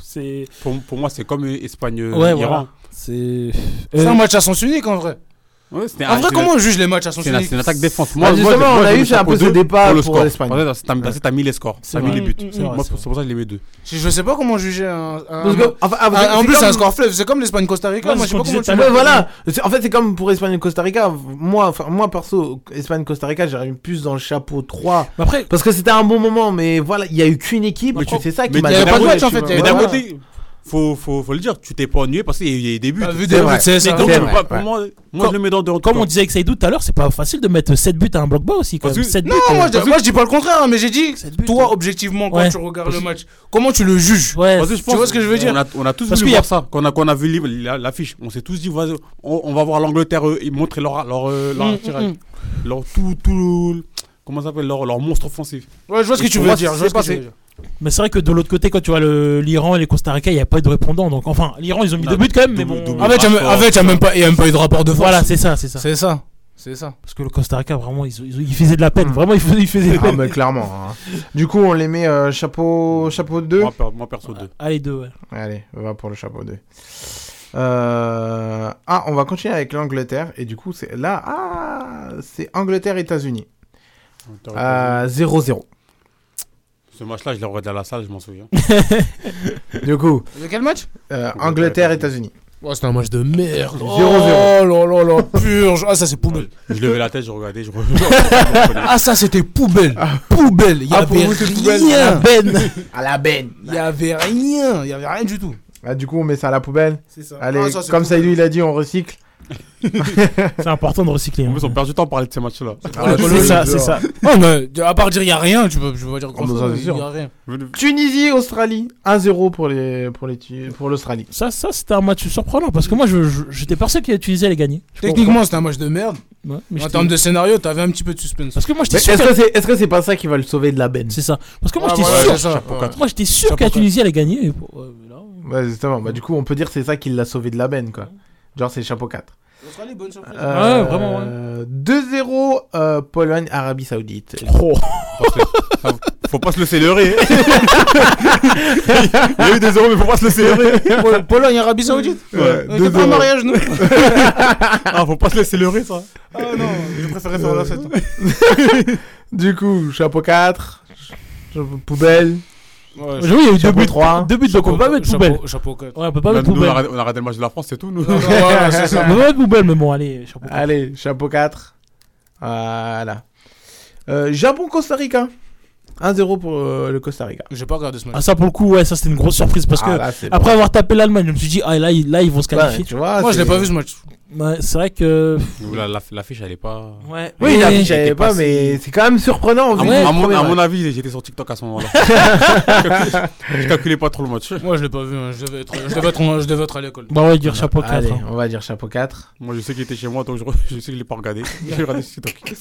E: C'est.
K: Pour, pour moi, c'est comme euh,
L: euh,
E: Ouais,
K: Espagne-Iran.
E: voilà. C'est.
L: C'est un
E: Euh,
L: match à sens unique en vrai. En vrai, comment on juge les matchs à sens
K: C'est une,
L: unique
K: c'est une attaque défense.
D: Ah, justement,
K: j'ai-
D: on a
K: j'ai
D: eu,
K: mis
D: c'est un
K: chapeau
D: peu ce
K: deux
D: débat
K: le
D: pour
K: score.
D: l'Espagne.
K: Pour ça, T'as t'as- t'as mis les scores,
E: C'est
K: t'as mis
E: vrai.
K: les buts.
E: Mm, mm,
K: C'est
E: mm.
K: moi,
E: C'est
K: c'est pour ça que je les mets deux.
L: Je je sais pas comment juger un. un-
D: Parce que- enfin, ah, vous-
L: un- en
D: c'est
L: plus, c'est un
D: comme-
L: score fleuve. C'est comme l'Espagne-Costa Rica.
E: Ouais,
L: Moi,
E: c'est
L: je sais
E: ce qu'on
L: pas comment
E: disait
L: tu
E: tout à
D: Ouais,
E: l'heure.
D: voilà. C'est- En fait, c'est comme pour Espagne-Costa Rica. Moi, enfin, moi perso, Espagne-Costa Rica, j'arrive plus dans le chapeau 3.
E: mais Après,
D: Parce que c'était un bon moment, mais voilà, il y a eu qu'une équipe.
K: Mais
D: tu-
K: tu-
D: C'est ça qui
K: mais
D: m'a
K: il y avait
D: dérangé,
K: pas de match,
D: tu
L: en fait,
D: vois.
L: il y
K: Mais
L: avait
K: d'un
L: Voilà.
K: côté, faut, faut, faut le dire, tu t'es pas ennuyé parce qu'il y a- il y a eu des buts.
L: T'as vu
D: C'est
L: des
D: vrai.
L: buts, c'est
K: Mais
L: ça.
K: donc,
D: c'est
K: tu peux
D: vrai,
K: pas-
D: ouais.
K: pour moi, moi, je le mets dans deux. en tout
E: comme on
K: cas.
E: disait avec Saïdou tout à l'heure, c'est pas facile de mettre 7 buts à un bloc bas aussi. Quand
K: Parce
E: même.
K: que-
E: 7 buts.
L: Non,
E: euh,
L: moi je,
E: parce
L: moi, je dis pas le contraire, hein, mais j'ai dit,
E: Cette butte,
L: toi
E: ouais.
L: objectivement, quand
E: Ouais.
L: tu regardes le match, comment tu le juges
E: que- Ouais.
K: Parce que je
L: Tu
K: pense-
L: vois ce que je veux dire
K: On a, on a tous
E: Parce
K: voulu
E: qu'il y a-
K: voir ça. Quand on a, quand on a vu l'im- la- l'affiche, on s'est tous dit, vas-y, on, on va voir l'Angleterre euh, et montrer leur, leur, euh, leur, tirage. leur tout, tout, le- comment ça s'appelle, leur, leur monstre offensif.
L: Ouais, je vois ce que
K: Et
L: tu
K: pour
L: veux
K: moi,
L: dire. je
K: c'est
L: vois ce que tu
K: passé.
L: veux dire.
E: Mais c'est vrai que de l'autre côté, quand tu vois le- l'Iran et les Costa Rica, il n'y a pas eu de répondant. Donc, enfin, l'Iran, ils ont mis
K: Non,
E: deux buts quand même. Mais
K: double-
E: bon. Ah
L: En
K: double.
L: fait, il y a même- en fait, il y a même pas il y a même pas eu de rapport de force.
E: Voilà, c'est ça, c'est ça.
L: C'est ça. C'est ça.
E: Parce que le Costa Rica, vraiment, ils, ils- ils faisaient de la peine.
L: Mm.
E: Vraiment, ils faisaient, ils faisaient de la
D: Ah,
E: peine.
D: mais clairement. hein. Du coup, on les met euh, chapeau, chapeau 2.
K: Moi, per- moi, perso, deux.
E: Allez, deux, ouais.
D: Allez, on va pour le chapeau 2. Euh, Ah, on va continuer avec l'Angleterre. Et du coup, c'est là. Ah, c'est Angleterre-États-Unis. Euh, 0-0.
K: Ce match-là, je l'ai regardé à la salle, je m'en souviens.
D: Du coup,
L: De quel match
D: euh, Angleterre-États-Unis.
L: Oh, c'était un match de merde.
D: 0-0.
L: Oh là là là, purge. Ah, ça c'est poubelle.
K: Je levais la tête, je regardais, je regardais.
L: Ah, ça c'était poubelle. Poubelle. Il y
D: Ah, pour
L: avait
D: vous, c'est poubelle.
L: rien.
D: À la benne.
L: Il y avait rien. Il y avait rien du tout.
D: Ah, du coup, on met ça à la poubelle.
L: C'est Ah, ça.
D: Allez, comme Saïdou, il a dit, on recycle.
E: C'est important de recycler.
K: En
E: hein.
K: plus, on perd du temps à parler de ces matchs-là.
D: Ah,
E: C'est
D: le-
E: ça,
D: le-
E: c'est ça.
L: Non, mais à part dire il y a rien, tu peux, je peux pas dire grand
D: bah, ça,
L: chose.
D: c'est
L: Il y
D: sûr.
L: a rien.
D: Tunisie-Australie. 1-0 pour les pour les Tu- pour l'Australie.
E: Ça, ça c'était un match surprenant parce que moi, je- je- j'étais persuadé que l'Tunisie allait gagner. Je
L: Techniquement, c'était un match de merde.
E: comprends. Ouais, mais
L: En
E: j'étais-
L: termes de scénario, t'avais un petit peu de suspense.
E: Parce que moi,
D: Mais
E: j'étais
D: Est-ce
E: sûr.
D: que
E: qu'elle-
D: c'est est-ce que c'est pas ça qui va le sauver de la benne
E: C'est ça. Parce que moi,
L: Ouais,
E: j'étais
L: Ah, voilà,
E: sûr.
L: c'est ça. Ouais.
E: Moi, j'étais sûr que
L: Chapeau
E: la
L: quatre.
E: Tunisie allait gagner. Et bon, euh, là,
D: Ouais, justement. Bah, du coup, on peut dire que c'est ça qui l'a sauvé de la benne, quoi. Genre, c'est chapeau Euh, 4.
E: Ouais, vraiment, ouais.
D: 2-0 euh, Pologne-Arabie Saoudite.
E: Oh.
K: Faut Faut pas se le célébrer. Il y a eu des euros, mais faut pas se le célébrer.
L: Pol- Pologne, Arabie Saoudite
K: Ouais,
L: On
K: deux
L: était pas en
K: euros.
L: mariage, nous
K: Ah, faut pas se le célébrer, ça.
L: Ah non, je préférais faire la fête.
D: du coup, chapeau 4, chapeau poubelle.
L: Ouais,
E: J'avoue, il y a eu deux
D: chapeau
E: buts,
D: 3.
E: deux buts, donc on peut pas mettre
L: chapeau-
E: poubelle.
L: chapeau quatre.
E: Ouais, on peut pas
K: Bah,
E: mettre
K: nous, on, a,
E: poubelle.
K: arrêté- on a raté le match de la France, c'est tout, nous.
E: On peut pas mettre poubelle, mais bon, allez, chapeau.
D: Allez, chapeau 4. Voilà. Euh, Japon-Costa Rica. 1-0 pour euh, le Costa Rica.
L: J'ai pas regardé ce match.
E: Ah, ça pour le coup, ouais, ça c'était une grosse surprise parce
D: Ah,
E: que
D: là, c'est
E: après avoir tapé l'Allemagne, je me suis dit, ah, là, ils, là, ils vont se qualifier.
D: Ouais, tu vois,
L: Moi, je l'ai
D: c'est-
L: pas vu ce match.
E: Ouais, c'est vrai que.
K: Nous, la- la- L'affiche, elle est pas.
E: Ouais.
D: Oui,
E: Et-
D: l'affiche, elle est pas, mais c'est quand même
L: Ah
D: surprenant.
K: À,
D: vu
K: mon,
D: le
K: Ah à mon-
D: premier
K: à mon
D: match.
K: avis, j'étais sur TikTok à ce moment-là. je, calculais, je calculais pas trop le match.
L: Moi, je l'ai pas vu. hein. Je devais être, je devais être, je devais être à l'école.
E: Bah, on va dire chapeau 4.
D: Allez, on va dire chapeau 4.
K: Moi, je sais qu'il était chez moi, donc je, re- je sais que je l'ai pas regardé. J'ai regardé sur TikTok.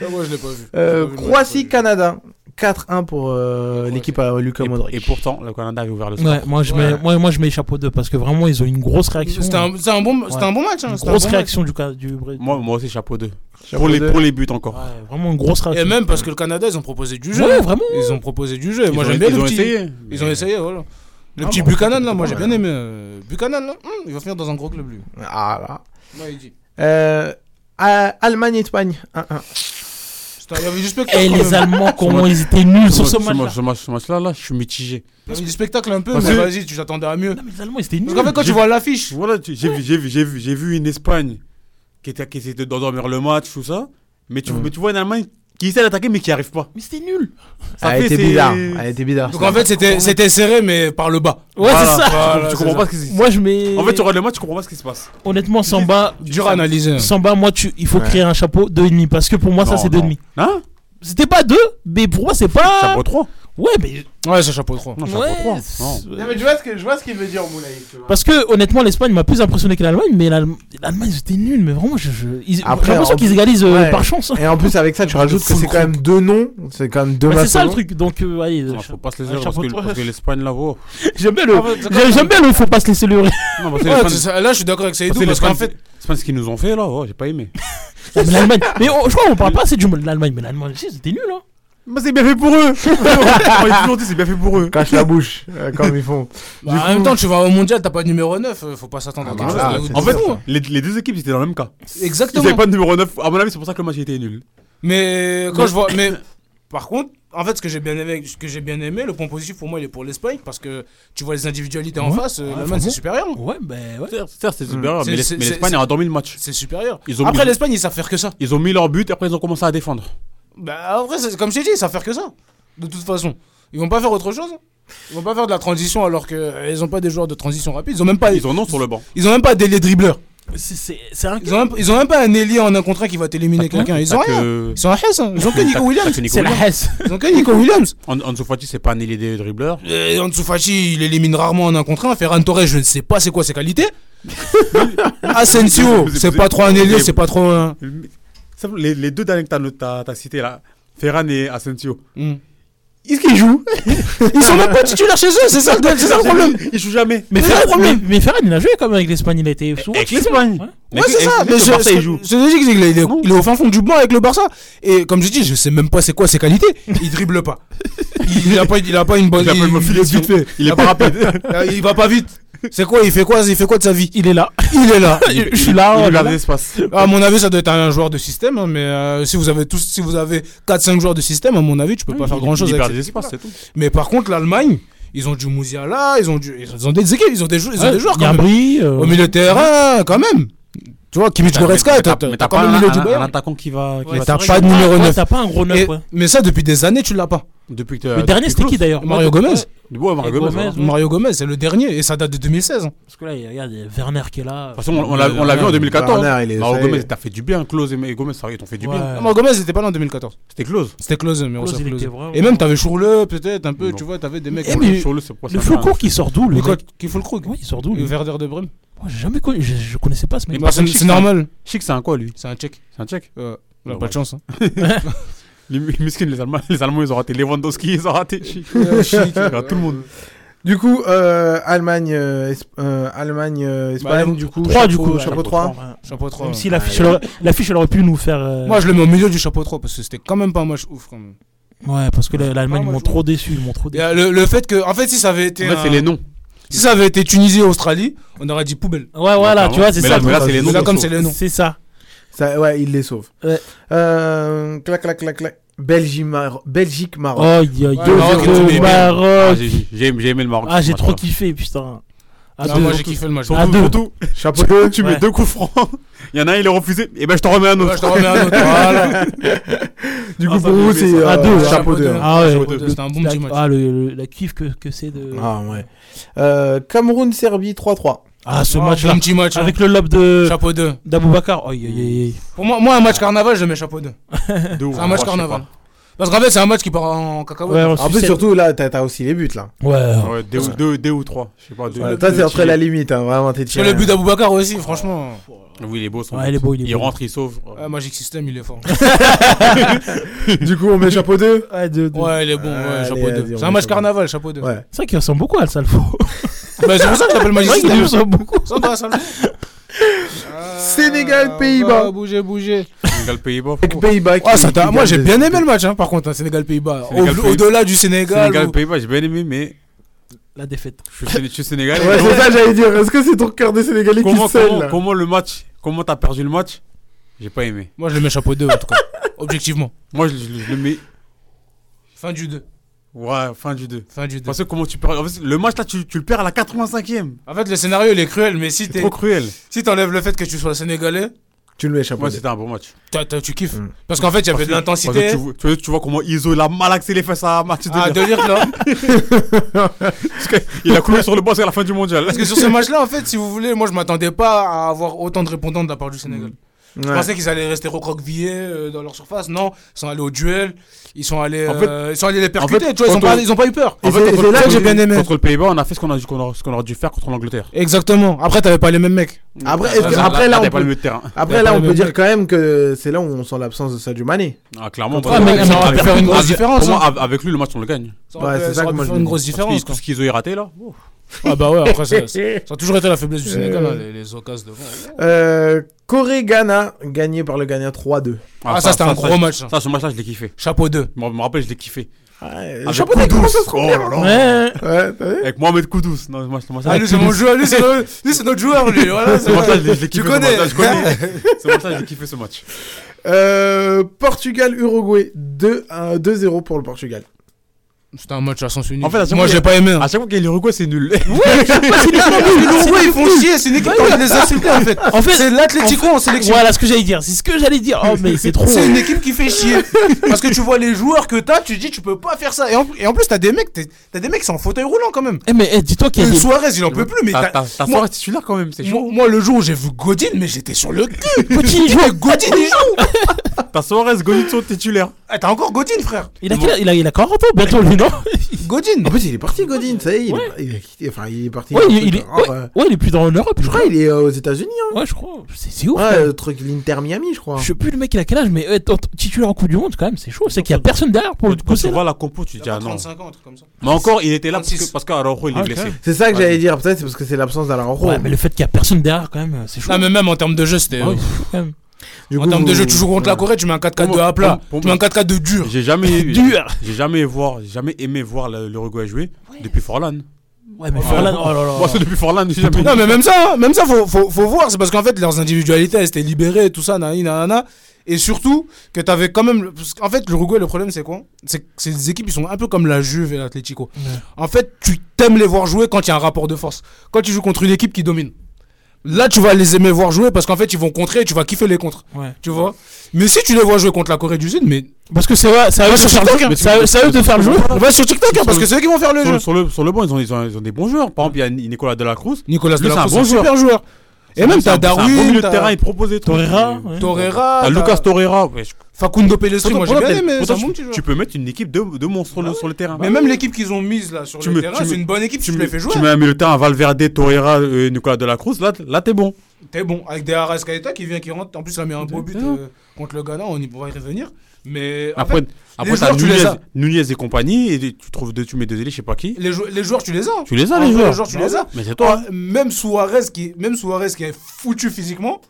L: Ah, moi, je l'ai pas vu. J'ai
D: Euh,
L: pas vu le match, j'ai
D: Croatie-Canada. 4-1 pour euh, l'équipe à Lucas Modric.
K: Et, et pourtant, le Canada avait ouvert le score.
E: Ouais, moi je,
L: Ouais.
E: Mets, moi, moi je mets chapeau 2 parce que vraiment ils ont une grosse
L: pas vu.
E: réaction.
L: C'était un, c'est un bon, c'était un bon match. Hein.
E: Une
L: c'était un
E: grosse
L: bon match.
E: réaction du, cas- du Brésil.
K: Moi, moi aussi, chapeau 2.
D: Chapeau
K: Pour les,
D: deux.
K: pour les buts encore.
E: Ouais, vraiment une grosse réaction.
L: Et même parce que le Canada, ils ont proposé du jeu.
E: Ouais, vraiment.
L: Ils ont proposé du jeu.
K: Ils
L: moi,
K: ont-
L: j'aime bien
K: ils
L: le
K: ont
L: petit.
K: essayé.
L: Ils ont essayé, voilà. Le
D: Ah,
L: petit
D: bon,
L: Buchanan, là, moi, j'ai
D: c'était pas
L: bien aimé. euh, Buchanan, là, hum, il va finir dans un gros club, lui.
D: Ah là.
L: Moi, il dit.
D: Euh, à- Allemagne-Espagne. 1-1.
L: C'était- Il y avait du spectacle.
E: Et
L: quand
E: Eh, les
L: même.
E: Allemands, comment ils étaient nuls sur ce
K: match-
E: match.
K: ce match- ce match-là, là, je suis mitigé.
L: Il y avait du spectacle un peu,
K: Parce
L: mais
K: que-
L: vas-y, tu t'attendais à mieux.
E: Non, mais les Allemands ils étaient nuls.
L: Parce qu'en fait, quand tu vois l'affiche,
K: Voilà, tu- j'ai vu, j'ai vu, j'ai vu, j'ai vu une Espagne qui était, qui essayait d'endormir le match, tout ça. Mais
L: Mm.
K: tu, mais tu vois une Allemagne qui essaie d'attaquer, mais qui arrive pas.
E: Mais c'était nul.
K: Ça
D: Elle
K: fait,
D: était
K: c'est-
D: bizarre. Elle était bizarre.
L: donc en fait, c'était c'était serré, mais par le bas.
E: Ouais,
K: Voilà.
E: c'est ça.
K: Tu- tu comprends pas ce qui se
E: Moi je mets.
K: En fait, tu regardes le match, tu comprends pas ce qui se passe.
E: Honnêtement, Samba,
L: Dur à analyser.
E: Samba, moi tu, il faut
D: Ouais.
E: créer un chapeau 2,5 parce que pour moi ça
K: Non,
E: c'est
K: non.
E: 2,5.
K: Hein
E: C'était pas 2, mais pour moi c'est pas.
K: Chapeau 3
E: Ouais, mais.
L: Ouais, c'est chapeau 3.
K: Non, chapeau
E: Ah Ouais,
K: 3.
E: c'est-
K: Non.
D: je vois ce que je vois ce qu'il veut dire Moulay.
E: Parce que honnêtement, l'Espagne m'a plus impressionné que l'Allemagne, mais l'Allem- l'Allemagne c'était nul, mais vraiment, je, je- ils-
D: Après,
E: j'ai l'impression
D: en-
E: qu'ils égalisent euh,
D: Ouais.
E: par chance.
D: Et en plus avec ça, tu rajoutes que c'est quand même deux noms, c'est quand même deux
E: Bah,
D: matchs.
E: c'est ça le
D: longs.
E: truc, donc euh, allez,
K: Non,
E: euh,
K: faut pas se
E: Ouais,
K: laisser parce
E: chapeau
K: que,
E: trois.
K: parce que l'Espagne là oh.
E: j'aime bien le, j'aime- j'aime bien le faut pas se laisser leurrer.
K: Non, parce que
L: Ouais,
K: l'Espagne-
L: c'est ça. là, je suis d'accord avec Saïdou
K: parce que
L: parce qu'en
K: l'Espagne,
L: fait,
K: c'est c'est pas ce qu'ils nous ont fait là, oh, j'ai pas aimé.
E: Mais l'Allemagne, mais on- je crois qu'on parle pas assez du de l'Allemagne, mais l'Allemagne aussi c'était nul, hein.
K: Mais c'est bien fait pour eux On m'a toujours dit c'est bien fait pour eux.
D: Cache la bouche, euh, comme ils font.
L: bah,
D: Du
L: en
D: coup-
L: même temps, tu vas au mondial, t'as pas de numéro 9, euh, faut pas s'attendre
D: Ah
L: à
D: bah
L: quelque
D: voilà,
L: chose. de-
K: En
D: c'est
K: fait,
D: ça.
K: les, les deux équipes étaient dans le même cas. Ils
L: Exactement.
K: avaient pas de numéro 9. À mon avis, c'est pour ça que le match était nul.
L: Mais quand je vois, mais par contre, en fait, ce que j'ai bien aimé, ce que j'ai bien aimé, le point positif pour moi, il est pour l'Espagne parce que tu vois les individualités en
E: Ouais.
L: face, euh,
E: Ouais,
L: l'Allemagne
E: franchement.
L: c'est supérieur.
E: Ouais, ben ouais.
K: Certes, certes, c'est supérieur,
L: Hmm. C'est-
K: mais
L: c'est-
K: l'Es- mais
L: c'est-
K: l'Espagne a endormi le match.
L: C'est supérieur.
K: Ils ont
L: Après
K: mis-
L: l'Espagne, ils savent faire que ça.
K: Ils ont mis leur but et après ils ont commencé à défendre.
L: Bah après, c'est- comme je t'ai dit, ils savent faire que ça. De toute façon, ils vont pas faire autre chose. Ils vont pas faire de la transition alors que euh, ils ont pas des joueurs de transition rapide. Ils ont même pas, ils
K: Ils
L: ont,
K: en ont sur le banc.
L: même pas des les dribbleurs.
E: C'est- C'est c'est un
L: Ils ont, même, ils ont même pas un ailier en un contre un qui va t'éliminer
K: T'as que-
L: quelqu'un. Ils ont
K: t'as que-
L: rien. Ils sont un Hess, hein. Ils ont que Nico
K: T'as
L: Williams.
K: que Nico
E: C'est la
K: Williams.
E: Hesse.
L: Ils ont que Nico Williams.
K: An- Ansu Fati, c'est pas un ailier des dribbleurs.
L: Et Ansu Fati, il élimine rarement en un contre un. Ferran Torres, je ne sais pas c'est quoi ses qualités. Asensio, c'est pas trop un ailier, c'est pas trop un.
K: Ça, Les, les deux derniers que t'as no- t'as t'as cités là, Ferran et Asensio,
L: Hmm.
K: est-ce qu'ils jouent
L: Ils sont même pas titulaires chez eux, c'est ça, le- c'est ça le problème.
K: Ils jouent jamais.
L: Mais
E: Mais Ferran,
L: le
E: mais,
L: problème-
E: mais Ferran, il a joué quand même avec l'Espagne, il a été souvent.
K: Avec
E: titulaire.
K: l'Espagne.
E: Ouais.
K: Mais
L: Ouais, c'est ça. Mais
K: Mais
L: je,
K: Marseille
L: je-
K: joue.
L: je te dis qu'il est, il est- il est au fin fond du banc avec le Barça. Et comme je dis, je sais même pas c'est quoi ses qualités. Il dribble pas. Il, il a pas, il a pas une bonne.
K: Il a pas une bonne finition.
L: vite fait.
K: Il est pas rapide.
L: Il va pas vite. C'est quoi Il fait quoi Il fait quoi de sa vie
E: Il est là.
L: Il est là.
E: Je suis là.
K: Il
E: on est
K: regarde
E: là.
K: l'espace.
L: À mon avis, ça doit être un joueur de système, hein, mais euh, si vous avez tous, si vous avez 4-5 joueurs de système, à mon avis, tu peux pas faire grand chose
K: Il
L: avec
K: perd
L: cette
K: des espaces,
L: équipe-là.
K: c'est tout.
L: Mais par contre, l'Allemagne, ils ont du Mouziala, ils ont du, ils ont des équipes, ils ont des, jou- ils ont
E: Ouais,
L: des joueurs quand même.
E: Gnabry, euh,
L: Au milieu de terrain, quand même. Tu vois, Kimmich Goretzka, t'as
K: Mais
L: t'as
K: t'as
L: quand
K: pas
L: même
K: un,
L: le milieu du
K: un- Ah, un
L: Bayern.
K: attaquant qui va. qui
L: Ouais,
K: va Euh,
L: t'as
K: se
L: pas de
K: régler.
L: numéro
E: ouais,
L: 9.
E: T'as pas un gros 9,
L: Et-
E: ouais.
L: Mais ça, depuis des années, tu l'as pas.
K: Depuis que
E: Le dernier, c'était qui d'ailleurs
L: Mario Gomez.
K: Du bois, Mario
E: Et
K: Gomez.
E: Gomez.
K: voilà. De
E: Ouais.
L: Mario Gomez, c'est le dernier, et ça date de 2016. hein.
E: Parce que là, il y a- regarde, il y a Werner qui est là.
K: toute façon, on on l'a on l'a vu en 2014.
D: Werner, il est- ça
K: Mario
D: y est.
K: Gomez, t'as fait du bien. Close et et Gomez, ça, ils t'ont fait du
E: Ouais.
K: bien.
L: Mario Gomez, il était pas là en 2014.
K: C'était close.
L: C'était Close, mais on
E: Klose,
L: s'est
E: il
L: Klose.
E: était vraiment-
L: Et même, t'avais Chourle, peut-être, un peu,
K: Non.
L: tu vois, t'avais des mecs.
E: Eh, mais-
K: Sur le, c'est pour ça
E: Le
K: que-
E: Foucault qui sort d'où le
L: Le
E: mec
L: coach qui fout le croc.
E: Ouais, il sort d'où
L: Le
E: lui
L: Verder de Brême.
E: Moi, j'ai jamais connu, je, je connaissais pas ce mec.
K: Mais parce que
L: C'est normal.
K: Je sais que c'est un quoi, lui
L: C'est un check.
K: C'est un tchèque
L: Euh, on a
K: Ouais,
L: pas
K: ouais.
L: de chance. hein.
K: les, les miskins, les Allemands, les Allemands, ils ont raté Lewandowski, ils ont raté Chic. Ils ont raté tout le monde.
D: Du coup, euh, Allemagne, euh, Esp- euh, Allemagne, euh, Espagne,
L: Bah,
D: du coup,
E: 3 du coup.
D: chapeau 3.
E: Ouais.
L: Chapeau 3.
E: Même si l'affiche, elle aurait- l'affiche, elle aurait pu nous faire. euh,
L: Moi, je le mets au milieu du chapeau 3 parce que c'était quand même pas un match ouf. Quand même.
E: Ouais, parce que la- l'Allemagne, ils m'ont trop déçu. Ils m'ont trop
L: Il y a Le, le fait que, en fait, si ça avait été.
K: En fait, c'est les noms.
L: Si ça avait été Tunisie, Australie, on aurait dit poubelle.
E: Ouais, voilà, tu vois, c'est ça. le truc.
L: Là, comme c'est les noms.
E: C'est ça.
D: Ça, ouais, il les sauve. Euh, clac, clac, clac, clac. Belgique, Maroc. Belgique, Maroc.
E: Aïe, aïe, aïe, Maroc, aïe, aïe, aïe. Maroc.
K: Ah, j'ai- j'ai- J'ai aimé j'ai aimé le Maroc.
E: Ah, j'ai trop
K: Voilà.
E: kiffé, putain. À
K: Ah,
E: deux.
K: moi, j'ai kiffé le match.
E: À
K: Surtout-
E: deux.
K: surtout, Chapeau tu, tu mets
E: Ouais.
K: deux coups francs. Il y en a un, il est refusé. Et ben, je t'en remets un autre.
L: Ouais, je t'en remets un autre, Oh, voilà. bah,
D: Du
K: Ah,
D: coup,
K: ça
D: pour
K: me
D: vous,
K: fait
D: c'est
K: ça.
D: euh,
K: À
L: hein.
K: deux,
D: chapeau
K: chapeau
D: 2.
K: deux.
E: Ah ouais,
K: Chapeau
E: le-
K: deux.
E: le-
K: C'était un bon
E: la-
K: petit match.
E: Ah, le, le- la kiff que, que c'est de.
D: Ah ouais. Euh, Cameroun-Serbie 3-3.
E: Ah, ce match-là.
L: bon petit match, hein.
E: Avec le lob de.
L: Chapeau 2.
E: D'Aboubacar. Aïe, aïe, aïe, aïe.
L: Pour moi, moi, un match carnaval, je le mets chapeau 2.
K: C'est
L: un match carnaval. Parce qu'en fait, c'est un match qui part en cacahuète.
D: en plus, surtout là, t'as t'as aussi les buts là.
K: Ouais, deux, ou- deux, deux ou trois. Je sais pas. deux-
D: Ouais, toi, c'est entre la limite, hein, vraiment. T'es
L: Parce que le but d'Aboubacar aussi, franchement.
K: Oui, il est beau. son
E: Ouais,
K: but.
E: il est beau, il est beau.
K: rentre, il sauve.
L: Ouais, Magic System, il est fort.
D: du coup, on met chapeau 2
E: Ouais,
L: Ouais, il est bon, ouais,
D: Allez,
L: chapeau
D: vas-y,
L: 2.
D: on
L: C'est un
D: met
L: match
D: chapeau.
L: carnaval, chapeau 2.
D: Ouais.
E: C'est vrai qu'il ressemble beaucoup à Salfo.
L: Bah, c'est pour ça que j'appelle Magic
E: Ouais, il
L: System.
E: lui ressemble beaucoup.
L: Sans toi, ça le
D: Sénégal, Pays-Bas.
L: Bougez, bougez.
K: Sénégal, Pays-Bas.
D: Ah, Avec Pays-Bas.
L: Ah,
D: qui-
L: ça t'a-
D: qui
L: Moi,
D: gagne
L: j'ai
D: des-
L: bien aimé le match, hein, par contre, hein, Sénégal-Pays-Bas. Au-
K: Sénégal, Pays-
L: Au-delà du Sénégal.
K: Sénégal,
L: ou-
K: Pays-Bas, j'ai bien aimé, mais
E: La défaite.
K: je suis, Séné- je suis Sénégal.
D: Ouais, c'est ça, j'allais dire. Est-ce que c'est ton cœur de Sénégalais
K: comment,
D: qui scelle
K: comment,
D: là
K: comment le match Comment t'as perdu le match J'ai pas aimé.
L: Moi, je le mets chapeau 2, en tout cas. Objectivement.
K: Moi, je, je- je le mets.
L: Fin du 2.
K: Ouais, fin du 2.
L: Fin du 2.
K: Parce que comment tu perds en fait, Le match là, tu, tu le perds à la 85ème.
L: En fait, le scénario, il est cruel, mais si
K: C'est
L: t'es-
K: trop cruel.
L: si t'enlèves le fait que tu sois sénégalais,
D: Tu le mets chapeau
K: Moi,
D: 2.
K: c'était un bon match.
L: t'as- t'as- tu kiffes. Parce qu'en fait, il y avait de l'intensité.
K: Mm. Parce que tu vois- tu, vois- tu vois comment Iso il a mal axé les fesses à Mathieu
L: Ah,
K: Delire.
L: de lire là.
K: Parce que Il a coulé sur le boss à la fin du mondial.
L: Parce que sur ce match-là, en fait, si vous voulez, moi, je m'attendais pas à avoir autant de répondants de la part du Sénégal. Je
D: Ouais.
L: pensais qu'ils allaient rester recroquevillés euh, dans leur surface. Non, ils sont allés au duel. Ils sont allés,
K: En fait-
L: euh, ils sont allés les
K: en
L: percuter.
K: fait,
L: tu vois, ils, ont
K: quand
L: pas,
K: on-
L: ils ont pas eu peur.
D: Et c'est-
K: contre-
D: c'est là que
K: contre-
D: j'ai bien
L: aimé.
K: Contre le Pays-Bas, on a fait ce qu'on a, qu'on a- ce qu'on aurait dû faire contre
L: Ah,
K: l'Angleterre.
L: Exactement. Après, t'avais pas les mêmes mecs.
D: Après, est-ce que-
K: Là,
D: après, là,
K: t'as
D: on
K: pas le
D: peut-
K: milieu de terrain.
D: après, là, on peut dire quand même que c'est là où on sent l'absence de Sadio Mané.
K: Ah, clairement,
L: Ah, mais ça aurait pu faire une grosse différence,
K: Pour moi, av- avec lui, le match, on le gagne.
L: Ça
D: Ouais,
L: aurait
D: c'est
L: pu-
D: ça
L: ça
D: que
L: aurait
D: moi,
L: pu
D: je
L: faire
D: me
L: une
D: dis.
L: grosse différence.
E: hein.
K: Tout ce qu'ils ont raté là.
L: quoi. Ah bah ouais, après, ça, ça a toujours été la faiblesse du Sénégal, hein, les, les occasions devant.
D: Euh, Corée-Ghana, gagné par le Ghana 3-2.
L: Ah, ça, c'était un gros match. ça.
K: Ça, ce match-là, je l'ai kiffé.
L: Chapeau 2.
K: Je me rappelle, je l'ai kiffé.
D: Ouais,
K: Avec
D: chapeau 2,
K: Koudous.
D: comment ça se trouve
K: Oh là là.
E: Ouais.
D: Ouais, t'as vu
K: Avec Mohamed Koudous. Non, ce match- ce match-là,
L: Ah, lui, c'est mon joueur. Lui, c'est notre, lui, c'est notre joueur. Lui, voilà.
K: ce
L: c'est-
K: match-là, je l'ai je l'ai
L: Tu
K: kiffé. ce match-là,
L: connais.
K: je connais. Ce match-là, je l'ai kiffé ce match.
D: Euh, Portugal-Uruguay, 2 1, 2-0 pour le Portugal.
L: C'était un match à sens unique.
K: En fait, à chaque
L: moi,
K: fois,
L: j'ai pas aimé. hein.
K: À chaque fois qu'il y a l'Uruguay, c'est nul.
E: Ah,
L: L'Uruguay, ils font chier. C'est une équipe qui a envie de les insulter, en fait.
E: En fait,
L: C'est l'Atlético en sélection.
E: Voilà ce que j'allais dire. C'est ce que j'allais dire. Oh, mais c'est trop.
L: C'est une équipe qui fait chier. Parce que tu vois les joueurs que t'as, tu te dis tu peux pas faire ça. Et en, et en plus, t'as des mecs, t'es- t'as des mecs qui sont en fauteuil roulant quand même.
E: Eh, mais eh, dis-toi qu'il y a
L: Et
E: des.
L: Suarez, il en peut plus, mais
K: T'as-
L: t'as-
K: T'as t'as
L: moi,
K: Suarez titulaire quand même, c'est chaud.
L: moi, moi, le jour où j'ai vu Godin, mais j'étais sur le cul.
E: Petit
L: Il
E: joueur.
L: jouait Godin, il joue.
K: T'as Suarez, Golitso titulaire.
L: Ah, T'as encore Godin, frère.
E: Il a, quel- il, a, il a 40 ans bientôt, lui, non
L: Godin.
D: En plus, il est parti, Godin, ça y est. il est par- Il, est quitté, enfin, il est parti.
E: ouais,
D: dans
E: il,
D: le
E: il est,
D: truc,
E: Ah ouais,
D: hein, ouais.
E: ouais, il est plus dans en Europe,
D: Je crois qu'il est euh, aux États-Unis. hein.
E: Ouais, je crois. C'est, c'est ouf.
D: Ouais,
E: quand même.
D: le truc, l'Inter Miami, je crois.
E: Je sais plus le mec, il a quel âge, mais ouais, tant- titulaire en Coupe du Monde, quand même, c'est chaud. C'est qu'il y a personne derrière pour le
K: Quand tu
E: conseil.
K: vois la compo, tu te dis ah non.
L: 35 ans, un truc comme ça.
K: Mais encore, il était là parce
L: 36.
K: que- parce qu'Araujo, il est
E: Ah, ok.
K: blessé.
D: C'est ça que
K: Ouais.
D: j'allais dire. Peut-être c'est parce que c'est l'absence d'Alain
E: Ouais, mais le fait qu'il y a personne derrière, quand même, c'est chaud.
L: Non, Ah, mais même en termes de jeu, c'était.
E: Ah oui, quand même.
L: en termes de jeu, tu joues contre la Corée, tu mets un 4-4 de à plat.
K: Pour moi-
L: Tu mets un 4-4 de dur.
K: J'ai jamais,
E: Dur.
K: j'ai jamais voir, j'ai jamais aimé voir le- l'Uruguay jouer depuis Forlan.
E: Ouais, mais Forlan, oh là là.
K: Moi, c'est depuis Forlan, j'ai jamais.
L: Non, mais même ça, hein, même ça, faut, faut, faut voir. C'est parce qu'en fait, leurs individualités, elles étaient libérées, tout ça, nani, nanana. Et surtout, que t'avais quand même. parce qu'en fait, l'Uruguay, le problème, c'est quoi C'est que ces équipes, ils sont un peu comme la Juve et l'Atlético. En fait, tu t'aimes les voir jouer quand il y a un rapport de force. Quand tu joues contre une équipe qui domine. Là, tu vas les aimer voir jouer parce qu'en fait, ils vont contrer et tu vas kiffer les contres.
E: Ouais.
L: Tu vois Mais si tu les vois jouer contre la Corée du Sud, mais.
E: Parce que c'est à, c'est à eux de faire le jeu. C'est à eux- c'est à eux de faire le jeu.
L: Va sur TikTok, hein, parce que c'est eux qui vont faire le
K: Sur,
L: jeu.
K: le- sur le, sur le banc, ils ont, ils, ont, ils ont des bons joueurs. Par exemple, il y a Ni- Nicolas Delacruz.
L: Nicolas
K: Lui, c'est
L: Delacroix,
K: un
L: c'est
K: bon
L: un super joueur. Et même,
K: C'est
L: t'as
K: un- C'est un bon
L: Darwin,
K: milieu de
L: t'as-
K: terrain, il propose des trucs.
E: Torreira.
K: Et-
E: ouais.
L: Torreira,
K: T'as Lucas Torreira. Ouais, je-
L: Facundo Pelestri,
K: Pourtant,
L: moi j'ai
K: pourtant,
L: bien
K: t'es-
L: aimé, c'est
K: pourtant,
L: un bon
K: tu-
L: petit joueur.
K: Tu peux mettre une équipe de, de monstres sur, le, sur le terrain.
L: Mais même l'équipe qu'ils ont mise là sur
K: Tu
L: le
K: me-
L: terrain,
K: tu me-
L: c'est une bonne équipe, tu,
K: tu
L: les
K: mets,
L: fets
K: tu
L: jouer. hein.
K: mets un milieu de terrain, Valverde, Torreira, euh, Nicolas Delacruz. Là, là t'es bon.
L: T'es bon, avec des Arascaeta qui vient, qui rentre, en plus ça met un beau but euh, contre le Ghana, on y pourra y revenir. Mais en
K: Après,
L: fait,
K: après t'as
L: joueurs, tu les
K: Nunez,
L: as.
K: Nunez et compagnie. Et tu, trouves deux, tu mets deux ailiers, je sais pas qui.
L: les, jou- les joueurs, tu les as. hein.
K: Tu les as,
L: En
K: les
L: vrai,
K: joueurs.
L: tu les as.
K: Mais c'est toi.
L: Ah, Même Suarez, qui, même Suarez qui est foutu physiquement,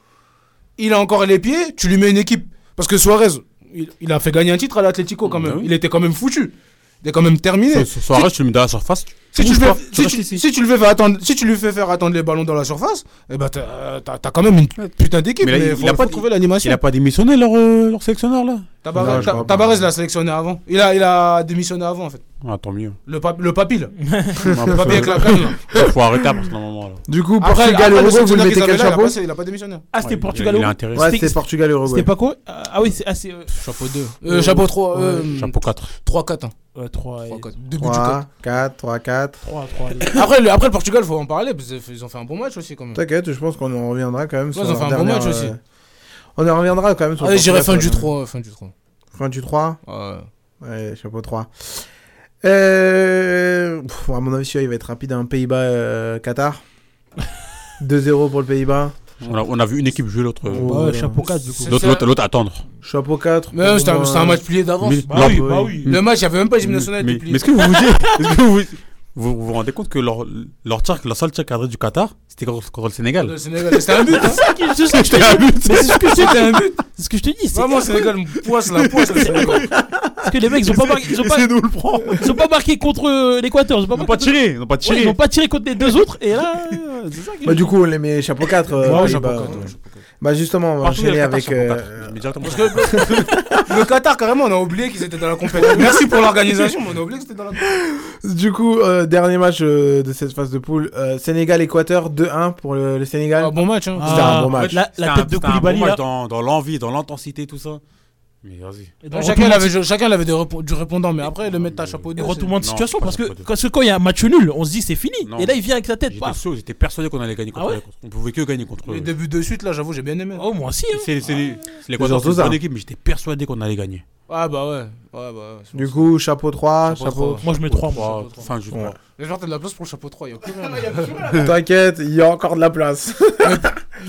L: il a encore les pieds, tu lui mets une équipe. Parce que Suarez, il, il a fait gagner un titre à l'Atletico quand même. Il était quand même foutu. Il était quand même terminé.
K: Ce soir, tu le mets dans la surface.
L: Si tu, le
K: bouges
L: fais-
K: pas,
L: si,
K: restes
L: tu,
K: ici.
L: si tu le fais faire attendre, si tu lui fais faire attendre les ballons dans la surface, eh ben t'as t'as- t'as quand même une putain d'équipe.
K: Mais là,
L: Mais
K: il-
L: faut-
K: il a
L: faut
K: pas-
L: trouver l'animation.
K: Il a pas démissionné leur, euh, leur sélectionneur là
L: Tabarez,
K: Non, je
L: Ta-
K: crois pas.
L: Tabarez l'a sélectionné avant. Il a, il a démissionné avant en fait.
K: Ah, tant mieux.
L: Le, pap- le papy là. le
K: Après,
L: papy avec la
K: faut-
L: canne. là.
K: Faut arrêter à partir d'un moment là.
D: Du coup,
L: Après,
D: Portugal,
L: après, le
D: Uruguay, vous le
L: sélectionneur
D: mettez
L: qu'ils
D: quel
L: avaient là,
D: chapeau
L: il a pas- il a pas démissionné.
E: Ah, c'était
K: Ouais,
E: Portugal.
K: il est intéressé.
D: Ouais, c'était Portugal, Uruguay.
E: C'était pas quoi Ah ah oui, c'est. Ah, c'est, euh,
L: Chapeau 2. chapeau euh. 3.
K: Chapeau 4.
L: 3-4. hein.
E: euh, 3 et.
L: 3-4. Début du code.
D: 3, 4, 3, 4.
E: 3, 3.
L: Après le, après, le Portugal, faut en parler. Parce qu'ils ont fait un bon match aussi quand même.
D: T'inquiète, je pense qu'on en reviendra quand même sur
L: ils ont
D: leur
L: fait un bon
D: dernière,
L: match aussi.
D: euh, On en reviendra quand même sur
L: Allez, j'irai fin
D: Portugal,
L: du
D: quand même.
L: 3. Fin du 3.
D: Fin du 3
L: Ouais.
D: Ouais, chapeau 3. Euh... pff, à mon avis, celui-là, il va être rapide. hein. euh, Un Pays-Bas-Qatar. 2-0 pour le Pays-Bas.
K: On a, on a vu une équipe jouer l'autre. euh,
E: Ouais,
D: Voilà.
E: chapeau 4 du coup.
K: L'autre, l'autre, l'autre attendre.
D: Chapeau 4.
L: Mais c'était un,
D: pour,
L: c'était un
D: euh,
L: match plié d'avance.
K: Mais-
E: Bah oui,
D: oui.
E: bah oui.
L: Le match, il n'y avait même pas d'hymne
K: Mais,
L: national
K: mais-
L: était plié.
K: mais est-ce que vous vous dites est-ce que vous, vous vous vous rendez compte que leur, leur tir, leur seul tir cadré du Qatar, c'était contre, contre le
L: Le
K: Sénégal
L: Sénégal, C'était un but. hein.
E: C'est ce que je te
K: C'était un but.
E: dis. Mais c'est ce que je te
L: C'était un
E: dis.
L: but.
E: C'est ce que je te dis. C'est
L: Vraiment, Sénégal, poisse la poisse. le Sénégal.
E: parce que les mecs, ils ont pas marqué, ils ont pas,
K: nous le prendre.
E: ils ont pas marqué contre euh, l'Équateur. Ils ont pas,
K: Ils
E: marqué
K: n'ont pas
E: contre-
K: tiré. Ils n'ont pas
E: Ouais,
K: tiré.
E: ils n'ont pas tiré contre les deux autres. Et là, euh, c'est ça qui.
D: Bah, du coup, on les met chapeau 4. euh,
E: Ouais, ouais,
D: Pays-Bas.
E: chapeau 4, ouais,
D: Bah, justement, on va
K: Partout, il y a le
D: enchaîner
K: Qatar
D: avec.
K: sur le
D: euh,
K: Qatar. Je mets directement-
L: Le Qatar, carrément, on a oublié qu'ils étaient dans la compétition. Merci pour l'organisation, mais on a oublié que c'était dans la compétition.
D: Du coup, euh, dernier match euh, de cette phase de poule. euh, Sénégal-Équateur, 2-1 pour le, le Sénégal.
L: bon match, hein.
D: C'était un bon match.
E: Ah, La,
K: C'était
E: la
K: un-
E: tête de
K: c'était un bon
E: Koulibaldi
K: match
E: là.
K: dans, dans l'envie, dans l'intensité, tout ça. Mais vas-y.
E: Et dans-
L: Chacun avait, chacun avait des repo- du répondant, mais après, le mettre à chapeau
E: Et
L: de
E: retournement de
K: Non,
E: situation
K: pas
E: parce que,
K: chapeau deux.
E: parce que quand il y a un match nul, on se dit c'est fini.
K: Non.
E: Et là, il vient avec sa tête. Bah,
K: J'étais
E: paf.
K: sûr, j'étais persuadé qu'on allait gagner contre.
E: Ah ouais
K: eux. On pouvait que gagner contre.
L: Les
K: eux.
L: débuts ah. de suite, là, j'avoue, j'ai bien aimé.
E: Oh, moi aussi. hein.
K: C'est c'est les- c'est l'Équateur,
D: Des
K: c'est une
D: Zouzas.
K: bonne équipe, mais j'étais persuadé qu'on allait gagner.
L: Ah, bah ouais. Ouais, bah ouais.
D: Du coup, chapeau 3,
L: Chapeau
D: chapeau.
E: Moi, je mets
L: Oh,
E: 3 moi.
K: Trois, Fin du
D: Ouais.
K: trois.
L: J'espère que t'as de la place pour le chapeau 3, y a plus rien.
D: T'inquiète, il y a encore de la place.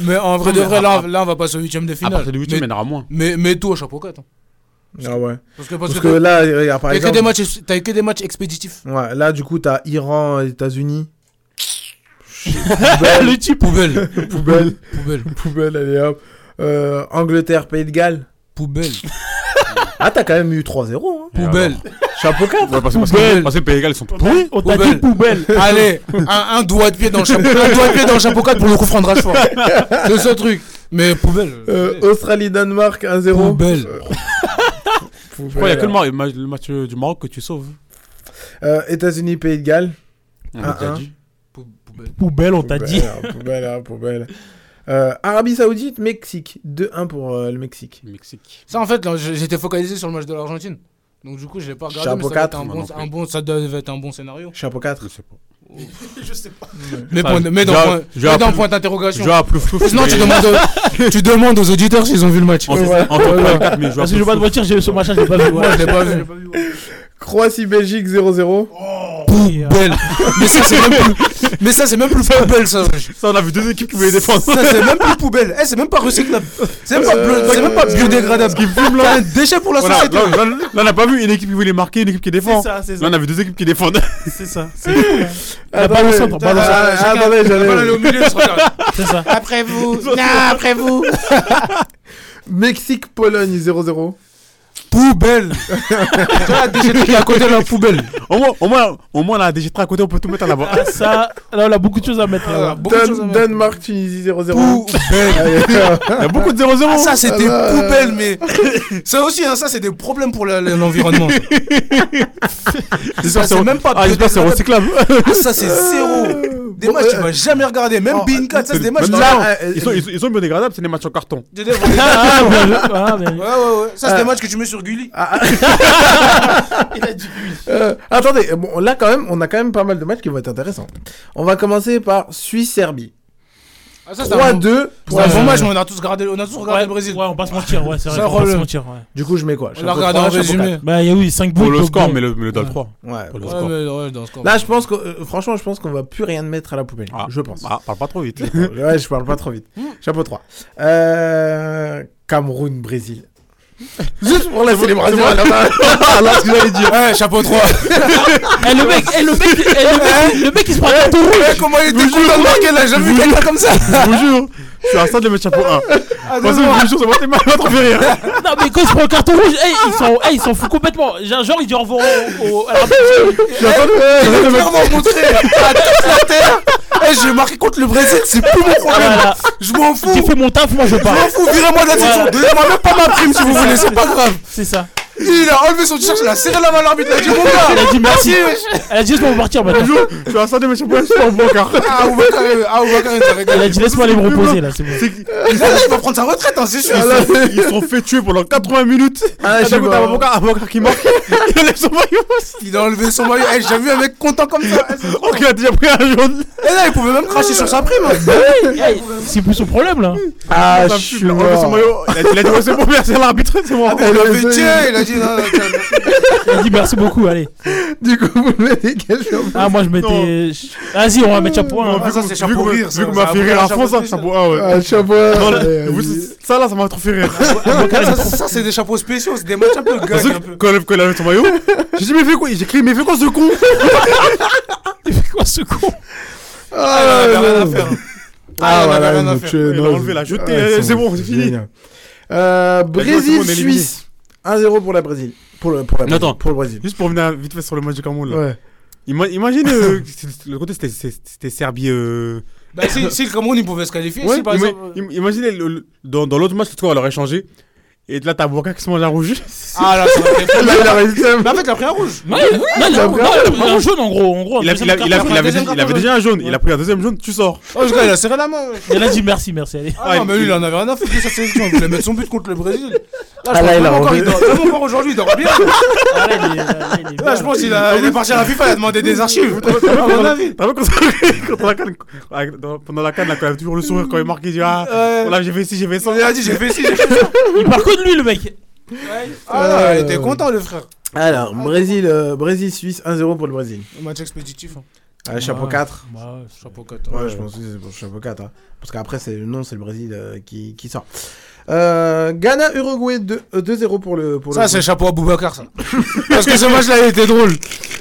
L: mais en vrai de
K: Non, mais
L: vrai,
K: à-
L: là, on- là, on va passer au 8ème de
K: À
L: finale.
K: partir du 8 il y
L: mais,
K: en aura moins.
L: mais, mais tout au chapeau 4. hein.
D: ah ouais.
L: Parce que, parce
D: Parce
L: que,
D: que
L: t'as-
D: là, regarde, par
L: t'as que
D: exemple.
L: des matchs, Ah, t'as eu que des matchs expéditifs.
D: Ouais, là, du coup, t'as Iran, États-Unis.
E: Le type.
L: Poubelle,
D: Poubelle,
L: poubelle,
D: poubelle, allez hop. Euh, Angleterre, Pays de Galles.
L: poubelle,
D: Ah, t'as quand même eu 3-0. hein.
L: poubelle.
D: Chapeau 4.
K: Ouais, parce, parce
L: Poubelle.
K: que, parce que les Pays-Galles ils sont pourris.
E: On t'a dit poubelle.
L: Allez, un, un doigt de pied dans le chapeau, un doigt de pied dans le chapeau 4 pour le coup franc de Rashford. C'est ce truc. Mais poubelle.
D: Euh, Australie-Danemark, 1-0.
L: Poubelle.
D: Euh, Poubelle.
K: Ouais, il y a que le, Mar- le match, le match, euh, du Maroc que tu sauves.
D: Euh, États-Unis, Pays de Galles.
K: On l'a
D: Ah,
K: déjà
D: ah.
K: dit.
L: Pou- Poubelle.
E: Poubelle, on t'a
D: Poubelle,
E: dit.
D: hein, Poubelle, hein, poubelle. Euh, Arabie Saoudite, Mexique. 2-1 pour euh, le Mexique.
K: Mexique.
L: Ça en fait, là, j'- j'étais focalisé sur le match de l'Argentine. Donc du coup, je l'ai pas regardé.
D: Chapeau
L: mais ça devait
D: quatre,
L: être un
K: moi
L: bon,
K: non plus.
L: un bon, ça devait être un bon scénario.
D: Chapeau 4.
L: Mais,
K: Ça,
L: point,
K: je-
L: mais dans
K: je-
L: point,
K: je-
L: mais dans
K: je-
L: point d'interrogation.
K: Joueur à plouf plouf.
L: Sinon, tu demandes, aux, tu demandes aux auditeurs s'ils ont vu le match. Ah,
K: En fait,
D: Ouais.
K: en fait, pas le quatre, mais joueur
E: Parce
K: à
E: que je
K: plouf
E: vois pas de voiture, j'ai ce machin, j'ai pas vu.
L: Moi, je l'ai pas vu.
D: Croatie-Belgique, 0-0.
L: Poubelle. Mais ça, c'est même plus, mais ça, c'est même plus poubelle, ça.
K: plouf. Ça, on a vu deux équipes qui voulaient défendre.
L: Ça, c'est même plus poubelle. Eh, c'est même pas recyclable. C'est même pas, bleu-
E: Euh,
L: c'est même pas biodégradable. C'est un déchet pour la
K: Voilà,
L: société.
K: là, là, là, on n'a pas vu une équipe qui voulait marquer, une équipe qui défend.
E: ça, c'est
K: Là, on a vu deux équipes qui défendent.
E: C'est ça.
D: Ah,
E: balle au
D: attendez,
E: centre, balle au
D: ah,
E: centre.
D: ah, attendez, j'allais-
E: C'est ça.
L: Après vous. Non, après vous.
D: Mexique-Pologne, 0-0.
L: Poubelle. la déchetterie qui est à côté de la poubelle.
K: Au moins, au moins, au moins, on a des jetons à côté, on peut tout mettre à l'avant.
E: Ah, ça, là, on a beaucoup de choses à mettre. là.
L: Beaucoup de choses hein, à
D: Dan-
L: mettre.
D: Danemark-Tunisie, 0-0.
L: Poubelle.
D: Allez, euh,
K: Il y a beaucoup de 0-0.
L: Ah, ça, c'est des
D: Ah, bah,
L: poubelles, mais. Ça aussi, hein, ça, c'est des problèmes pour la- la- l'environnement.
K: J'espère
L: ça, c'est
K: c'est-
L: même pas
K: Ah, j'espère que c'est recyclable.
L: Ah, ça, c'est zéro. Des
D: Bon,
L: matchs, tu
D: euh,
L: vas jamais regarder. Même
D: oh,
L: Bean 4, ça, c'est des matchs.
K: Même
L: tu
K: là,
L: vas-
D: euh,
K: Ils sont, ils sont- ils sont biodégradables, c'est des matchs en carton.
L: Des- des- Ouais,
E: Ah, bien joué. Ah, bien joué.
L: ouais, ouais. Ça, c'est
D: Ah.
L: des matchs que tu mets sur Gulli.
D: euh, attendez, bon, là quand même, on a quand même pas mal de matchs qui vont être intéressants. On va commencer par Suisse-Serbie.
L: Ah, ça, c'est un bon-
D: 3-2
L: c'est
D: pour
L: un
D: la
E: Ouais.
L: bon
D: Suisse.
L: match, mais on a tous regardé on a tous regardé
E: Ouais,
L: le Brésil.
E: Ouais, on passe mentir, ouais, c'est
L: Ça
E: vrai. On passe
L: relève.
E: mentir, ouais.
D: Du coup, je mets quoi
L: On
D: Chapeau
L: l'a regardé en
D: trois, chapeau
L: résumé.
E: Bah, il y a oui, 5 boules.
K: Pour le
E: donc
K: score,
E: bon.
K: mais le, mais le dans le
E: Ouais.
K: 3.
D: quatre. Ouais.
K: Pour le
L: Ouais,
K: score.
L: mais ouais, dans ce score.
D: Là, je pense que, euh, franchement, je pense qu'on va plus rien mettre à la poubelle.
K: Ah,
D: Je pense. Euh,
K: Ah, parle pas trop vite.
D: Ouais, je parle pas trop vite. Chapeau 3. Euh, Cameroun-Brésil. Juste pour la célébration. à la fin.
K: Là, ce que j'allais dire.
L: Ouais, chapeau 3.
E: Eh, le mec, eh, le mec, eh, le mec, le mec, il se prend un tout rouge.
L: Comment il était content de marquer là, j'ai vu quelqu'un comme ça.
K: Je vous jure. Je suis à ça de le mettre chapeau 1.
E: Ah,
K: Parce que
E: d'accord.
K: une chose, moi, t'es mal, va trop rire.
E: Non, mais quand ils se prend le carton rouge, hey, ils s'en hey, ils s'en foutent complètement. Genre, genre, ils disent au revoir au. au- à la-
L: Je vais clairement montrer à toute la terre. Eh, J'ai marqué contre le Brésil, c'est plus mon problème.
E: Voilà.
L: Je m'en fous.
E: Ah J'ai fait mon taf, moi je pars.
L: Je m'en fous, virez-moi de la section.
E: Voilà.
L: Donnez-moi même pas ma prime si vous
E: C'est
L: voulez,
E: ça.
L: c'est pas grave.
E: C'est ça.
L: Il a enlevé son t-shirt, il a serré la main à l'arbitre, il a dit mon gars.
E: Elle a dit merci.
L: wesh.
E: Elle a dit laisse-moi partir maintenant.
K: Je suis à ça de le mettre chapeau 1, je suis en brancard.
L: Ah, Oubacar, euh, ah, Oubacar, il t'a régalé.
E: Elle a dit laisse-moi aller me reposer là, c'est bon.
L: Il va- il va prendre sa retraite, hein, c'est sûr.
K: Ils se sont fait tuer pendant 80 minutes. Ah,
L: je
K: d'un coup,
L: vois.
K: t'as un brancard- un brancard qui marque. Il enlève son maillot.
L: bah, Il a enlevé son maillot. Eh, J'ai vu un mec content comme ça. Eh, c'est-
K: Ok, il a déjà pris un jaune.
L: Eh là, il pouvait même cracher sur sa prime.
E: Hey, C'est plus son problème là.
D: Ah, je
K: Ça me
D: suis
K: fume, il a enlevé son
D: mort.
K: maillot. Il a il a dit, ouais, c'est bon, merci à l'arbitre, c'est bon.
L: Il a fait tiens, il a dit non, non, calme.
E: Elle a dit merci beaucoup, allez.
D: Du coup, vous le mettez caché en
E: Ah, moi je m'étais. Vas-y, on va mettre chapeau un.
K: Non,
E: hein.
K: vu
L: ça,
K: que-
L: c'est chapeau
K: vu que-
L: rire, ça.
K: Vu qu'on m'a
L: Ça
K: fait
L: va
K: rire à
L: faire
K: fond, ça,
L: chapeau
K: chapeau. Ah ouais.
D: Ah, chapeau.
K: Non, là,
D: Ouais,
K: vous-
D: vas-y.
K: Ça, là, ça m'a trop fait rire.
L: Ça, ça, ça, c'est des chapeaux spéciaux, c'est des matchs un peu
K: Parce
L: gags Ah, un
K: que
L: peu.
K: quand elle- quand il a mis son maillot, j'ai dit, mais fais quoi J'ai crié, mais fais quoi ce con
E: Quoi ce con
L: Ah,
D: Ah,
L: elle avait
D: là,
L: rien
D: là,
L: à
D: là.
L: faire.
D: Ah,
L: Ah, on avait
D: voilà,
L: rien
D: ils
L: à
D: l'ont
L: faire.
D: tué,
K: Ouais, ils
D: non,
K: l'ont
D: ils-
K: enlevé, là, jetez,
D: Ah, ils
K: euh,
D: sont
K: c'est bon, c'est fini.
D: géniaux. Euh,
K: on est
D: Brésil-Suisse. 1-0 pour la Brésil. Pour le, pour la
K: Mais attends.
D: pour le Brésil.
K: Juste pour revenir vite fait sur le match du Cameroun, là.
D: Ouais.
K: Ima- imagine, euh, c'est- le côté, c'était- c'est- c'était Serbie. euh,
L: Bah, si, si le Cameroun il pouvait se qualifier,
K: Ouais,
L: si par
K: ima-
L: exemple. euh,
K: im- imaginez, le- le- dans, dans l'autre match, le score, elle aurait changé. Et là, t'as Bourka qui se mange un rouge.
L: Ah là, ça aurait été fou.
D: Là, il a réussi à-
L: Mais en fait, il a pris un rouge.
E: Non, il- non, il a- non, il a pris un jaune en gros. En gros
K: il, a- il a- il a- il
L: carton,
K: avait- il avait,
L: deuxième carton
K: déjà un jaune. Il a pris un deuxième jaune, tu sors.
L: Oh, le gars, il a serré la main.
E: Elle a dit merci, merci, allez.
L: Ah, non, mais lui, il en avait rien à foutre de sa sélection. Il voulait mettre son but contre le Brésil. Là, je
D: Ah, là,
L: pense
D: il a
L: même encore,
D: rendu-
L: il dort- même encore aujourd'hui, il dort bien.
E: Ah, là, il est- là, il est bien,
L: Là, je pense qu'il a- il est parti à la FIFA, il a demandé des archives. À mon avis.
K: T'as vu quand ça- quand on la canne, avec- dans- pendant la canne, là, quand il a toujours le sourire, quand il marque, il dit Ah,
L: Ouais.
K: voilà, j'ai fait ci, j'ai fait ça.
L: Il a dit, j'ai fait ci, j'ai fait ça.
E: Il part que de lui, le mec.
L: Ah, là, il était content, le frère.
D: Alors, Brésil, euh, Brésil-Suisse, 1-0 pour le Brésil.
L: Un match expéditif. hein.
D: Ah, chapeau
E: Ouais.
D: 4.
E: Bah, je-
L: Chapeau 4.
D: Ouais, je pense que c'est pour chapeau 4. hein. Parce qu'après, c'est non, c'est le Brésil euh, qui, qui sort. Euh, Ghana-Uruguay 2 euh, 2-0 pour le. Pour
L: Ça,
D: le...
L: c'est chapeau à Boubacar, ça. Parce que ce match-là, il était drôle.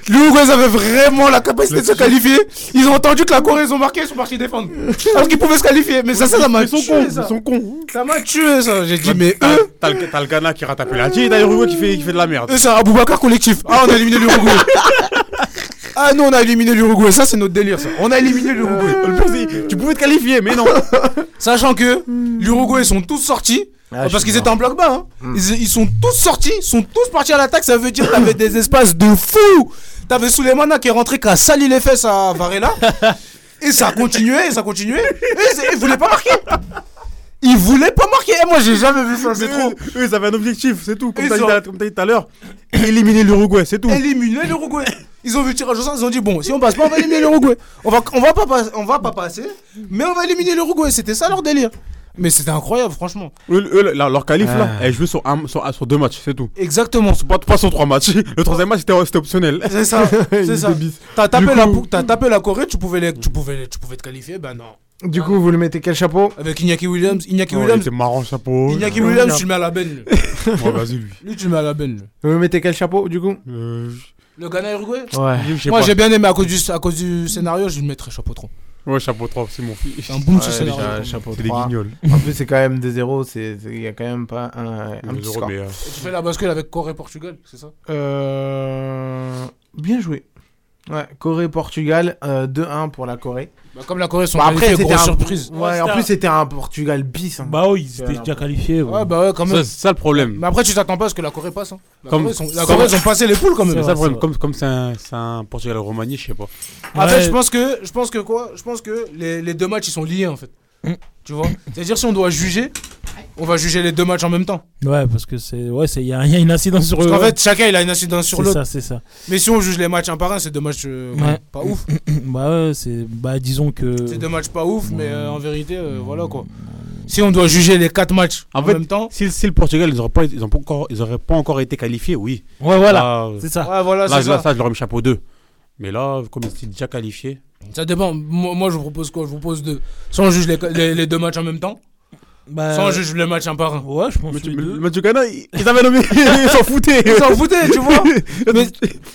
L: L'Uruguay, ils avaient vraiment la capacité de se qualifier. Ils ont entendu que la Corée, ils ont marqué, ils sont partis défendre. Alors qu'ils pouvaient se qualifier. Mais ça, ça, ça m'a
K: Ils sont cons,
L: tué,
K: ils
L: ça.
K: sont cons.
L: Ça m'a tué, ça. J'ai dit, mais
K: T'as
L: eux,
K: t'as le t'as le Ghana qui rattrape la et t'as l'Uruguay qui fait, qui fait de la merde.
L: eux, c'est un Boubacar collectif. Ah, on a éliminé l'Uruguay. Ah non, on a éliminé l'Uruguay. Ça, c'est notre délire, ça. On a éliminé l'Uruguay.
K: Le pire, c'est- Tu pouvais te qualifier, mais non.
L: Sachant que l'Uruguay, ils sont tous sortis.
D: Ah, je
L: parce qu'ils
D: suis Hmm.
L: étaient en bloc bas. hein. Ils, ils sont tous sortis, ils sont tous partis à l'attaque. Ça veut dire que t'avais des espaces de fou. T'avais Souleymana qui est rentré, qui a sali les fesses à Varela. et ça a continué, et ça a continué. Et c'est- ils voulaient pas marquer. Ils voulaient pas marquer. Et moi, j'ai jamais vu ça, c'est trop.
K: Eux, eux, ils avaient un objectif, c'est tout. Comme
L: Ils
K: t'as dit
L: ont-
K: tout à- comme t'as dit tout à l'heure, éliminer l'Uruguay, c'est tout.
L: Éliminer l'Uruguay. Ils ont vu le tirage au sort, ils ont dit bon, si on passe pas, on va éliminer l'Uruguay. On va, on, va pas pas- on va pas passer, mais on va éliminer l'Uruguay. C'était ça leur délire. Mais c'était incroyable, franchement.
K: Eux, eux, là, leur qualif, là, elle jouait sur, un- sur, sur deux matchs, c'est tout.
L: Exactement.
K: Pas, pas sur trois matchs. Le troisième match, c'était c'était optionnel.
L: C'est ça, c'est ça. T'as tapé, la, pou- t'as tapé la Corée, tu pouvais, les- tu, pouvais, les- tu pouvais te qualifier, ben non.
D: Du coup, vous le mettez quel chapeau
L: Avec Iñaki Williams, Iñaki
K: Ouais,
L: Williams,
K: C'est marrant, chapeau.
L: Iñaki Williams, tu le mets à la benne. lui.
K: Ouais, Vas-y, lui.
L: Lui, tu le mets à la benne. lui.
D: Vous le mettez quel chapeau du coup
K: Euh,
L: Le Ghana Uruguay
D: Ouais.
K: je- je sais
L: Moi,
K: pas.
L: j'ai bien aimé à cause, du, à cause du scénario, je lui mettrais chapeau 3.
K: Ouais, chapeau 3, c'est mon fils.
L: C'est un bon petit
D: Ouais,
L: scénario.
D: déjà,
L: quand même.
D: chapeau
K: C'est des
D: 3.
K: guignols.
D: En plus, c'est quand même 2-0. c'est- c'est- Il y a quand même pas un, un petit score.
K: euh,
L: Et tu fais la bascule avec Corée-Portugal, c'est ça
D: Euh, Bien joué. Ouais, Corée-Portugal, euh, 2-1 pour la Corée.
L: Bah, Comme la Corée, ils sont
D: Bon,
L: qualifiés,
D: c'était
L: grosse
D: un-
L: surprise.
D: Ouais, en plus, c'était un Portugal bis. hein.
E: Bah, oui, ils étaient déjà qualifiés. ouais.
L: Ouais, bah ouais, quand
K: Ça,
L: même.
K: c'est ça le problème.
L: Mais après, tu t'attends pas à ce que la Corée passe. Hein. La
K: Comme-
L: Corée, ils sont- la
K: comme-
L: Corée, ils ont passé les poules quand même.
K: C'est ça
E: vrai,
K: le problème.
E: c'est
K: Comme comme c'est un, c'est un Portugal remanié, je sais pas.
L: En fait,
E: Ouais.
L: je pense que, je pense que quoi Je pense que les, les deux matchs ils sont liés en fait.
E: Mm.
L: Tu vois C'est-à-dire si on doit juger, on va juger les deux matchs en même temps.
E: Ouais, parce que c'est. Ouais, c'est- il y a il y a une incidence sur
L: Parce
E: eux.
L: qu'en
E: ouais.
L: fait, chacun il a une incidence sur
E: C'est
L: l'autre.
E: ça, c'est ça.
L: Mais si on juge les matchs un par un, c'est deux matchs euh,
E: Ouais. Mm.
L: pas ouf.
E: Bah, ouais, c'est. Bah, disons que.
L: C'est deux matchs pas ouf, mais euh, en vérité, euh, voilà quoi. Si on doit juger les quatre matchs en,
K: En fait,
L: même temps,
K: Si, si le Portugal, ils n'auraient pas, ils ont pas, encore- ils auraient pas encore été qualifiés, oui.
E: Ouais, voilà.
K: Là,
E: C'est ça.
L: ouais, voilà,
K: là,
L: c'est
K: là,
L: ça.
K: ça, je leur ai mis chapeau 2. Mais là, comme ils étaient déjà qualifiés.
L: Ça dépend. Moi, moi, je vous propose quoi Je vous propose deux. Soit on juge les, les- les deux matchs en même temps,
E: Bah,
L: soit on juge le match un par un.
E: Ouais, je pense.
K: Mais tu-
E: les
K: mais
E: deux.
K: le match du Ghana, ils ils avaient nommé. Ils s'en foutaient.
L: Ils s'en foutaient, tu vois Mais-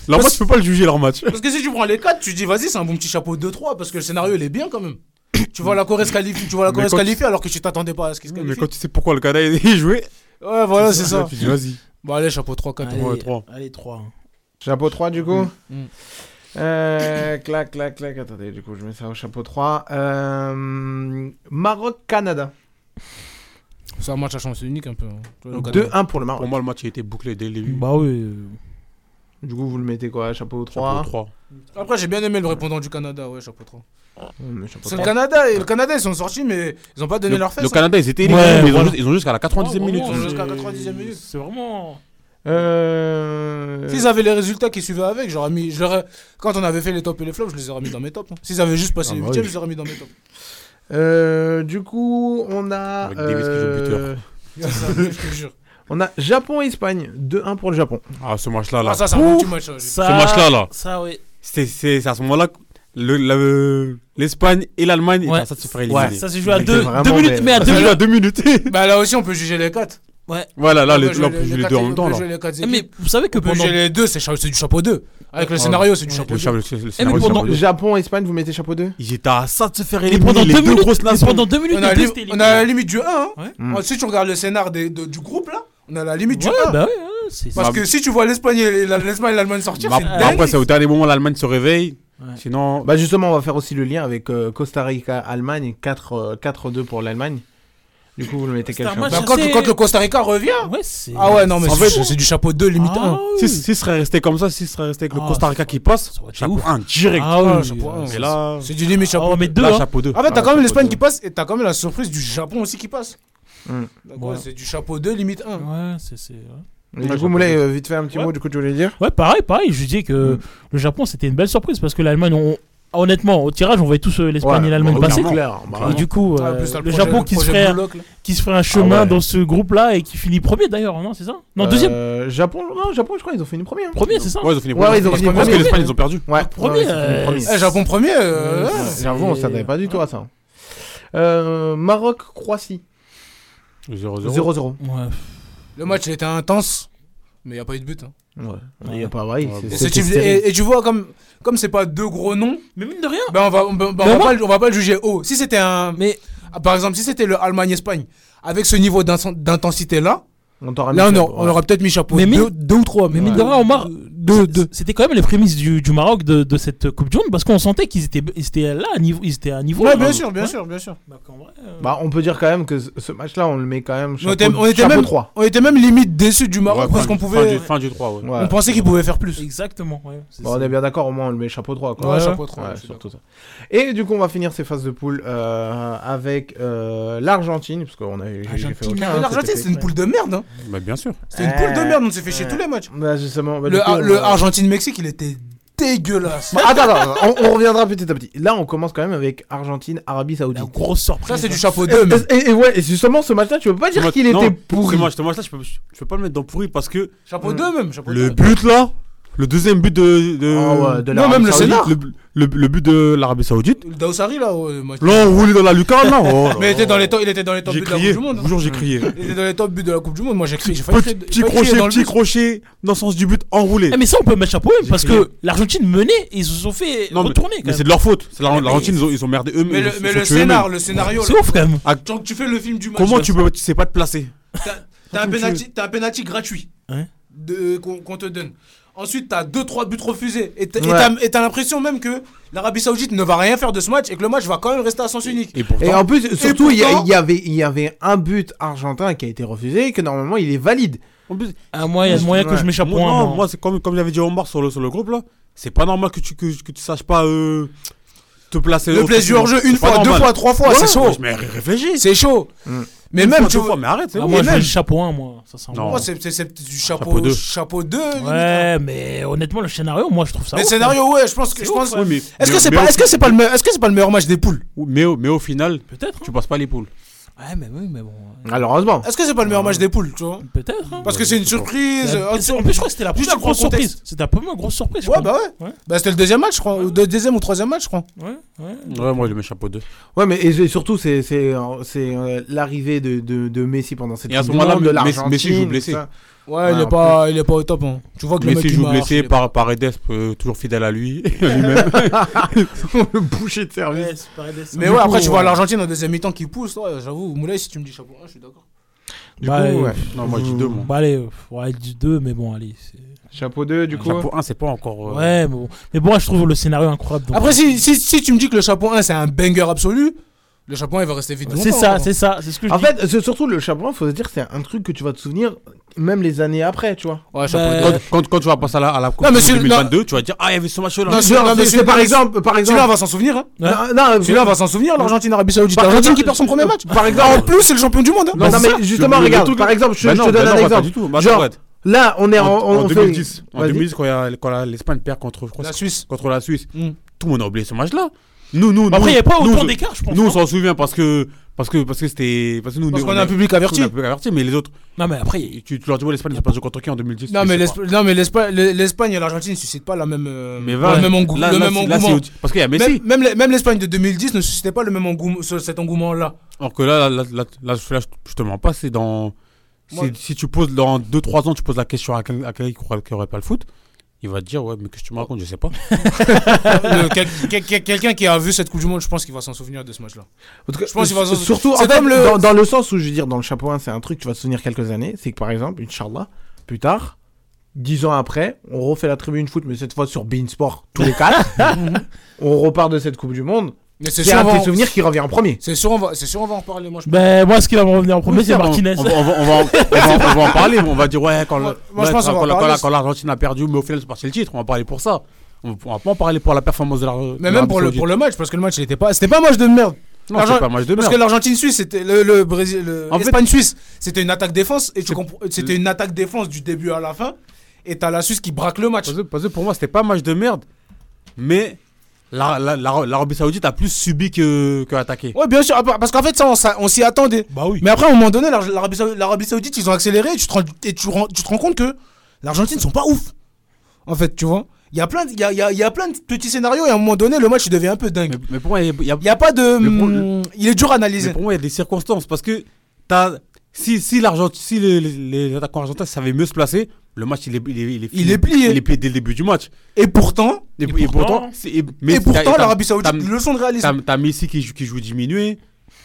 K: Leur match, tu peux pas le juger, leur match.
L: Parce que si tu prends les 4, tu dis vas-y, c'est un bon petit chapeau 2-3 parce que le scénario il est bien quand même. tu vois la Corée se qualifier, tu vois la
K: Mais
L: Corée se
K: quand tu-
L: qualifier alors que tu t'attendais pas à ce qu'ils se
K: Mais
L: qualifient.
K: quand tu sais pourquoi le Canada est joué.
L: Ouais, voilà, c'est ça.
K: Tu dis, vas-y.
L: Bon, allez, chapeau 3, 4.
K: Allez, Ouais, trois.
E: allez, 3.
D: Chapeau 3 du coup
L: Mm.
D: Euh, clac, clac, clac. Attendez, du coup, je mets ça au chapeau 3. Euh, Maroc-Canada.
L: C'est un match hein. à chance unique un peu. hein. Tu vois, le
D: 2-1 pour le Maroc.
K: Pour moi, le match a été bouclé dès le début.
E: Bah oui.
D: Du coup, vous le mettez quoi Chapeau 3
K: Chapeau 3.
L: Canada. Après, j'ai bien aimé le répondant du Canada, ouais, chapeau 3. C'est le
D: trois.
L: Canada, et le Canada, ils sont sortis, mais ils ont pas donné
K: Le,
L: leur fesse.
K: le
L: hein.
K: Canada, ils étaient
L: Ouais,
K: éliminés, mais ils ont
L: voilà.
K: juste- ils ont jusqu'à la 90e minute.
L: Ils ont jusqu'à 90e minute.
E: C'est vraiment.
D: Euh...
L: S'ils avaient les résultats qui suivaient avec, j'aurais mis. je leur ai- Quand on avait fait les tops et les flops, je les aurais mis dans mes tops. hein. S'ils avaient juste passé
D: Ah
L: les
D: bah
L: 8
D: oui.
L: je les aurais mis dans mes tops.
D: Euh, du coup, on a.
K: Avec Davis qui joue
D: euh,
L: C'est ça, je te jure.
D: on a Japon-Espagne. 2-1 pour le Japon.
K: Ah, ce match-là, là.
L: Ah, ça, c'est un bon
K: Ouh.
L: petit match, ça, j'ai-
K: Ce match-là, là.
E: Ça, oui.
K: C'est- C'est c'est à ce moment-là que le- le- l'Espagne et ben, l'Allemagne étaient en train de se faire éliminer.
E: ça se joue à
K: C'était
E: 2
K: vraiment
E: minutes,
K: belle.
E: mais à
K: Ça se joue à
E: 2
K: deux minutes.
L: Bah là aussi, on peut juger les 4.
E: Ouais.
K: Voilà, là, Ah, les- là, on peut
L: les
K: jouer les
L: quatre
K: deux en
L: équipes,
K: même temps,
L: on peut
K: là.
L: jouer les quatre
E: Ah, mais
L: équipes.
E: vous savez que
L: On peut
E: pendant.
L: juger les deux, c'est cha- c'est du chapeau 2. Avec le
K: Ouais.
L: scénario, c'est du
K: Ah. Le
L: chapeau
K: cha-
L: 2.
K: le- le scénario,
E: pendant-
K: c'est-
D: Japon-Espagne, vous mettez chapeau 2
K: Ils étaient à ça de se faire
E: Et pendant
K: éliminer. Les
E: 2
K: deux
E: minutes,
K: grosses
E: et
K: nations.
E: pendant deux minutes,
L: On a,
E: les
L: la
E: deux,
L: li-
E: c'était
L: on a la
E: éliminé.
L: limite du 1. hein.
E: Ouais.
K: Hmm.
L: Oh, Si tu regardes le scénar des- de- du groupe, là, on a la limite du 1.
E: Ouais, bah ouais, ouais, c'est
L: Parce que si tu vois l'Espagne et la- l'Espagne et l'Allemagne sortir,
K: Mais
L: c'est
K: ap- mais
L: dingue.
K: Après, c'est au dernier moment, l'Allemagne se réveille.
E: Ouais.
K: Sinon,
D: Bah, justement, on va faire aussi le lien avec euh, Costa Rica-Allemagne. 4-2 euh, pour l'Allemagne. Du coup, vous le mettez
E: C'est
D: quel
E: un
D: chapeau
E: match
L: Bah, quand,
E: c'est-
L: quand le Costa Rica revient.
E: Ouais, c'est.
L: Ah ouais, non, mais
K: En
L: c'est
K: fait-
L: c'est hein. du chapeau 2, limite 1.
E: Ah
K: si
E: oui.
K: si serait resté comme ça, si serait resté avec le
E: Ah,
K: Costa Rica qui passe,
E: ça aurait été
K: chapeau
E: ouf.
K: 1 direct.
E: Ah oui,
L: chapeau un.
K: Mais là,
L: C'est du limite chapeau.
E: Ah, mais 2
K: là, chapeau 2.
L: Ah bah t'as quand même l'Espagne qui passe et t'as quand même la surprise du Japon aussi qui passe.
D: Hmm.
L: Donc
E: Ouais.
L: ouais, c'est du chapeau 2 limite 1.
E: Ouais, c'est- c'est. ouais.
D: Et
K: Ouais,
D: Du coup,
K: chapeau
D: Moulay, euh, vite fait un petit mot, du coup, tu voulais dire
E: Ouais, pareil, pareil. Je disais que le Japon, c'était une belle surprise parce que l'Allemagne, on- honnêtement, au tirage, on voyait tous euh, l'Espagne
D: Ouais,
E: et l'Allemagne
D: bah,
E: passer.
D: clairement.
E: quoi.
D: Bah,
E: Et du coup,
L: Ah, en
E: euh,
L: plus, t'as
E: le
L: projet-
E: Japon qui se,
L: projet
E: ferait,
L: Blue Lock, là.
E: qui se ferait un chemin
D: ouais.
E: dans ce groupe-là et qui finit premier d'ailleurs, hein, non C'est ça Non, deuxième.
D: Euh, Japon, non, Japon, je crois, ils ont fini premier. hein.
E: Premier, c'est ça
K: Ouais, ils ont fini
D: Ouais,
K: premier.
D: ils ont
K: Parce
D: fini
K: que- Parce que
D: premier.
K: l'Espagne, ils ont perdu.
D: Ouais, ouais,
E: premier,
D: ouais, ils ont fini
E: euh,
D: premier.
L: Eh, Japon premier. euh, ouais.
D: J'avoue, on s'attendait pas du tout à ça. Euh, Maroc-Croatie.
K: 0-0.
D: 0-0.
E: Ouais.
L: Le match il était intense, mais y a pas eu de but. hein.
D: Ouais. Il y a pas ouais, c'est-
L: Et,
D: c'était
L: c'est-
D: stérile.
L: et- et tu vois comme comme c'est pas deux gros noms,
E: Mais mine de rien.
L: ben on va ben- ben on va
E: moi-
L: pas le- on va pas le juger haut. Si c'était un
E: Mais
L: ah, par exemple si c'était le Allemagne Espagne avec ce niveau d'in- d'intensité là,
D: On t'aura mis
L: là on,
D: ça,
L: aura- on
D: ouais.
L: aurait peut-être mis chapeau
E: Mais
L: 2
E: mine-
L: ou 3
E: Mais mine de rien, Omar, c'était quand même les prémices du, du Maroc de, de cette Coupe du Monde parce qu'on sentait qu'ils étaient, ils étaient là, à niveau, ils étaient à niveau.
L: Ouais,
E: là.
L: bien sûr, bien
E: Ouais.
L: sûr, bien sûr.
E: Bah, qu'en vrai, euh,
D: Bah, on peut dire quand même que ce- ce match-là, on le met quand même
L: On
D: chapeau,
L: était, on était
D: chapeau
L: même
D: 3.
L: on était même limite déçu du Maroc
K: Ouais,
L: parce
K: fin
L: qu'on
K: du-
L: pouvait
K: fin du- Fin du 3, ouais.
L: on pensait qu'il pouvait faire plus.
E: Exactement. Ouais, c'est
D: Bon, on
E: ça.
D: est bien d'accord, au moins on le met chapeau 3. Quoi.
L: Ouais, chapeau 3,
D: Ouais,
L: je suis
D: surtout ça. Et du coup, on va finir ces phases de poule euh, avec euh, l'Argentine, parce qu'on a eu. j'ai fait
E: Argentine.
D: aucun,
L: Mais
D: hein,
L: L'Argentine,
D: cet
L: c'est
D: été.
L: une poule de merde. Hein.
K: Bah, bien sûr.
L: C'est une poule de merde, on s'est fait chier
D: Ouais.
L: tous les matchs.
D: Bah, justement. bah, du
L: Le,
D: coup, on
L: le
D: va-
L: Argentine-Mexique, il était dégueulasse.
D: Bah, attends, attends, attends, on, on reviendra petit à petit. Là, on commence quand même avec Argentine, Arabie
E: La
D: Saoudite.
E: grosse surprise.
L: Ça, c'est du
E: hein.
L: chapeau 2. mais-
D: Et, et- et ouais, et justement, ce match-là, tu peux pas dire
K: Moi-
D: qu'il
K: non,
D: était pourri.
K: ce match- ce match-là, je peux- je je peux pas le mettre dans pourri parce que
L: Chapeau 2 même. Chapeau
K: le
L: deux.
K: but là, le deuxième but de. de-
D: Ah ouais, de
K: Non,
D: l'Arabie
K: même le
D: Saoudite.
K: scénar. Le, le- le but de l'Arabie Saoudite.
L: Le Daoussari, là. ouais, le match.
K: Là, on roulait dans la lucarne là. Oh là
L: Mais il était
K: là.
L: dans les top, il était dans les top
K: J'ai
L: buts de la
K: crié.
L: Coupe du Monde. hein.
K: Bonjour, j'ai crié.
L: Il était dans les top buts de la Coupe du Monde. Moi, j'ai crié. J'ai failli crier- j'ai
K: Petit
L: failli crier
K: crochet,
L: dans le
K: petit
L: but. Ah,
K: crochet dans le sens du but enroulé.
E: Eh, mais ça, on peut mettre chapeau même parce
K: crié.
E: que l'Argentine menait et ils se sont fait
K: Non, mais-
E: retourner. quand
K: Mais c'est
E: même.
K: de leur faute. C'est la- l'Argentine, ils ont- ils ont merdé eux-mêmes.
L: Ah, Mais
K: ils
L: le,
K: se
L: mais
K: sont
L: le
K: tués eux-mêmes.
L: scénar, le scénario.
E: C'est
L: là.
E: ouf quand même.
L: Donc, tu fais le film du match.
K: Comment
L: là.
K: tu peux, tu sais pas te placer
L: T'as un
K: Comment tu-
L: penalty- t'as un penalty gratuit
E: Hein
L: de- qu'on qu'on te donne. Ensuite, t'as 2-3 buts refusés. Et t'as- et
D: Ouais.
L: t'as et t'as l'impression même que l'Arabie Saoudite ne va rien faire de ce match et que le match va quand même rester à sens unique.
K: Et pourtant,
D: Et en plus, surtout, il y, a-
L: pourtant-
D: il y avait, il y avait un but argentin qui a été refusé, que normalement il est valide.
K: en plus,
E: Ah, moi, il y a moyen que
D: Ouais.
E: je mets chapeau
K: moi,
E: un,
K: non,
E: moi.
K: moi, c'est comme, comme j'avais dit à Omar sur le, sur le groupe là. C'est pas normal que tu, que, que tu saches pas euh, te placer.
L: Le
K: au-
L: plaisir du hors-jeu, une
K: C'est pas
L: fois, deux
K: normal.
L: fois, trois fois,
K: Ouais,
L: c'est chaud.
K: Mais ré- réfléchis.
L: C'est chaud. Mais même, tu
K: deux
L: vois.
K: fois, mais arrête. c'est
E: Ah,
K: bon.
E: moi,
K: Et
E: je
K: même-
E: mets chapeau 1, moi. Ça, c'est un
K: Non.
E: bon.
L: Moi, c'est c'est- c'est du
K: Chapeau
L: chapeau
K: deux.
L: 2. Chapeau 2.
E: Ouais, mais honnêtement, le scénario, moi, je trouve ça.
L: Mais le
E: ouf,
L: scénario, hein. ouais, je pense que. je pense-
K: Oui, mais-
L: Est-ce que
K: mais-
L: c'est
K: mais
L: pas,
K: au-
L: est-ce que c'est pas le, me- est-ce que c'est pas le meilleur match des poules
K: mais au- mais au final,
E: hein. Peut-être.
K: tu
E: hein.
K: passes pas les poules.
E: Ouais, mais oui, mais bon.
D: Malheureusement.
L: Est-ce que c'est pas le meilleur match des poules, tu vois
E: Peut-être. hein.
L: Parce que c'est une surprise.
E: C'est-
L: euh,
E: En plus, je crois que c'était la
L: Juste
E: première
L: pour le
E: grosse
L: contexte.
E: surprise. C'était la première grosse surprise. je
L: Ouais,
E: crois.
L: bah ouais.
E: Ouais.
L: Bah, c'était le deuxième match, je crois. Ou deux- deuxième ou troisième match, je crois.
E: Ouais, ouais.
K: Ouais, moi, je mets chapeau 2.
D: Ouais, mais et, et surtout, c'est c'est, euh, c'est, euh, l'arrivée de, de, de Messi pendant cette
K: Et à ce
D: Coupe du
K: moment-là,
D: Monde, de
K: Messi-
D: l'Argentine,
K: Messi joue
D: tout
K: blessé.
D: ça.
L: Ouais, il, est pas, il est pas au top. hein. Tu vois que le
K: Messi
L: mec il
K: joue
L: marche,
K: blessé
L: il est
K: par, par Edes, euh, toujours fidèle à lui, lui-même.
D: le boucher de service.
L: Mais
D: Du
L: ouais,
D: coup,
L: après, tu vois
D: ouais.
L: l'Argentine en deuxième mi-temps qui pousse. ouais, J'avoue, Moulay, si tu me dis chapeau 1, je suis d'accord.
D: Du
K: Bah,
D: coup, ouais.
K: Non, moi, je dis deux, moi.
E: euh, Bah, allez, euh, ouais, je dis deux, mais bon, allez. c'est-
D: Chapeau 2, du coup.
K: Chapeau 1, c'est pas encore. euh,
E: Ouais, mais bon. Mais bon, je trouve le scénario incroyable. donc-
L: Après, si, si, si tu me dis que le chapeau 1, c'est un banger absolu, le chapeau 1, il va rester vite. hein.
E: C'est ça, c'est ça, c'est ce que je
D: En
E: dis.
D: fait, c'est surtout le chapeau 1, faut se dire, c'est un truc que tu vas te souvenir même les années après, tu vois.
L: Ouais,
K: chapeau
L: Bah,
K: deux. Quand, quand, quand tu vas passer à la, à la Coupe
L: mais
K: du
L: c'est-
K: Monde 2022, tu vas dire Ah, il y avait ce match-là.
L: Non, celui-là, non, mais
D: c'est par exemple, par exemple.
L: Celui-là, on va s'en souvenir. Hein.
E: Ouais.
D: Non, non,
L: Celui-là, on va s'en souvenir, l'Argentine, Arabie Saoudite.
D: Par
L: L'Argentine
D: exemple,
L: qui perd son premier match.
D: par exemple-
L: En plus, c'est le champion du monde. hein.
D: Non, non, mais justement,
K: Bah, Le- le
D: regarde,
K: truc-
D: par exemple, je,
K: Bah
D: je
K: non,
D: te donne
K: bah non,
D: un
K: bah pas
D: exemple.
K: du tout. Bah attends,
D: Genre,
K: regarde.
D: là, on est en,
K: en, en
D: on fait-
K: 2010, en
D: Vas-y.
K: 2010 quand, il y a- quand la- l'Espagne perd contre, je crois,
L: La Suisse.
K: contre la Suisse,
L: Mm.
K: tout le monde a oublié ce match-là. Nous, nous,
E: Après,
K: nous-
E: il n'y a pas
K: nous,
E: autant
K: on-
E: d'écart, je pense.
K: Nous, on
E: hein.
K: s'en souvient parce que parce que parce que c'était parce que nous,
L: Parce
K: on
L: qu'on
K: est-
L: a un public averti.
K: on est un public averti, mais les autres,
E: Non, mais après, il-
K: tu, tu leur dis ouais, l'Espagne, ils ont perdu contre qui en 2010
L: Non
K: Je
L: mais,
K: sais
L: l'Espa- non, mais l'Espa- l'E- l'Espagne et l'Argentine ne suscitent pas la même, euh,
K: Mais
L: le
K: voilà.
L: même, engou-
K: Là,
L: le
K: là,
L: même
K: c'est- là, c'est
L: engouement.
K: autre- parce qu'il y a
L: Même-
K: Messi.
L: Même, l'E- même l'Espagne de 2010 ne suscitait pas le même engouement, ce- cet engouement-là.
K: Alors que là, là, là, là, là, je- là, je te mens pas, c'est dans. c'est-
L: Moi-
K: Si tu poses dans 2-3 ans, tu poses la question à quel- à quelqu'un qui croit- qui aurait pas le foot, il va te dire Ouais, mais qu'est-ce que tu me racontes Je sais pas.
L: Le- quel- quel- quel- Quelqu'un qui a vu cette Coupe du Monde, je pense qu'il va s'en souvenir de ce match-là.
D: En tout cas,
L: Je pense qu'ils vont s'en-
D: surtout en
L: c'est
D: fait,
L: comme le-
D: dans, dans le sens où je veux dire dans le chapeau 1 c'est un truc que tu vas te souvenir quelques années c'est que par exemple Inch'Allah plus tard 10 ans après on refait la tribune foot mais cette fois sur Bein Sport tous les quatre on repart de cette coupe du monde
L: Mais c'est
D: c'est
L: sûr,
D: un
L: on va
D: des
L: en-
D: souvenirs qui revient en premier
L: c'est sûr, on va, c'est sûr, on va en reparler. Moi, je,
E: Ben, moi, ce qui va me revenir en premier, c'est
K: On-
E: Martinez.
K: On va, on va- on va- on va- on va en parler. On va dire, ouais, quand, le-
L: Moi- moi, je
K: ouais,
L: pense
K: quand-
L: qu'on va
K: quand-
L: en parler.
K: quand- quand l'Argentine a perdu, mais au final, c'est parce que c'est le titre. On va en parler pour ça. On va, on va pas en parler pour la performance de l'Argentine.
L: mais même pour le, pour le match, parce que le match, il était pas, c'était pas un match de merde.
K: Non, c'est
L: L'Argent-
K: pas un match de
L: Parce
K: merde.
L: que l'Argentine-Suisse, c'était le, le Brésil, le-
K: En fait-
L: l'Espagne-Suisse, c'était une attaque défense et tu
K: C'est-
L: comprends- c'était une attaque défense du début à la fin. Et t'as la Suisse qui braque le match.
K: Parce que- parce que pour moi, c'était pas un match de merde. Mais la- la- la- l'Arabie Saoudite a plus subi que, que attaqué.
L: Ouais, bien sûr, parce qu'en fait, ça, on s'a- on s'y attendait.
E: Bah oui.
L: Mais après, à un moment donné, l'Ar- l'Arabie Saoudite, l'Arabie Saoudite, ils ont accéléré et tu te rends, et tu, rends- tu te rends compte que l'Argentine sont pas ouf. En fait, tu vois. Il y, a plein de- il y a, il y a- il y a plein de petits scénarios et à un moment donné, le match il devient un peu dingue.
K: Mais, mais pour moi, il y a- il y a-
L: Il n'y a pas de.
K: Le pro-
L: hum, il est dur à
K: Mais
L: analyser.
K: pour moi, il y a des circonstances. Parce que t'as- si, si, l'Argent- si les, les- les attaquants argentins savaient mieux se placer, le match, il est, il est, il est,
L: Il est plié.
K: Il est plié dès le début du match.
L: Et pourtant,
K: Et, et pourtant, c'est- et- mais
L: et
K: t'as- t'as-
L: pourtant l'Arabie
K: t'as-
L: Saoudite, leçon de réalisme.
K: T'as t'as Messi qui joue, qui joue diminué.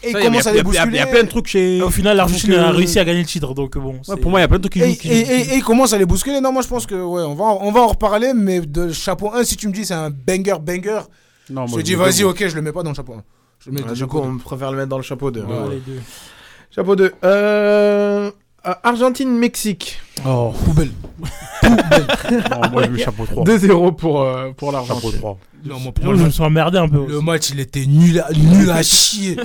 L: Et il
K: Ça, y a-
L: commence
K: y a-
L: à
K: y a-
L: les
K: y a-
L: bousculer.
K: Il y a plein de trucs chez.
E: Et Au final, l'Argentine
K: Donc, euh,
E: a réussi à gagner le titre, donc bon.
K: Ouais,
E: c'est-
K: pour moi, il y a plein de trucs qui
L: Et,
K: jouent. qui
L: et-
K: jouent- qui
L: et- et il commence à les bousculer. Non, moi je pense que ouais, on va, en- on va en reparler, mais de chapeau 1, si tu me dis c'est un banger banger,
K: jouent. Non,
L: je
K: Ah, moi,
L: te dis
K: me
L: vas-y,
K: dis-
L: ok, je le mets pas dans le chapeau 1. Je le mets dans le
D: du
L: chapeau
D: coup
L: 2.
D: on préfère le mettre dans le chapeau 2
E: Ouais, les deux.
D: chapeau 2 euh... euh, Argentine-Mexique
E: Oh.
L: Poubelle.
K: Non, moi, je mets chapeau 3.
D: 2-0 pour, euh, pour
K: Chapeau
D: l'Argentine
K: 3.
L: Non, moi, pour
E: Je
L: moi,
E: me suis emmerdé un peu. aussi.
L: le match il était nul à, nul à chier.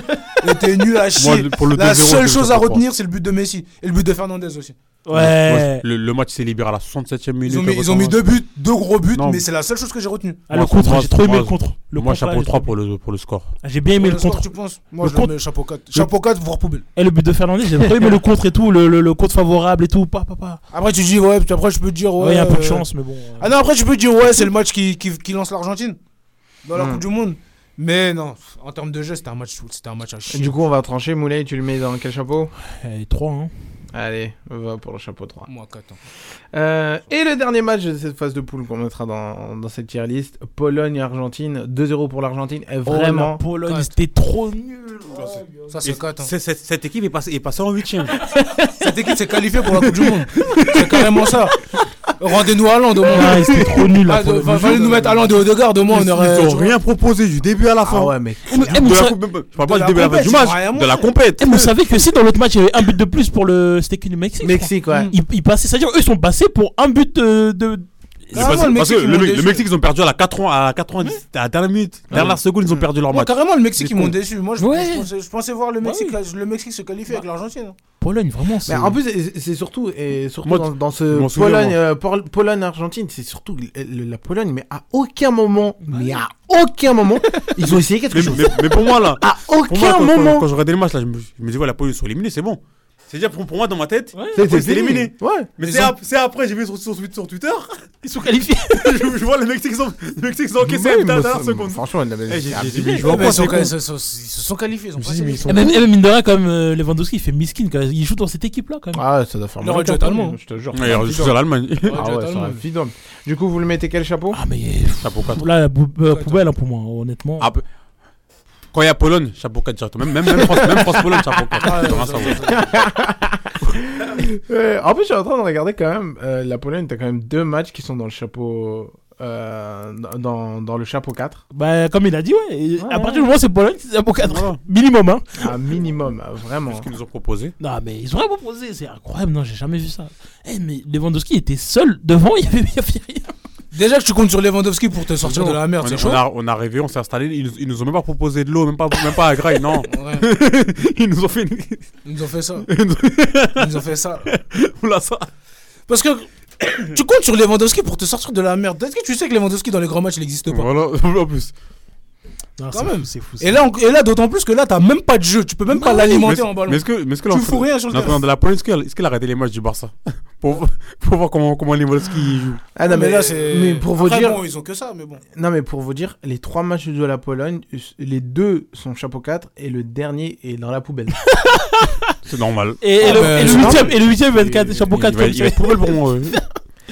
L: Il était nul à chier.
K: Moi, le- pour le
L: La
K: 2-0,
L: seule
K: je
L: chose
K: le
L: à
K: comprends.
L: retenir, c'est le but de Messi et le but de Fernandez aussi.
E: Ouais.
K: Le, le match s'est libéré à la 67 e minute.
L: Ils ont mis, ils ont mis deux buts, deux gros buts,
K: Non.
L: mais c'est la seule chose que j'ai retenue.
E: Ah, le
K: Moi,
E: contre,
K: moi,
E: j'ai trop aimé
K: moi,
E: le contre. Le
K: Moi,
E: contre, là,
K: chapeau
E: j'ai
K: 3
E: trop-
K: pour le, pour le score.
E: Ah, J'ai bien
L: Pour
E: aimé le
L: le score,
E: contre.
L: tu penses Moi
E: Le
L: je le
E: contre-
L: mets chapeau 4. Chapeau 4, voire poubelle.
E: Et le but de Fernandez, j'ai trop aimé le contre et tout, le, le, le contre favorable et tout. Pa, pa, pa.
L: Après tu dis ouais, puis après je peux te dire
E: Ouais,
L: ouais.
E: il y a un peu de
L: euh,
E: chance, mais bon. euh,
L: Ah non, après, tu peux dire, ouais, c'est le match qui, qui, qui lance l'Argentine dans la
D: Hmm.
L: Coupe du Monde. Mais non, en termes de jeu, c'était un match, c'était un match à chier.
D: du coup on va trancher Moulay tu le mets dans quel chapeau
E: eh, trois, hein.
D: allez va pour le chapeau 3
L: Moi, quatre, hein.
D: Euh, et le dernier match de cette phase de poule qu'on mettra dans, dans cette tier list, Pologne-Argentine, 2-0 pour l'Argentine, est
E: Oh, la
D: vraiment...
E: Pologne,
L: Quatre.
E: c'était trop nul.
L: Ça,
K: Et
L: c'est 4.
K: c'est- c'est- Cette équipe est passée est passée en 8
L: Cette équipe s'est qualifiée pour la Coupe du Monde. C'est carrément ça. Rendez-nous à Hollande au moins.
E: Ouais, c'était trop nul.
L: Ah,
E: la
L: de-
E: Pologne.
L: fa- fallait nous mettre à Hollande et Odegaard, au moins, on aurait. tu vois.
K: proposé du début à la
D: Ah ouais, mais...
E: Eh, mais- eh, mais
K: De
E: vous
K: la
E: sa-
K: coupe- Je parle
L: de
K: pas
L: la
K: du début à la fin
L: compète, ils
K: du
L: ont rien
K: match, de
L: montré.
K: la compète.
E: eh, mais vous savez que si dans l'autre match, il y avait un but de plus pour le. C'était que le Mexique. Mm. je crois.
D: Mexique, ouais.
E: Ils, ils passaient, c'est-à-dire, eux, ils sont passés pour un but de. de-
K: Mais
L: Ah,
K: parce-
L: non, le
K: parce
L: Mexique,
K: que
L: ils
K: le
L: m'ont
K: Mexique,
L: déçu.
K: ils ont perdu à la 80, à la 90, à la dernière minute, dernière seconde, ils ont perdu leur
L: Moi,
K: match.
L: carrément, le Mexique,
K: Des
L: ils m'ont
K: cons.
L: déçu. Moi, je,
E: Ouais.
L: je pensais, je pensais voir le
K: Bah
L: Mexique,
E: Ouais,
L: le Mexique se qualifier avec l'Argentine. hein.
E: Pologne, vraiment. c'est-
D: Mais en plus, c'est- c'est surtout, et surtout
K: Moi,
D: dans, dans
K: je m'en
D: ce
K: souviens,
D: Pologne,
K: moi.
D: euh, Pol- Pologne-Argentine, c'est surtout le- le- la Pologne, mais à aucun moment,
E: Bah
D: mais à aucun moment, ils ont essayé quelque
K: Mais,
D: chose.
K: mais- mais pour moi là,
D: À
K: pour moi,
D: aucun
K: quand, quand-
D: moment
K: quand je regardais le match là, je me, je me disais ouais la Pologne ils sont éliminés, c'est bon. C'est-à-dire, pour, pour moi, dans ma tête,
D: C'est-
K: ils
D: c'est
K: étaient
D: fini.
K: éliminés.
D: Ouais.
K: Mais
D: Ils
K: c'est
D: ont-
K: ap- c'est après, j'ai vu sur, sur, sur Twitter.
E: Ils sont qualifiés.
K: je, je vois les mecs qui sont les mecs qui sont encaissés
D: Ouais,
K: à la
D: mais moi,
K: dernière
D: ça-
K: seconde.
D: franchement, elle l'avait-
K: Eh,
D: c'est
K: j'ai- j'ai-
D: abusé.
K: j'ai-
D: Mais ouais,
K: je vois
D: mais
K: pas,
L: ils, sont
K: c'est
L: quand- ils
K: con.
L: sont- ils se sont qualifiés. Ils sont
D: Je dis,
L: passés.
D: mais ils sont-
E: Et Eh, même, et même mine de rien, quand même, euh, Lewandowski, il fait miskin quand même. Il joue dans cette équipe-là quand même.
D: Ah, ça doit faire
E: Il aurait
D: mal
E: dû
D: au
E: être
D: carton,
E: allemand.
D: Je te jure.
K: Ouais, il aurait dû être allemand. Il aurait dû
D: Ah
K: être
D: ouais, ça
K: allemand.
D: aurait fait d'homme. Du coup, vous le mettez quel chapeau
E: Ah, mais.
K: Chapeau 4.
E: Là, la bou- euh, poubelle hein, pour moi, honnêtement.
K: Ah, peu- Quand il y a Pologne, chapeau 4 directement. Même, même, même France- même France-Pologne, chapeau 4.
D: Ah, ouais,
K: Sur un
D: ça,
K: savoir.
D: Euh, en plus, je suis en train de regarder quand même. euh, la Pologne, t'as quand même deux matchs qui sont dans le chapeau. euh, dans- dans, dans le chapeau 4.
E: Bah, comme il a dit, ouais. et à partir du
D: ouais.
E: moment où c'est Pologne, c'est pour 4 minimum. Hein.
D: Un minimum, ah, vraiment.
K: Ce qu'ils nous ont proposé.
E: Non, mais ils ont rien proposé, c'est incroyable. Non, j'ai jamais vu ça. Eh, mais Lewandowski était seul devant, il y avait, il y avait rien.
L: Déjà que tu comptes sur Lewandowski pour te sortir de la merde,
K: on,
L: c'est chaud.
K: on, a, on a rêvé, on s'est installé. Ils, nous- ils nous ont même pas proposé de l'eau, même pas, même pas à graille, non. ils nous ont fait une.
L: Ils nous ont fait ça.
K: nous
L: Ils nous ont fait ça.
K: Oula, ça.
L: Parce que tu comptes sur Lewandowski pour te sortir de la merde. Est-ce que tu sais que Lewandowski dans les grands matchs, il n'existe pas
K: Voilà, en plus.
E: Non,
L: Quand même.
E: c'est fou.
L: Et là, on- et là d'autant plus que là, t'as même pas de jeu. Tu peux même pas l'alimenter
K: Bah Mais-
L: en ballon.
K: Mais est-ce que, mais est-ce que
L: Tu
K: l'entraîneur-
L: fous rien sur le
K: l'entraîneur
L: terrain.
K: de la Pologne, est-ce qu'il a- est-ce qu'il a arrêté les matchs du Barça pour, pour voir comment, comment Lewandowski joue
D: Ah non,
L: Mais
D: mais,
L: là, c'est.
D: mais pour vous
L: Après,
D: dire.
L: bon, ils ont que ça, mais bon.
D: Non, mais pour vous dire, les trois matchs de la Pologne, les deux sont chapeau 4 et le dernier est dans la poubelle.
K: C'est normal.
E: Et, et
L: Ah,
E: le-
L: bah,
E: et le
L: c'est
E: 8ème,
L: normal.
E: et le 8ème va être 4, chapeau
K: il, va,
E: 4 comme
K: il va
E: ça.
K: être poubelle pour moi. ouais.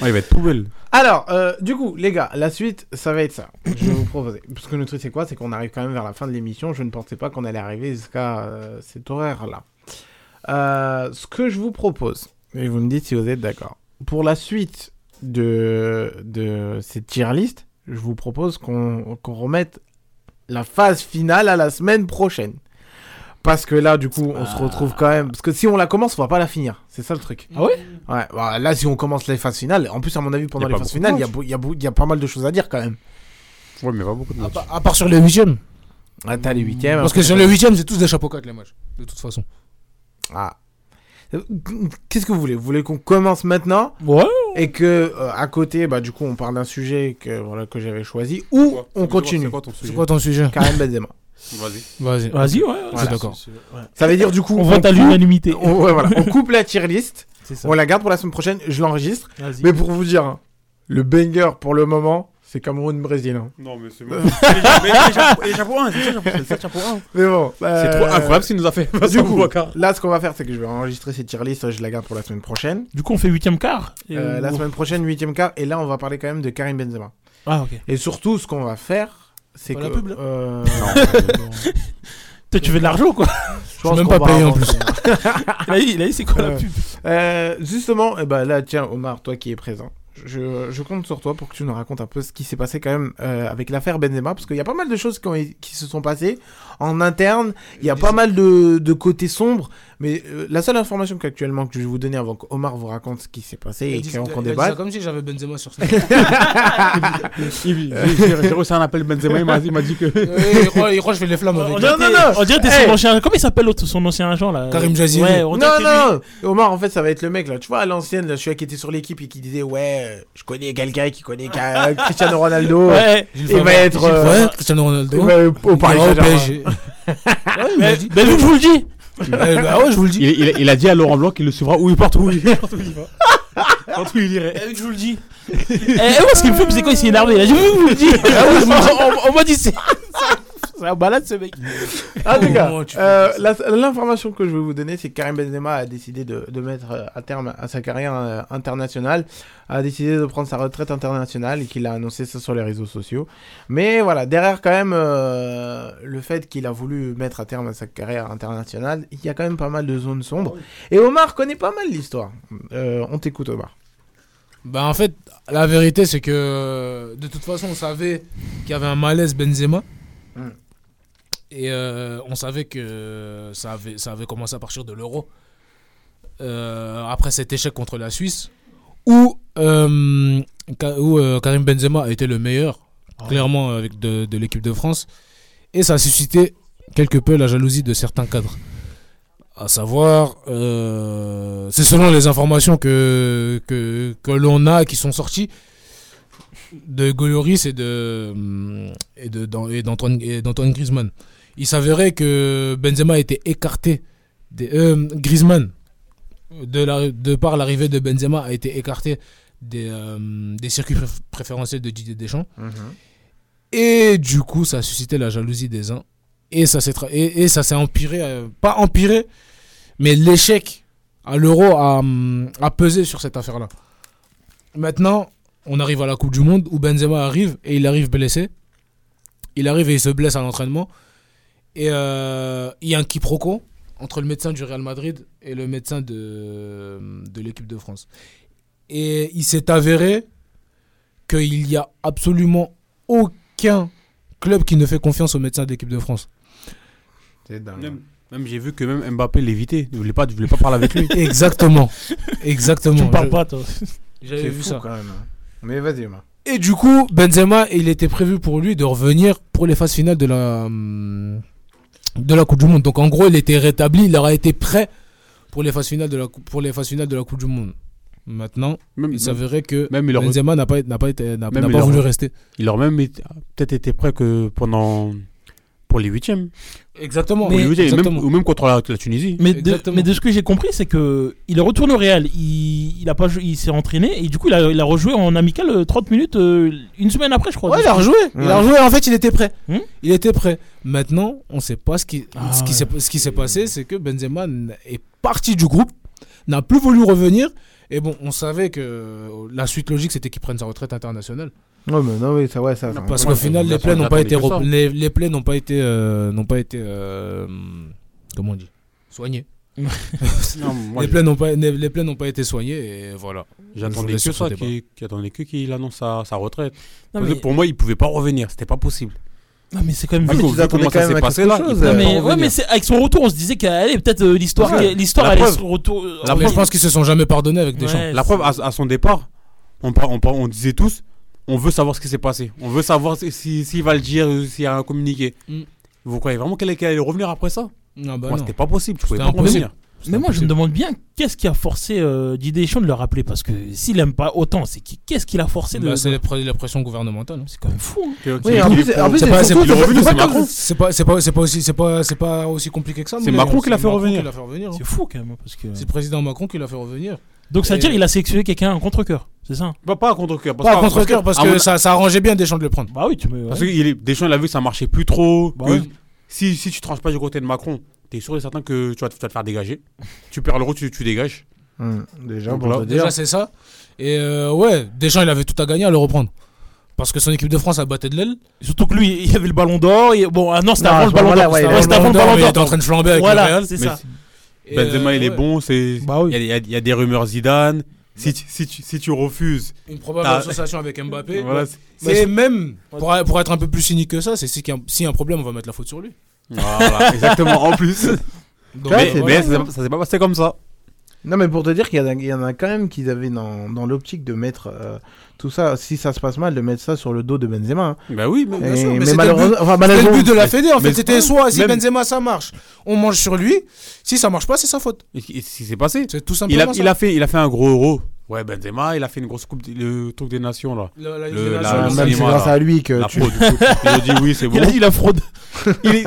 K: Ouais, il va être poubelle.
D: Alors, euh, du coup, les gars, la suite, ça va être ça. Je vais vous proposer. Parce que le truc, c'est quoi C'est qu'on arrive quand même vers la fin de l'émission. Je ne pensais pas qu'on allait arriver jusqu'à euh, cet horaire-là. Euh, ce que je vous propose, et vous me dites si vous êtes d'accord, pour la suite de, de cette tier list, je vous propose qu'on qu'on remette la phase finale à la semaine prochaine. Parce que là, du coup, on se retrouve quand même. Parce que si on la commence, on va pas la finir. C'est ça le truc.
E: Ah ouais
D: Ouais, bah, là, si on commence les phases finales, en plus, à mon avis, pendant
K: Y a
D: les
K: pas
D: phases
K: beaucoup de
D: finales, il y, a beau- y a beau- y a pas mal de choses à dire quand même.
K: Ouais, mais pas beaucoup de matchs.
L: À part sur les 8ème.
D: Ah, t'as les huitièmes.
L: Parce que sur les 8ème, c'est tous des chapeaux 4 les matchs. De toute façon.
D: Ah. Qu'est-ce que vous voulez Vous voulez qu'on commence maintenant
E: Ouais.
D: et que euh, à côté, bah, du coup, on parle d'un sujet que, voilà, que j'avais choisi ou
K: Quoi
D: on continue
K: C'est quoi ton sujet
L: C'est quoi ton sujet
D: Karim Benzema.
K: Vas-y.
L: Vas-y.
E: Vas-y, ouais. ouais.
L: Je suis d'accord.
D: Ça veut dire du coup,
E: On vote à
D: coupe-
E: l'unanimité.
D: on, ouais, voilà, on coupe la tier list,
E: C'est ça.
D: on la garde pour la semaine prochaine, je l'enregistre.
E: Vas-y.
D: Mais pour vous dire, hein, le banger pour le moment, c'est Cameroun-Brésil. hein.
K: Non, mais c'est bon. Les chapeaux 1, c'est ça, chapeau 1.
D: Mais bon, euh,
K: C'est
L: Euh.
K: trop incroyable ce qu'il nous a fait.
D: Du coup, là, ce qu'on va faire, c'est que je vais enregistrer cette tier list, je la garde pour la semaine prochaine.
E: Du coup, on fait 8ème quart. et
D: Euh,
E: on-
D: la semaine prochaine, 8ème quart, et là, on va parler quand même de Karim Benzema.
E: Ah, ok.
D: Et surtout, ce qu'on va faire, c'est que.
L: Pas la pub, là
D: euh,
E: Toi, tu veux de l'argent, quoi.
D: je
L: suis
D: pense
L: même pas
D: qu'on va
L: payé en
D: avancer.
L: plus.
E: Il a dit, il a dit, c'est quoi la
D: Ouais.
E: pub
D: Euh, justement, eh ben là, tiens, Omar, toi qui es présent, je, je compte sur toi pour que tu nous racontes un peu ce qui s'est passé quand même euh, avec l'affaire Benzema, parce qu'il y a pas mal de choses qui, ont- qui se sont passées en interne. Il y a pas mal de, de côtés sombres, mais euh, la seule information qu'actuellement que je vais vous donner avant qu'Omar vous raconte ce qui s'est passé et qu'on qu'on
L: C'est
D: débatte.
L: comme si j'avais Benzema sur ça. Ah.
K: J'ai reçu un appel de Benzema, il m'a il m'a dit que.
L: Il croit il croit que je fais les flammes avec. hein.
E: dirait
D: non,
E: que-
D: non.
E: On dirait que t'es
D: Hey.
E: son ancien. Comment il s'appelle l'autre, son ancien agent là
L: Karim Jaziri.
E: Ouais, on dirait
D: Non,
E: que c'est lui.
D: non, Omar, en fait, ça va être le mec, là. Tu vois, à l'ancienne, là, celui qui était sur l'équipe et qui disait, ouais, euh, je connais quelqu'un qui connaît Ka- Cristiano Ronaldo.
E: Ouais.
L: Gilles
D: Il
L: Favre.
D: va être,
L: Gilles
D: euh,
L: Favre, Cristiano Ronaldo.
D: Il va au- au Paris
L: ira au
D: Saint-Germain.
L: PSG. Ouais, il m'a dit.
E: Ben, vu que je vous le dis.
L: Eh ben, Ah ouais, je vous le dis.
K: Il, il- il a dit à Laurent Blanc qu'il le suivra où il part, où il partout où il va. Partout où il irait.
E: Eh, vu que je vous le dis. Eh, eh, moi, ce qui me fume, c'est quand il s'est énervé. Il a dit, vous, vous le dites. Ah On- On m'a dit, c'est. C'est un balade, ce mec.
D: Ah, les
L: Oh,
D: gars,
L: moi, tu
D: euh, la- l'information que je vais vous donner, c'est que Karim Benzema a décidé de, de mettre euh, à terme à sa carrière euh, internationale, a décidé de prendre sa retraite internationale et qu'il a annoncé ça sur les réseaux sociaux. Mais voilà, derrière quand même euh, le fait qu'il a voulu mettre à terme à sa carrière internationale, il y a quand même pas mal de zones sombres. Et Omar connaît pas mal l'histoire. Euh, on t'écoute, Omar.
L: Bah en fait, la vérité c'est que de toute façon on savait qu'il y avait un malaise Benzema.
D: Mm.
L: Et euh, on savait que ça avait, ça avait commencé à partir de l'euro. Euh, après cet échec contre la Suisse, où, euh, Ka- où, euh, Karim Benzema a été le meilleur, clairement, avec de, de l'équipe de France. Et ça a suscité quelque peu la jalousie de certains cadres. À savoir, euh, c'est selon les informations que, que, que l'on a, qui sont sorties, de Goloris et de hum, et de- d'An- et d'Antoine et d'Antoine Griezmann. Il s'avérait que Benzema a été écarté des euh, Griezmann de, la- de par l'arrivée de Benzema, a été écarté des, euh, des circuits préf- préférentiels de Didier Deschamps.
D: Mhm.
L: Et du coup, ça a suscité la jalousie des uns. Et ça s'est tra- et, et ça s'est empiré, euh, pas empiré, mais l'échec à l'euro a, hum, a pesé sur cette affaire-là. Maintenant, on arrive à la Coupe du Monde où Benzema arrive et il arrive blessé. Il arrive et il se blesse à l'entraînement. Et euh, il y a un quiproquo entre le médecin du Real Madrid et le médecin de, hum, de l'équipe de France. Et il s'est avéré qu'il n'y a absolument aucun club qui ne fait confiance au médecin de l'équipe de France.
D: C'est dingue.
K: Même, même j'ai vu que même Mbappé l'évitait. Je voulais pas, je voulais pas parler avec lui.
L: Exactement. Exactement.
K: Tu me parles
L: Je-
K: pas, toi.
L: J'avais
D: C'est
L: vu
D: fou,
L: ça.
D: quand même. hein. Mais vas-y, Omar.
L: Et du coup, Benzema, il était prévu pour lui de revenir pour les phases finales de la, hum, de la Coupe du Monde. Donc en gros, il était rétabli, il aura été prêt pour les phases finales de la, cou- pour les phases finales de la Coupe du Monde. Maintenant,
K: Même-
L: il s'avérait que
K: même il aurait-
L: Benzema n'a pas, n'a pas, été, n'a,
K: Même
L: n'a
K: il
L: pas
K: aurait-
L: voulu rester.
K: Il aurait même été- peut-être été prêt que pendant pour les huitièmes.
L: Exactement.
K: Pour les
E: Mais-
K: huitièmes, et même-
E: exactement.
K: ou même contre la, la Tunisie.
E: Mais de, mais de ce que j'ai compris, c'est que il est retourné au Real. Il, il a pas, joué- il s'est entraîné et du coup il a, il a rejoué en amical euh, 30 minutes euh, une semaine après, je crois.
L: Ouais, il a rejoué. Il a rejoué. En fait, il était prêt. il était prêt. Maintenant, on ne sait pas ce qui, ce qui s'est, ce qui s'est passé, c'est que Benzema n- est parti du groupe, n'a plus voulu revenir. Et bon, on savait que euh, la suite logique, c'était qu'il prenne sa retraite internationale.
D: Ouais, mais non, oui, ça, ouais, ça. ça-
L: Parce
D: ouais,
L: qu'au
D: ça-
L: final,
D: ça-
L: les
D: ça-
L: plaies
D: ça-
L: n'ont pas
D: ça-
L: été,
D: ça-
L: rep- les, les plaies n'ont pas été, euh, n'ont pas été, euh, comment on dit, soignées.
K: Non, moi,
L: les
K: je-
L: plaies n'ont pas, les, les plaies n'ont pas été soignées et voilà.
K: J'attendais
L: Je
K: que
L: vous laisse sur
K: ça,
L: ce débat.
K: qu'il j'attendais que qu'il annonce sa, sa retraite.
E: Non,
K: Parce que
E: mais-
K: Pour moi, il pouvait pas revenir, c'était pas possible.
E: Non mais c'est quand même
K: Vu
E: violent.
K: qu'on- vu comment ça s'est passé là, il pouvait
E: Non,
K: Ah, pas
E: mais, ouais,
K: revenir.
E: mais c'est- avec son retour, on se disait qu'elle est peut-être euh, l'histoire,
K: Ouais.
E: l'histoire
K: La
E: allait
K: preuve.
E: se retour.
K: La
E: mais-
K: preuve,
L: Je pense qu'ils se sont jamais pardonnés avec hein, Deschamps.
E: Ouais,
K: La preuve, ah, à, à son départ, on, par- on, par- on disait tous on veut savoir ce qui s'est passé. On veut savoir s'il si, s'il va le dire, euh, s'il y a un communiqué.
L: Mm.
K: Vous croyez vraiment qu'elle qu'elle allait revenir après ça
L: Non, bah non.
K: Moi, c'était pas possible. Tu pouvais pas
L: C'était impossible.
K: revenir.
E: Mais moi, je me demande bien qu'est-ce qui a forcé euh, Didier Deschamps de le rappeler parce que s'il aime pas autant, c'est qui- qu'est-ce qu'il a forcé de.
L: Bah, c'est la pr- la pression gouvernementale. hein. C'est quand même fou.
E: Oui, en plus- en plus,
L: c'est
E: c'est
L: pas,
E: surtout,
L: c'est
E: c'est
L: pas-
E: revenu,
L: c'est
E: c'est
L: pas-
E: Macron.
L: c'est pas- c'est pas- c'est pas aussi, c'est pas, c'est pas aussi compliqué que ça.
E: C'est Macron qui l'a fait revenir.
L: C'est
E: fou quand même, parce que
L: hein. c'est le président Macron qui l'a fait revenir.
E: Donc ça veut
L: Et-
E: dire qu'il a sélectionné quelqu'un en contre cœur, c'est ça hein.
K: Bah, pas à contre-cœur.
L: Pas contre cœur parce que ça, ça arrangeait bien Deschamps de le prendre.
E: Bah oui, tu me.
K: Parce que il est- Deschamps, il a vu que ça marchait plus trop.
L: Bah
K: que
L: ouais.
K: si, si tu tranches pas du côté de Macron, t'es sûr et certain que tu vas, te- tu vas te faire dégager. tu perds l'euro, tu, tu dégages.
D: Hmm, déjà,
K: Donc
D: bon,
K: là-
D: on va dire.
L: Hum, Déjà c'est ça. Et euh, ouais, Deschamps il avait tout à gagner à le reprendre parce que son équipe de France a batté de l'aile.
E: Surtout que lui, il avait le Ballon d'Or. et- Bon, ah non, c'était
L: Non, à ce
E: avant le Ballon
L: moment-là,
E: d'Or.
L: ouais, il
E: c'était-
L: avait
E: ouais, c'était
L: le
E: avant
L: Ballon
E: le Ballon
L: d'Or, il
E: d'or.
L: était en train de flamber avec le
E: Voilà,
L: Real.
E: c'est
L: Mais
E: ça.
L: Et
K: Benzema,
L: euh,
K: il est
L: ouais.
K: bon. c'est- Il
E: Bah oui.
K: y, a- il y a- il y a des rumeurs Zidane. Si, tu- si, tu- si tu refuses.
L: Une probable
K: t'as-
L: association avec Mbappé.
K: Ah. Voilà,
L: Ouais.
K: c'est-
L: Mais
K: c'est-
L: même pour, pour être un peu plus cynique que ça, c'est si qu'il y a un- s'il y a un problème, on va mettre la faute sur lui.
K: Voilà, exactement, en plus.
L: Donc,
K: mais
L: voilà.
K: mais ça, ça s'est pas passé comme ça.
D: Non, mais pour te dire qu'il y, en a- il y en a quand même qui avaient dans, dans l'optique de mettre euh, tout ça, si ça se passe mal, de mettre ça sur le dos de Benzema. hein.
K: Bah oui, mais
L: Bien sûr,
D: Et-
L: mais
D: mais
L: c'était
D: malheureusement-
L: le but,
D: enfin,
L: c'était
D: malheureusement- euh,
L: le but de la Fédé en
D: mais-
L: fait. C'était soit si
K: même-
L: Benzema ça marche, on mange sur lui. Si ça marche pas, c'est sa faute.
K: Et Ce qui s'est passé.
L: C'est tout
K: Il
L: simplement
K: a,
L: ça.
K: il, a fait, il a fait un gros euro. Ouais, Benzema, il a fait une grosse coupe, des- le truc des nations là.
L: Le- la Ligue
K: Le-
L: des
K: la-
L: Nations.
K: le
D: Même c'est
K: cinéma,
D: grâce
K: là.
D: à lui que
K: La
D: Euh, tu-
K: fraude, du coup. Ils ont dit oui, c'est bon.
E: Il a dit la fraude.
K: Il est-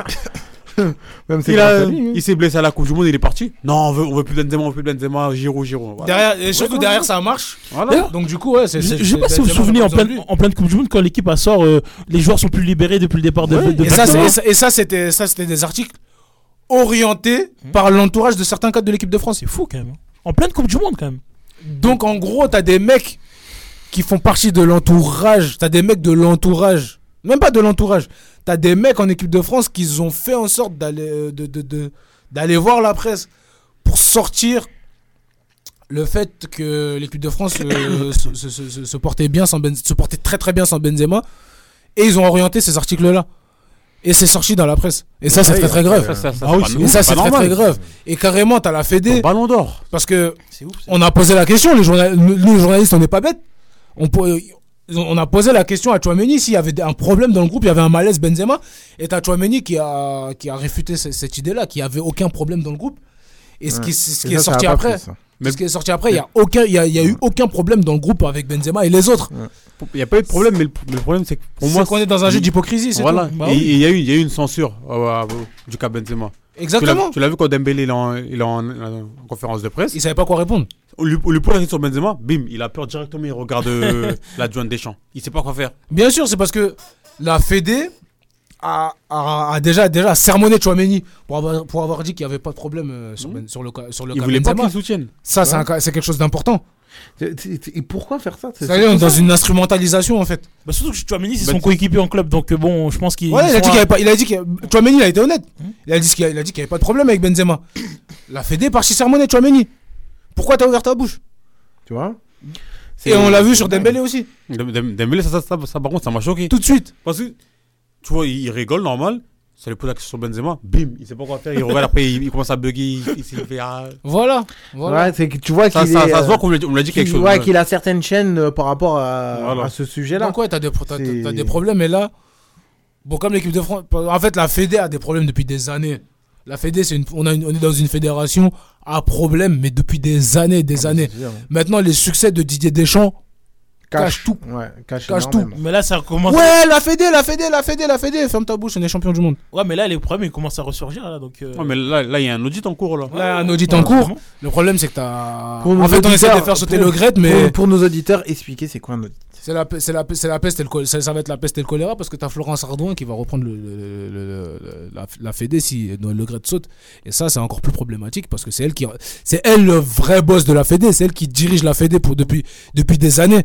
D: Même c'est
K: Il,
D: grâce
K: a-
D: à lui, hein.
K: il s'est blessé à la Coupe du Monde, il est parti. Non, on veut, on veut plus Benzema, on veut plus Benzema, Giro, Giro. Voilà.
L: Derrière, et surtout
K: Ouais,
L: derrière ça marche.
K: Voilà.
L: Donc du coup, ouais, c'est.
E: Je
L: c'est-
E: je sais pas
L: c'est-
E: si vous vous
L: Benzema,
E: souvenez
L: on a
E: en
L: besoin de
E: pleine,
L: lui.
E: en pleine Coupe du Monde quand l'équipe a sort, euh, les joueurs sont plus libérés depuis le départ de. de,
L: Et ça, c'est-
E: Benzema.
L: et ça- et ça, c'était, ça, c'était des articles orientés par l'entourage de certains cadres de l'équipe de France.
E: C'est fou quand même. hein. En pleine Coupe du Monde quand même.
L: Donc en gros, t'as des mecs qui font partie de l'entourage. T'as des mecs de l'entourage. Même pas de l'entourage. T'as des mecs en équipe de France qui ont fait en sorte d'aller euh, de, de- de- d'aller voir la presse pour sortir le fait que l'équipe de France euh, se, se- se- se- se portait bien sans Ben- se portait très très bien sans Benzema. Et ils ont orienté ces articles-là. Et c'est sorti dans la presse. Et ça, c'est
K: Ouais,
L: très très
K: ça,
L: grave.
K: ça, ça, ça,
L: Ah oui,
K: c'est pas
L: et ça,
K: normal.
L: c'est très très grave. Et carrément, t'as la Fédé.
K: Ballon d'or.
L: Parce que on a posé la question, les journa- nous les journalistes, on n'est pas bêtes. On, po- euh, on a posé la question à Chouameni s'il y avait un problème dans le groupe, il y avait un malaise Benzema. Et t'as Chouameni qui a, qui a réfuté ce- cette idée-là, qu'il n'y avait aucun problème dans le groupe. Et ce
D: Ouais.
L: qui, ce
D: Et
L: qui
D: ça,
L: est
D: ça a
L: sorti
D: pas
L: après,
D: pris, ça.
L: ce qui est sorti après, il n'y a, aucun- il y a, il y a eu aucun problème dans le groupe avec Benzema et les autres.
K: Il n'y a pas eu de problème, mais le, mais le problème, c'est que pour
L: C'est
K: moi.
L: qu'on est dans un jeu d'hypocrisie, c'est
K: Voilà.
L: tout. Bah
K: et
L: oui.
K: et il y, a eu- il y a eu une censure euh, euh, du cas Benzema.
L: Exactement.
K: Tu l'as- Tu l'as vu quand Dembélé il est en, il est en- en- en conférence de presse.
L: Il savait pas quoi répondre.
K: On lui, on lui pose la question sur Benzema, bim, il a peur directement, il regarde euh, l'adjoint de Deschamps. Il sait pas quoi faire.
L: Bien sûr, c'est parce que la Fédé a, a- a déjà, déjà sermonné Chouameni pour avoir, pour avoir dit qu'il n'y avait pas de problème euh, sur, Ben- sur le cas sur le
K: Mmh. Il
L: cas
K: voulait pas
L: Benzema.
K: qu'il soutienne.
L: Ça, c'est
K: Ouais.
L: un cas- c'est quelque chose d'important.
D: Et pourquoi faire ça
L: Ça y est, on est dans une instrumentalisation en fait.
E: Bah, surtout que Chouameni, c'est son coéquipier en club, donc euh, bon, je pense qu'il.
L: Ouais, il a dit
E: sera-
L: qu'il y avait pas. Il a dit que Chouameni, il a été honnête.
K: Mmh.
L: Il a dit qu'il y a- il a dit qu'il y avait pas de problème avec Benzema. La Fédé est partie sermonner Chouameni. Pourquoi t'as ouvert ta bouche
D: Tu vois
L: Et on l'a vu sur Dembélé aussi.
K: Dem- Dem- Dembélé, ça, ça, ça, ça, par contre, ça m'a choqué.
L: Tout de suite.
K: Parce que, tu vois, il il rigole normal. Ça lui pose la question sur Benzema, bim, il sait pas quoi faire. Il regarde après, il, il commence à bugger, il, il s'est fait. ah.
L: Voilà.
D: Ouais, c'est que tu vois
K: Ça-
D: qu'il
K: ça-
D: est,
K: ça se voit
D: euh,
K: qu'on lui a dit- on lui a dit
D: qu'il-
K: quelque chose,
D: Ouais,
K: ouais.
D: qu'il a certaines chaînes euh, par rapport à, à ce sujet-là.
L: Donc ouais, t'as des, pro- t'as-
D: C'est-
L: t'as des problèmes. Et là, bon, comme l'équipe de France, en fait, la Fédé a des problèmes depuis des années. La Fédé, c'est une, on, a une- on est dans une fédération à problème, mais depuis des années, des années.
D: sûr.
L: Maintenant, les succès de Didier Deschamps cachent
D: Cache.
L: tout.
D: Ouais, cache,
L: Cache tout.
E: Mais là, ça commence.
L: Ouais, la Fédé, la Fédé, la Fédé, la Fédé. Ferme ta bouche, on est champion du monde.
E: Ouais, mais là, les problèmes, ils commencent à ressurgir, là, donc. euh,
K: Ouais, mais là, là, il y a un audit en cours. Là,
L: Là, un audit en cours. Le problème, c'est que t'as.
D: Pour nos
L: En fait, on essaie de
D: auditeurs,
L: faire sauter
D: pour-
L: le Gret, mais.
D: Pour, pour nos auditeurs, expliquer c'est quoi un audit.
L: C'est la, pe- c'est la, pe- c'est la peste et le chol- ça, ça va être la peste et le choléra parce que t'as Florence Ardouin qui va reprendre le, le- le- le- la, la Fédé si Noël Le Graët saute. Et ça, c'est encore plus problématique parce que c'est elle qui, c'est elle le vrai boss de la Fédé, c'est elle qui dirige la Fédé pour, depuis, depuis des années.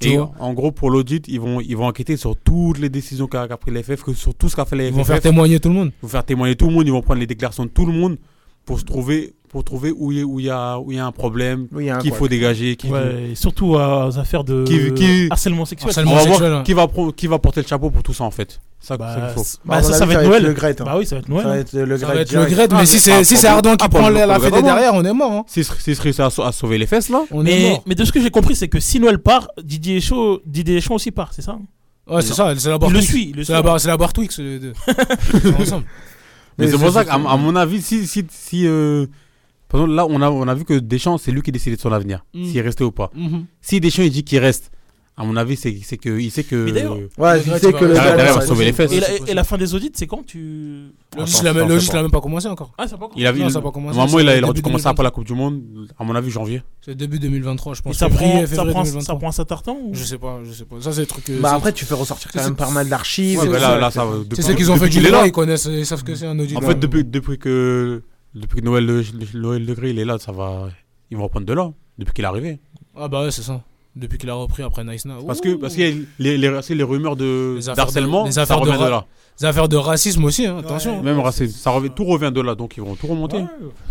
L: Tu
K: Et
L: vois
K: en gros, pour l'audit, ils vont, ils vont enquêter sur toutes les décisions qu'a qu'a pris l'FF, que sur tout ce qu'a fait l'FF.
L: Ils vont faire témoigner tout le monde.
K: Ils vont faire témoigner tout le monde, ils vont prendre les déclarations de tout le monde pour se trouver, pour trouver où il y, a- où il y, a- où il y a un problème,
D: Oui, il y a un
K: qu'il
D: quoi.
K: faut dégager. Qui,
E: Ouais, et surtout à- aux affaires de
K: qui, qui-
E: harcèlement sexuel.
K: On va voir qui, va pro- qui va porter le chapeau pour tout ça en fait. Ça,
E: Bah,
K: ça qu'il faut.
E: c'est- bah, Bah, à ça, mon ça avis, va ça être va être Noël. le Graët, hein. Bah oui, ça va être Noël,
D: Ça va être le
L: Ça
D: Graët
L: va être le
D: direct.
L: Graët, mais
D: Ah,
L: si
D: mais-
L: c'est
D: ah,
L: si
D: pour
L: c'est
D: le-
L: Ardouin qui
D: ah, pour
L: prend
D: le-
L: la, la
D: pour le
L: Fédé
D: Graët,
L: derrière, on est mort. hein.
K: S'ils se- s'ils se réussissent à, sau- à sauver les fesses là,
L: On est
E: Mais,
L: mort.
E: mais de ce que j'ai compris, c'est que si Noël part, Didier Deschamps, Didier Deschamps aussi part, c'est ça hein
L: Ouais, c'est ça, c'est la barre
E: Il le
L: Twix.
E: suit, il le
L: C'est
E: suit.
L: la barre, c'est la barre euh, Twix. les deux. Ils sont ensemble.
K: Mais
D: Mais
K: c'est pour
D: c'est-
K: ça qu'à à mon avis, si. si, si euh, par exemple, là, on a, on a vu que Deschamps, c'est lui qui décide de son avenir,
L: Mm.
K: s'il restait ou pas.
L: Mhm.
K: Si Deschamps, il dit qu'il reste, à mon avis, c'est c'est que il sait que.
E: Mais d'ailleurs-
D: Ouais,
L: Le
D: je
L: Graët,
D: sais
L: il va-
D: que le
L: il va-
K: Ah, Derrière,
D: Graët-
K: il va sauver les fesses.
E: et, la,
L: c'est possible.
E: et la fin des audits, c'est quand tu
L: Le
K: Attends,
L: juste, il a-
K: attends,
L: le
K: attends,
L: juste, il a même pas commencé encore.
E: Ah, c'est pas encore.
K: Il avait,
L: Non, ça a pas commencé,
K: normalement,
L: c'est
K: il, a, il
L: début
K: aurait dû commencer
L: 2023.
K: après la Coupe du Monde, à mon avis, janvier.
L: C'est début 2023, je
E: Et
L: pense.
E: ça
L: Février,
E: prend, ça
L: février
E: prend,
L: 2023.
E: ça prend un certain temps ou...
L: Je sais pas, je sais pas. Ça, c'est le truc. euh,
D: Bah
L: c'est-
D: après, tu fais ressortir quand
L: c'est-
D: même pas mal d'archives.
L: Ouais,
D: et
L: bah
D: tout
L: là-
D: ça.
L: là,
K: ça va.
L: c'est
K: Depuis-
L: ceux qui ont fait
K: depuis
L: du
K: qu'il est
L: droit,
K: là.
L: ils connaissent, ils savent ce que c'est un audit.
K: En fait, depuis, depuis que, depuis que Noël Le, Noël Le Gris, il est là, ça va, ils vont reprendre de là, depuis qu'il est arrivé.
L: Ah bah ouais, c'est ça. Depuis qu'il a repris après Nice Now.
K: Parce que, parce que les, les, c'est les rumeurs de
L: Les affaires
K: d'harcèlement,
L: de- les
K: ça
L: affaires de
K: revient de,
L: ra-
K: là.
L: Les affaires de racisme aussi, hein, attention.
K: Même racisme, ça revient, tout revient de là, donc ils vont tout remonter.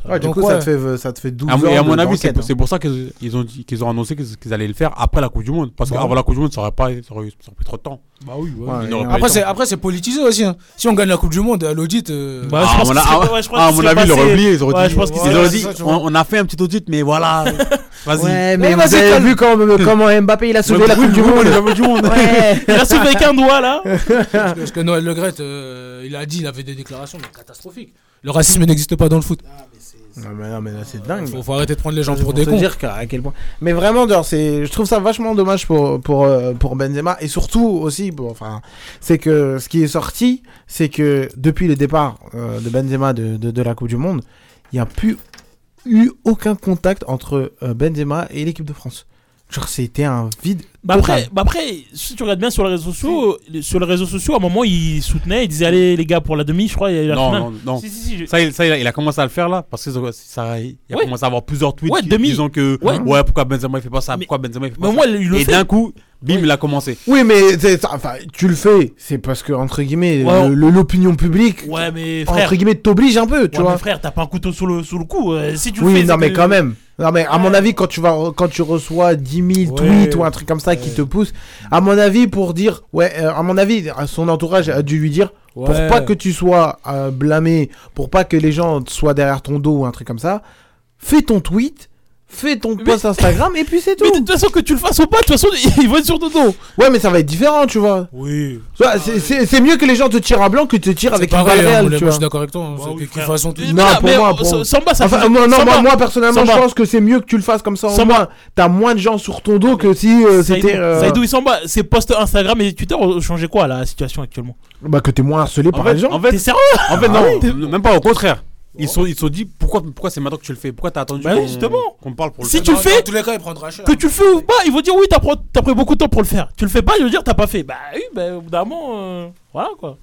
D: Ouais, du
L: Donc,
D: coup, ça
L: ouais.
D: te fait- ça te fait 12
K: À
D: ans.
K: mon- et à
D: de-
K: mon avis, c'est
D: d'enquête,
K: pour, c'est pour ça qu'ils ils ont, dit- qu'ils ont annoncé qu'ils qu'ils allaient le faire après la Coupe du Monde. Parce
L: Bah
K: qu'avant
L: ouais.
K: la Coupe du Monde, ça aurait, pas, ça aurait, ça aurait pris trop de temps.
E: Bah oui, ouais.
D: hein. Ouais,
K: Il n'aurait
D: ouais.
K: pas eu
L: Après,
K: le
L: c'est
K: temps.
L: après c'est politisé aussi. hein. Si on gagne la Coupe du Monde, à l'audit. euh,
E: Bah, je
K: Ah, à
E: pense
K: mon-
E: qu'il serait-
K: ah,
E: ouais, je pense
K: ah, à
E: qu'il
K: mon
E: serait
K: avis, ils l'auraient
E: passé-
K: oublié. Ils auraient
E: Ouais,
K: dit,
E: je pense qu'ils
K: ils
E: auraient
K: auraient
L: c'est
K: dit,
L: ça, tu vois.
K: on, on a fait un petit audit, mais voilà, vas-y.
D: Ouais, mais
L: Ouais, vas-y,
D: vous avez
L: calme.
D: vu quand comment Mbappé il a sauvé la Coupe du Monde. Ouais.
E: Il a sauvé avec un doigt là.
L: Parce que Noël Le Graët, euh, il a dit, il avait des déclarations mais catastrophiques. Le racisme n'existe pas dans le foot.
D: Non mais, non, mais là c'est
L: Il
D: dingue.
L: faut, faut arrêter de prendre les gens
D: C'est
L: pour
D: pour
L: des
D: te
L: cons.
D: dire qu'à- à quel point. Mais vraiment, genre, c'est, je trouve ça vachement dommage pour pour euh, pour Benzema et surtout aussi, bon, enfin, c'est que ce qui est sorti, c'est que depuis le départ euh, de Benzema de, de, de la Coupe du Monde, il n'y a plus eu aucun contact entre euh, Benzema et l'équipe de France. Genre, c'était un vide.
E: Bah
D: total.
E: après, bah après, si tu regardes bien sur les réseaux sociaux, les- sur les réseaux sociaux, à un moment, ils soutenaient, ils disaient allez les gars pour la demi, je crois, il y a eu la
K: Non,
E: finale.
K: non, non.
E: Si, si, si, je-
K: Ça, il, ça, il a, il a commencé à le faire là, parce que ça, ça- il a
E: Ouais.
K: commencé à avoir plusieurs tweets
E: Ouais,
K: qui-
E: demi.
K: disant que
E: Ouais.
K: ouais. pourquoi Benzema il fait pas ça,
E: Mais-
K: pourquoi Benzema il fait
E: Mais
K: pas
E: au
K: ça.
E: moins, il le
K: Et
E: fait.
K: d'un coup, bim, il a commencé.
D: Oui, mais c'est- enfin, tu le fais, c'est parce que entre guillemets,
E: Ouais.
D: le- le- l'opinion publique,
E: Ouais, mais frère,
D: entre guillemets, t'oblige un peu, tu
E: ouais,
D: vois.
E: mais frère, t'as pas un couteau sous le, sous le cou. euh, si tu le
D: Oui,
E: fais,
D: non,
E: c'est
D: mais
E: que-
D: quand même. Non, mais à mon avis, quand tu, vas, quand tu reçois 10 000 tweets
E: Ouais.
D: ou un truc comme ça qui te pousse, à mon avis, pour dire. Ouais, euh, à mon avis, euh, son entourage a dû lui dire. Pour
L: Ouais.
D: pas que tu sois euh, blâmé, pour pas que les gens soient derrière ton dos ou un truc comme ça, fais ton tweet, fais ton post Instagram et puis c'est tout.
E: Mais de toute façon, que tu le fasses ou pas, de toute façon, ils vont être sur ton dos.
D: Ouais, mais ça va être différent, tu vois.
E: Oui.
D: Tu vois, c'est- C'est c'est mieux que les gens te tirent à blanc que te tirent avec
L: C'est
D: une
L: pareil,
D: balle
L: hein,
D: réelle,
L: moi,
D: tu
L: je
D: vois.
L: suis d'accord avec toi. hein,
E: Bah
L: c'est
E: oui,
L: que- qu'ils
E: frère.
L: fassent son-
D: Non, pour moi, pour moi.
E: euh, Samba, ça
D: Enfin, euh,
E: faisait-
D: moi, non,
E: Samba.
D: moi, moi, personnellement,
E: Samba.
D: je pense que c'est mieux que tu le fasses comme ça. Au
E: Samba.
D: moins, t'as moins de gens sur ton dos que si euh,
E: Saïdou,
D: c'était. euh,
E: Saïdou, il s'en bat. Ses posts Instagram et Twitter ont changé quoi la situation actuellement
D: Bah que t'es moins harcelé
K: En
D: par
K: fait,
D: les gens.
K: en fait,
E: T'es sérieux
K: en fait, non, même pas, au contraire. Ils se sont, ils se sont dit pourquoi, pourquoi c'est maintenant que tu le fais Pourquoi t'as attendu
E: Bah oui,
K: qu'on-
E: justement.
K: qu'on parle pour le
E: Si
K: faire
E: tu le fais,
L: tous les cas, il prendra cher.
E: que tu le fais ou pas, ils vont dire oui, t'as pr- t'as pris beaucoup de temps pour le faire. Tu le fais pas, ils vont dire t'as pas fait. Bah oui, bah, au bout d'un moment, euh, voilà quoi.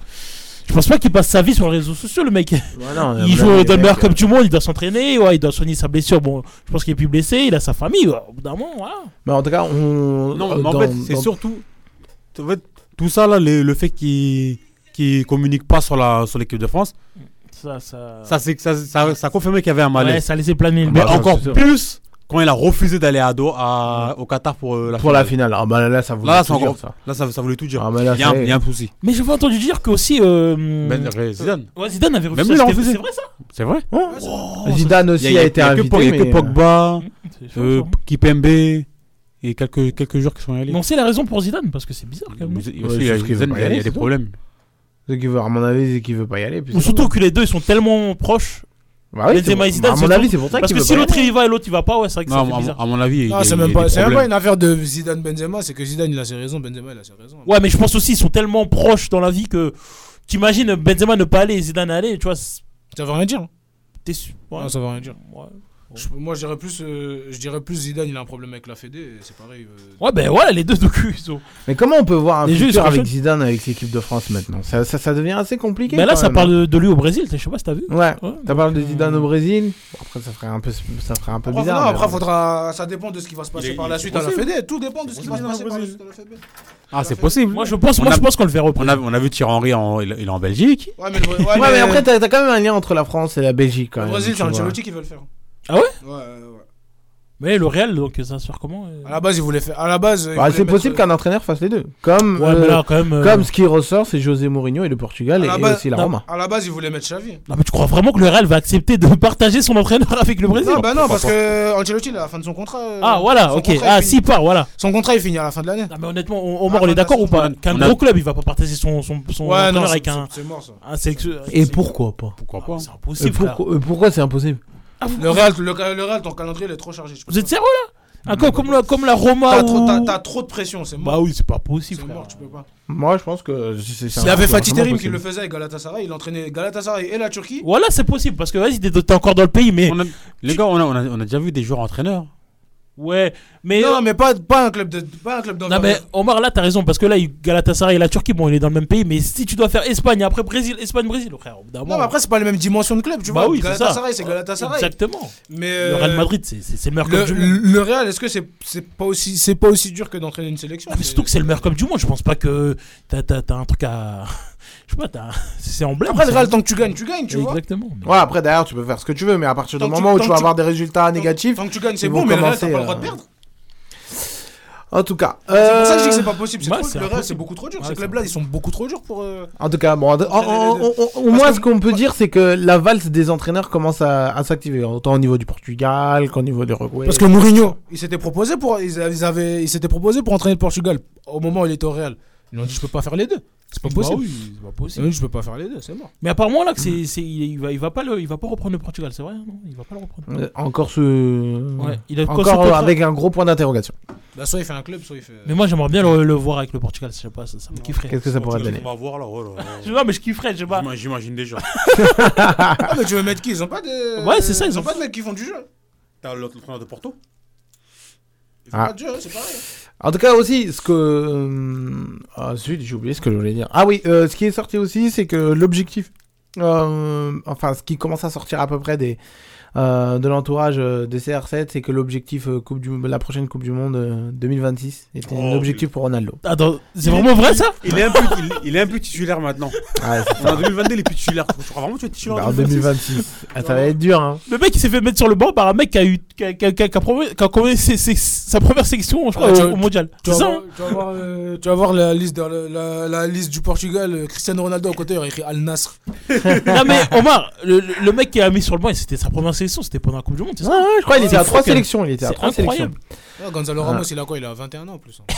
E: Je pense pas qu'il passe sa vie sur les réseaux sociaux, le mec.
D: non,
E: il
D: mais
E: joue
D: là,
E: dans
D: les
E: le meilleur
D: mecs,
E: club du monde, il doit s'entraîner, ouais, il doit soigner sa blessure. Bon, je pense qu'il est plus blessé, il a sa famille. ouais, Au bout d'un moment, voilà.
D: Mais en tout cas, on.
K: Non, mais en
D: dans-
K: fait, c'est
D: dans-
K: surtout. En fait, Euh, tout ça, là, le, le fait qu'ils qu'ils communiquent pas sur la- sur l'équipe de France,
E: Ça, ça.
K: ça, c'est que ça, ça, ça a confirmé qu'il y avait un malaise.
E: Ouais, ça a laissé planer le
K: Mais
E: malaise,
K: encore
E: c'est sûr.
K: plus quand il a refusé d'aller à Do, à, au Qatar pour euh, la
D: Pour la finale. Ah bah là, ça voulait
K: Là,
D: tout
K: c'est encore-
D: dire, ça.
K: là, ça, ça voulait tout dire.
D: Ah, Mm. mais là,
K: il, y a un,
D: ça y est.
K: il y a un souci.
E: Mais j'avais entendu dire que aussi. euh, hum,
K: Ben, Zidane.
E: ouais, Zidane avait
K: Même
E: refusé.
K: lui, il a
E: C'était-
K: refusé.
E: C'est vrai ça hein.
K: C'est vrai.
D: Zidane aussi
K: Il y
D: a,
K: il y
D: été
K: il y que
D: invité.
K: Pog- il y a que
D: mais, Mm.
K: Pogba,
E: c'est
K: euh,
E: sûr.
K: Kipembe et quelques, quelques joueurs qui sont allés.
E: Mais on sait la raison pour Zidane, parce que c'est bizarre quand même.
K: Mais c'est-
D: Ouais,
K: aussi, il y a
D: sauf qu'il veut
K: Zidane,
D: pas y
K: il y a
D: aller,
K: des
D: c'est tout.
K: problèmes.
D: euh, Ceux qui veulent, à mon avis, c'est qui veut pas y aller.
E: Ou
D: puisque-
E: surtout que les deux ils sont tellement proches.
D: Bah oui,
E: Benzema
D: c'est-
E: et Zidane,
D: à
E: se
D: mon avis,
E: retrouvent-
D: c'est bah pour ça
E: Parce
D: qu'il
E: que
D: veut
E: si
D: pas y
E: l'autre il y va et l'autre il va pas, ouais, c'est vrai que
K: Non,
E: ça
K: à
E: fait
K: mon-
E: bizarre.
K: à mon avis, il y a-
L: Non,
K: il y
L: c'est
K: a
L: même
K: il y a
L: pas,
K: des
L: c'est même pas
K: problèmes.
L: une affaire de Zidane Benzema, c'est que Zidane il a ses raisons, Benzema il a ses raisons.
E: Ouais, mais je pense aussi ils sont tellement proches dans la vie que t'imagines Benzema ne pas aller et Zidane aller, tu vois. c'est-
L: Ça veut rien dire. hein.
E: T'es sûr ouais.
L: Non, ça veut rien dire.
E: Ouais.
L: Je- moi je dirais plus euh, je dirais plus Zidane, il a un problème avec la Fédé, et c'est pareil. euh,
E: Ouais, ben voilà, les deux donc ils sont-
D: Mais comment on peut voir un
E: Les jeux, ils
D: futur
E: sont
D: avec
E: chauds.
D: Zidane avec l'équipe de France maintenant ça, ça, ça devient assez compliqué.
E: Mais Ben là
D: quand
E: ça
D: même,
E: parle de- de lui au Brésil, je sais pas si t'as vu.
D: hein. Ouais.
E: Ouais.
D: Ça parle de Zidane au Brésil. Bon, Après, ça ferait un peu, ça ferait un peu
L: Après,
D: bizarre.
L: voilà,
D: mais
L: après
D: bon.
L: faudra ça dépend de ce qui va se passer
K: Il est-
L: par la
K: il est
L: suite à la
K: possible.
L: Fédé, tout dépend de ce qui va se passer par la suite à la Fédé.
K: Ah, c'est possible.
E: Moi je pense,
K: On
E: moi
K: a-
E: je pense qu'on le verra au
K: On
E: Brésil.
K: a, on a vu Thierry Henry, en, il, il est en Belgique.
L: Ouais, mais le, ouais, mais
D: Ouais, mais après, t'as t'as quand même un lien entre la France et la Belgique quand
L: le
D: même.
L: Brésil,
D: tu
L: c'est
D: vois.
L: Ancelotti qui veut le faire. hein.
E: Ah ouais
L: Ouais, ouais. ouais.
E: Mais le Real donc ça sort comment euh
L: À la base, il voulait faire à la base il
D: Bah,
L: voulait
D: c'est
L: mettre-
D: possible qu'un entraîneur fasse les deux. Comme,
E: Ouais,
D: euh,
E: mais là quand même. euh,
D: comme ce qui ressort, c'est José Mourinho et le Portugal
L: à
D: et,
L: la
D: et
L: base-
D: aussi la
L: non,
D: Roma.
L: À la base, il voulait mettre Xavi.
E: Non, mais tu crois vraiment que le Real va accepter de partager son entraîneur avec le Brésil
L: Non, bah non, parce que Ancelotti, il est à la fin de son contrat. euh,
E: Ah voilà,
L: son
E: ok.
L: contrat, il
E: Ah
L: finit-
E: si part, voilà.
L: Son contrat, il finit à la fin de l'année.
E: Non, mais honnêtement, on- Omar,
L: Ah,
E: on est d'accord ou pas
K: fantastique.
E: Qu'un
K: On a-
E: gros club, il va pas partager son, son, son entraîneur
L: c'est-
E: avec un,
L: c'est- c'est mort ça.
E: un sélectionneur.
D: Et pourquoi pas
K: Pourquoi
E: Ah,
K: pas
E: C'est
D: Euh,
E: impossible. frère.
D: pourquoi, euh, pourquoi c'est impossible
L: Le Real, le, le Real, ton calendrier, il est trop chargé. je peux
E: Vous êtes
L: pas.
E: sérieux là Un club comme la, comme la Roma
L: T'as trop,
E: ou...
L: t'as- t'as trop de pression, c'est mort.
E: Bah oui, c'est pas possible.
L: c'est
E: frère.
L: mort, tu peux pas.
D: Moi, je pense que c'est c'est
L: Il y
D: un-
L: avait
D: c'est
L: Fatih
D: vraiment
L: Terim qui
D: possible.
L: le faisait avec Galatasaray. Il entraînait Galatasaray et la Turquie.
E: Voilà, c'est possible parce que vas-y, t'es t'es encore dans le pays, mais
K: On a- les gars, on a, on, a, on a déjà vu des joueurs entraîneurs.
E: ouais, mais euh,
L: non, mais pas, pas un club de, pas un club
E: Non, mais Omar là, t'as raison parce que là, il- Galatasaray et la Turquie, bon, il est dans le même pays, mais si tu dois faire Espagne après Brésil, Espagne Brésil, frère, au bout d'un
L: Non,
E: moment-
L: mais après, c'est pas les mêmes dimensions de club, tu
E: bah
L: vois.
E: oui, c'est ça.
L: Galatasaray, c'est Galatasaray.
E: Exactement.
L: Mais
E: Le Real
L: euh,
E: Madrid, c'est c'est- c'est le meilleur
L: Le,
E: club du monde.
L: le- le Real, est-ce que c'est c'est pas aussi c'est pas aussi dur que d'entraîner une sélection
E: Ah, mais surtout que c'est le meilleur club du monde. Je pense pas que t'as t'as- t'as un truc à. Je sais pas, t'as. C'est en bleu.
L: Après le Real, tant que tu gagnes, tu gagnes, tu vois.
E: Exactement. Mais-
D: Ouais, après, d'ailleurs, tu peux faire ce que tu veux, mais à partir du
L: Tant que tu-
D: moment où
L: tant
D: tu
L: que
D: vas
L: tu-
D: avoir des résultats négatifs.
L: Tant que tu gagnes, c'est
D: ils
L: bon,
D: vont
L: mais le Real, t'as
D: commencer,
L: pas le droit de
D: euh,
L: perdre.
D: En tout cas,
L: C'est pour ça que je dis que
D: euh,
L: c'est pas possible. c'est
E: ouais,
L: trop-
E: c'est
L: le Real, c'est
E: impossible.
L: beaucoup trop dur.
E: Ouais,
L: Ces
E: c'est
L: clubs-là, ils sont beaucoup trop durs pour. euh,
D: En tout cas, bon, en- en- en- en- en- au moins
L: que-
D: ce qu'on peut dire, c'est que la valse des entraîneurs commence à, à s'activer, autant au niveau du Portugal qu'au niveau de l'Uruguay.
L: Parce que Mourinho, il s'était proposé pour, ils avaient, ils avaient- il s'était proposé pour entraîner le Portugal au moment où il était au Real. Ils lui ont dit, je peux pas faire les deux. C'est pas
E: Bah
L: possible.
E: oui, c'est pas
L: Ils
E: possible.
L: lui ont dit, je peux pas faire les deux, c'est mort.
E: Mais apparemment là que c'est, c'est- il, il va, il va pas le, il va pas reprendre le Portugal, c'est vrai, hein, non Il va pas le reprendre.
D: Euh, Encore
L: Mm.
D: ce.
E: Ouais, il a
D: Encore
E: encore son
D: euh,
E: contrat.
D: avec un gros point d'interrogation.
L: Bah, soit il fait un club, soit il fait.
E: Mais moi j'aimerais bien le, le voir avec le Portugal, je sais pas, ça, ça me kifferait.
D: Qu'est-ce que ça pourrait donner
K: va voir là. oh là là.
E: Je sais pas, mais je kifferais, je sais pas.
K: J'imagine- J'imagine déjà.
L: Ah, mais tu veux mettre qui Ils ont pas de.
E: Ouais, c'est ça, ils
L: Ils ont
E: ont-
L: pas de mecs qui font du jeu.
K: T'as l'autre entraîneur de Porto
L: Ils font
D: Ah.
L: pas de jeu, hein, c'est pareil.
D: En tout cas, aussi, ce que. euh, Ah, zut, j'ai oublié ce que je voulais dire. Ah oui, euh, ce qui est sorti aussi, c'est que l'objectif. euh, enfin, ce qui commence à sortir à peu près des, euh, de l'entourage euh, des CR7, c'est que l'objectif euh, coupe du, la prochaine Coupe du Monde euh, 2026 était un
K: Oh,
D: objectif pour Ronaldo.
E: Attends, c'est vraiment vrai ça
K: il est, un peu, il, il est un peu titulaire maintenant.
D: Ah, c'est
K: On est en 2022, il est plus titulaire. Tu crois vraiment que tu es titulaire
D: Bah,
K: en
D: en
K: 2026
D: 2026. Ah, ça va être dur, hein.
E: Le mec il s'est fait mettre sur le banc par un mec qui a eu, qui a, qui a- qui a- qui a promu- qui a commis ses- ses- sa première sélection, je crois,
L: Ah, tu-
E: au, au mondial.
L: Tu
E: C'est
L: vas,
E: ça
L: voir,
E: hein
L: tu vas voir, euh, tu vas voir la, liste de- la, la- la liste du Portugal, euh, Cristiano Ronaldo à côté, il y aurait écrit Al Nasr.
E: Non mais Omar, le, le- le mec qui a mis sur le banc, et c'était sa première sélection, c'était pendant la Coupe du Monde, c'est
D: Ouais,
E: ça
D: ouais, je crois qu'il était
E: C'est
D: à
E: fou,
D: trois
E: quand même.
D: sélections. Il était à
E: C'est
D: trois sélections.
E: incroyable.
L: Ah, Gonzalo Ramos, il a quoi Il a 21 ans en plus. hein.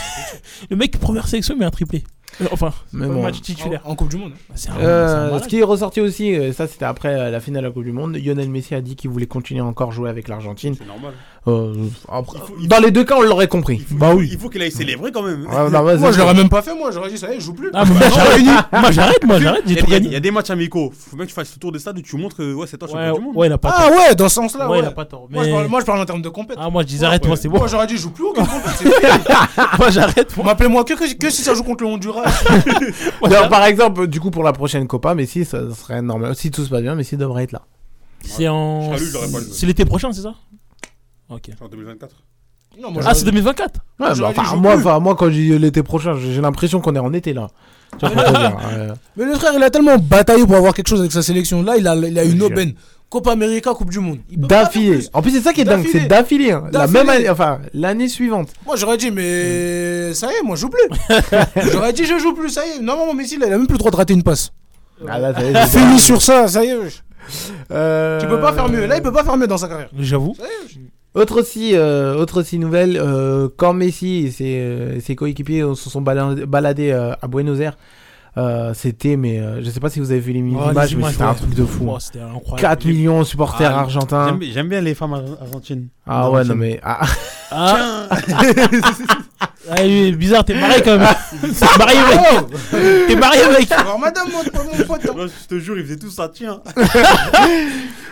E: Le mec première sélection mais un triplé. Euh, Enfin,
D: Mais
E: pas
D: bon.
E: le match titulaire. Bah,
L: En, en Coupe du Monde. hein.
E: C'est un-
D: Euh,
E: c'est un malade.
D: ce qui est ressorti aussi, euh, ça c'était après euh, la finale de la Coupe du Monde, Lionel Messi a dit qu'il voulait continuer encore jouer avec l'Argentine.
K: C'est normal.
D: Euh, après- dans les deux cas, on l'aurait compris. bah oui.
K: Il faut qu'il aille célébrer quand même.
D: Ouais, non, vas-y.
L: Moi, je l'aurais même pas fait, moi. J'aurais dit, ça y est, je joue plus.
E: Ah, mais moi, j'arrête. Moi, j'arrête, moi, j'arrête, j'ai
K: Il y a-
E: tout
K: eh il y a-
E: gagné.
K: Il y a des matchs amicaux. Faut bien que tu fasses le tour des stades et tu montres que ouais, c'est toi
E: Ouais,
K: champion du monde.
E: ouais, il a pas
L: Ah
E: tort.
L: ouais, dans ce sens-là.
E: Ouais, il a pas tort,
L: Moi, je
E: mais-
L: parle, moi, je parle en termes de compète.
E: Ah, moi, je dis arrête, moi, c'est bon.
L: Moi, j'aurais dit, je joue plus aucune compète. c'est fini.
E: Moi, j'arrête, moi.
L: M'appelez-moi que, que, que si ça joue contre le Honduras.
E: Moi,
D: Alors,
E: j'arrête.
D: par exemple, du coup, pour la prochaine Copa, Messi, ça serait normal. Si tout se passe bien, Messi devrait être là.
E: C'est en.
K: Je serais lui, je l'aurais pas joué.
E: C'est l'été prochain, c'est ça Ok.
K: En 2024.
L: Non, moi,
E: Ah,
L: j'aurais-
E: c'est 2024
D: Ouais,
L: J'aurais
D: bah,
L: dit,
D: enfin,
L: joue
D: moi,
L: plus.
D: enfin, moi, quand je dis l'été prochain, j'ai j'ai l'impression qu'on est en été là. Tu vois ce que je veux dire, euh,
L: Mais le frère, il a tellement bataillé pour avoir quelque chose avec sa sélection. Là, il a, il a une
D: Je jure.
L: aubaine. Copa América, Coupe du Monde. Il peut pas faire
D: D'affilée.
L: plus.
D: En plus, c'est ça qui est dingue,
L: D'affilée.
D: c'est d'affilée. hein. La
L: D'affilée.
D: même année, enfin, l'année suivante.
L: Moi, j'aurais dit, mais ça y est, moi, je joue plus. j'aurais dit, je joue plus, ça y est. Non, non, mais si, là, il a même plus le droit de rater une passe.
D: Ah, là, ça y est, j'ai-
L: Fini sur ça, ça y est.
D: Euh,
L: Tu peux pas faire mieux. Là, il peut pas faire mieux dans sa carrière.
E: J'avoue.
D: Autre aussi, euh, autre aussi nouvelle, euh, quand Messi et ses, euh, ses coéquipiers se sont bala- baladés euh, à Buenos Aires, euh, c'était, mais euh, je sais pas si vous avez vu les
E: Oh, les
D: images, mais
E: images,
D: c'était un
E: ouais.
D: truc de fou.
E: Oh, C'était incroyable.
D: 4 millions de supporters
K: Ah,
D: argentins.
K: J'aime- J'aime bien les femmes ar- argentines.
D: Ah ouais, non mais. ah,
E: Ah. Ah, lui, bizarre, t'es marié quand même. t'es marié, mec. T'es marié, mec.
L: Alors, madame, moi, mon pote. hein.
K: Ouais, Je te jure, ils faisaient tout ça, tiens.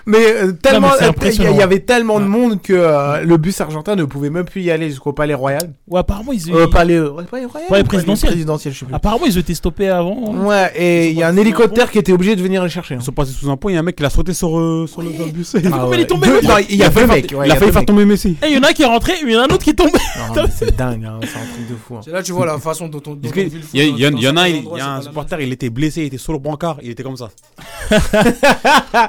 D: mais euh, tellement.
E: c'est
D: euh, Il y,
E: impressionnant.
D: il y avait tellement de monde que euh, le bus argentin ne pouvait même plus y aller jusqu'au palais royal.
E: Ouais, apparemment, ils
D: Euh,
E: ils-
D: palais, euh, ouais, palais royal.
E: Palais
D: ou
E: présidentiel. Ah,
D: Présidentiel, je sais plus.
E: Apparemment, ils ont été stoppés avant. hein.
D: Ouais, et il y a un hélicoptère qui était obligé de venir le chercher. hein.
K: Ils sont passés sous un pont, il y a un mec qui l'a sauté sur, euh, sur le dans le bus. Il
D: Ah
E: mais il est tombé,
D: Deux-
E: l'autre.
D: non, Il y a deux mecs. ouais,
K: a
D: il y a
K: failli
D: deux
K: faire
D: mecs.
K: tomber Messi.
E: Et Eh, il y en a un qui est rentré, il y en a un autre qui est tombé.
D: Non, Ah, mais c'est dingue, hein, c'est un truc de fou. hein.
L: C'est là, tu vois la façon dont on. dont on vit le foot
K: Il y,
L: dans- dans
K: en a,
L: certains
K: il
L: endroits,
K: y
L: c'est pas
K: a un
L: la même.
K: supporter, il était blessé, il était sur le brancard, il était comme ça.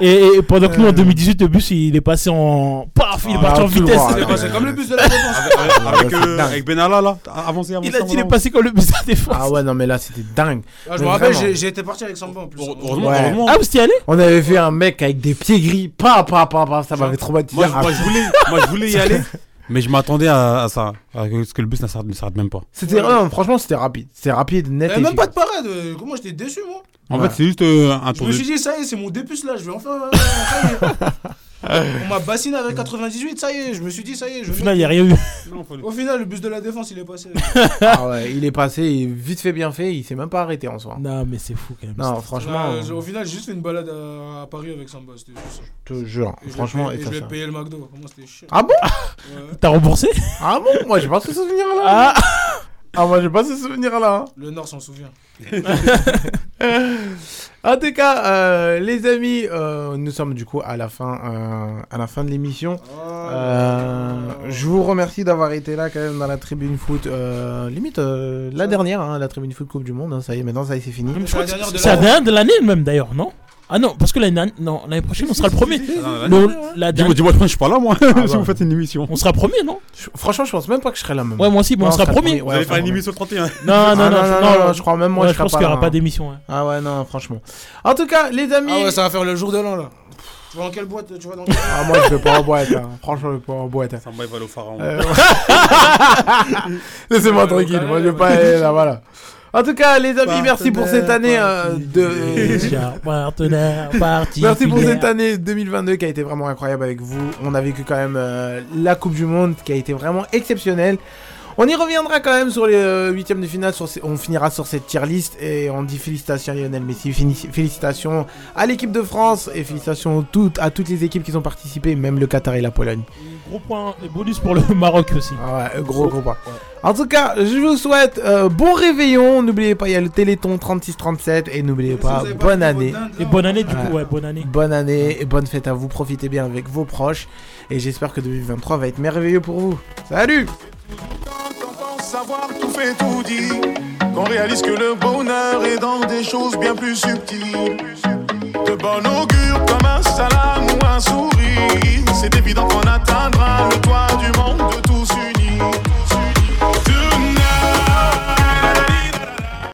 E: Et, et pendant que nous, en 2018, le bus, il est passé en. Paf, il est
D: Ah,
E: parti en
D: tu le
E: vitesse.
D: vois, ouais.
L: Bah, C'est comme le bus de la défense.
K: Avec,
D: Ah, c'est
K: euh,
D: dingue.
K: avec Benalla là, avancez, avancez.
E: Il a dit, il est
K: avancez.
E: passé comme le bus à la défense.
D: Ah ouais, non, mais là, c'était dingue.
L: Ah, je me
D: Mais
L: rappelle,
D: vraiment.
L: j'ai- j'ai été parti avec Samba en plus.
K: Heureusement,
D: Ouais.
K: heureusement.
E: Ah, vous t'y allé
D: On avait vu un mec avec des pieds gris, pa pa pa pa, ça m'avait traumatisé.
K: Moi, je- moi, je voulais, moi je voulais y aller, mais je m'attendais à, à ça. à que- Parce que le bus ne s'arrête ne s'arrête même pas.
D: C'était non, franchement, c'était rapide, c'était rapide,
L: Il y
D: net. et
L: avait même pas
D: efficace.
L: de parade. euh, Comment j'étais déçu, moi.
K: En
D: Ouais.
K: fait, c'est juste euh,
E: Ah,
K: un
L: Je
K: tour
L: me
K: de.
L: suis dit, ça y est, c'est mon dépuce là, je vais enfin. ça y est. On m'a bassiné avec 98, ça y est, je me suis dit, ça y est, je
E: Au
L: vais-
E: final, il n'y a rien eu.
L: Au final, le bus de la défense, il est passé.
D: Ah ouais, il est passé vite fait bien fait, il s'est même pas arrêté en soi.
E: Non, mais c'est fou quand même.
D: Non, franchement,
L: Euh, au final, j'ai juste fait une balade à, à Paris avec Samba, c'était juste ça.
D: je te jure,
L: Et je
D: franchement,
L: l'ai
D: et
L: payé- et
D: ça,
L: je vais
D: ça.
L: payer le McDo. Comment c'était chiant.
D: Ah bon
L: Ouais.
E: T'as remboursé
D: Ah bon Moi j'ai pas ce souvenir là.
E: Ah.
D: Ah, moi j'ai pas ce souvenir là.
L: Le Nord s'en souvient.
D: hein. En tout cas, euh, les amis, euh, nous sommes du coup à la fin, euh, à la fin de l'émission.
L: Ah
D: Euh, je vous remercie d'avoir été là quand même dans la tribune foot. euh, limite euh, la dernière, hein, la tribune foot Coupe du Monde. hein, ça y est, maintenant ça y est, c'est fini.
L: C'est la dernière de
E: C'est la
L: la-
E: dernière de l'année même d'ailleurs, non Ah non, parce que l'année dernière- non, l'année prochaine, on sera le premier.
K: Ah,
E: Non, la dernière-
K: Dis-moi, dis-moi, je suis pas là moi, si
D: bah.
K: vous faites une émission.
E: On sera premier, non
D: Je- franchement, je pense même pas que je serai là même.
E: Ouais, moi aussi, mais on
D: Non,
E: sera
D: je serai
E: premier.
D: premier,
K: Vous
D: ouais.
K: allez faire une
D: vraiment.
K: émission le 31.
E: Non, non,
D: Ah,
E: non,
D: non,
E: non,
D: non, je crois même moi,
E: Ouais,
D: je
E: je
D: serai
E: pense
D: pas
E: qu'il n'y
D: là,
E: aura pas
D: hein.
E: d'émission. ouais.
D: Ah ouais, non, franchement. En tout cas, les amis.
L: Ah ouais, ça va faire le jour de l'an là. Tu vas dans quelle boîte Tu vas dans quelle
D: Ah, moi, je vais pas en boîte. hein. Franchement, je vais pas en boîte. hein.
K: Samba, il va aller au pharaon.
D: Euh, Laissez-moi tranquille, moi, je vais pas aller là, voilà. En tout cas, les amis, merci pour cette année euh, de.
E: Déjà, partenaire, parti.
D: Merci pour
E: filière.
D: cette année 2022 qui a été vraiment incroyable avec vous. On a vécu quand même euh, la Coupe du Monde qui a été vraiment exceptionnelle. On y reviendra quand même sur les euh, huitièmes de finale. Sur ces- on finira sur cette tier list et on dit félicitations à Lionel Messi, fini- félicitations à l'équipe de France et félicitations toutes- à toutes les équipes qui ont participé, même le Qatar et la Pologne.
E: Gros point et bonus pour le Maroc aussi.
D: Ah ouais, gros gros pas. En tout cas, je vous souhaite euh, bon réveillon. N'oubliez pas, il y a le Téléthon 36-37 et n'oubliez pas, bonne année.
E: Et bonne année, du coup, ouais, bonne année.
D: Bonne année et bonne fête à vous. Profitez bien avec vos proches. Et j'espère que 2023 va être merveilleux pour vous. Salut
M: Quand on pense savoir tout fait, tout dit, qu'on réalise que le bonheur est dans des choses bien plus subtiles. De bon augure comme un salam ou un sourire, c'est évident qu'on atteindra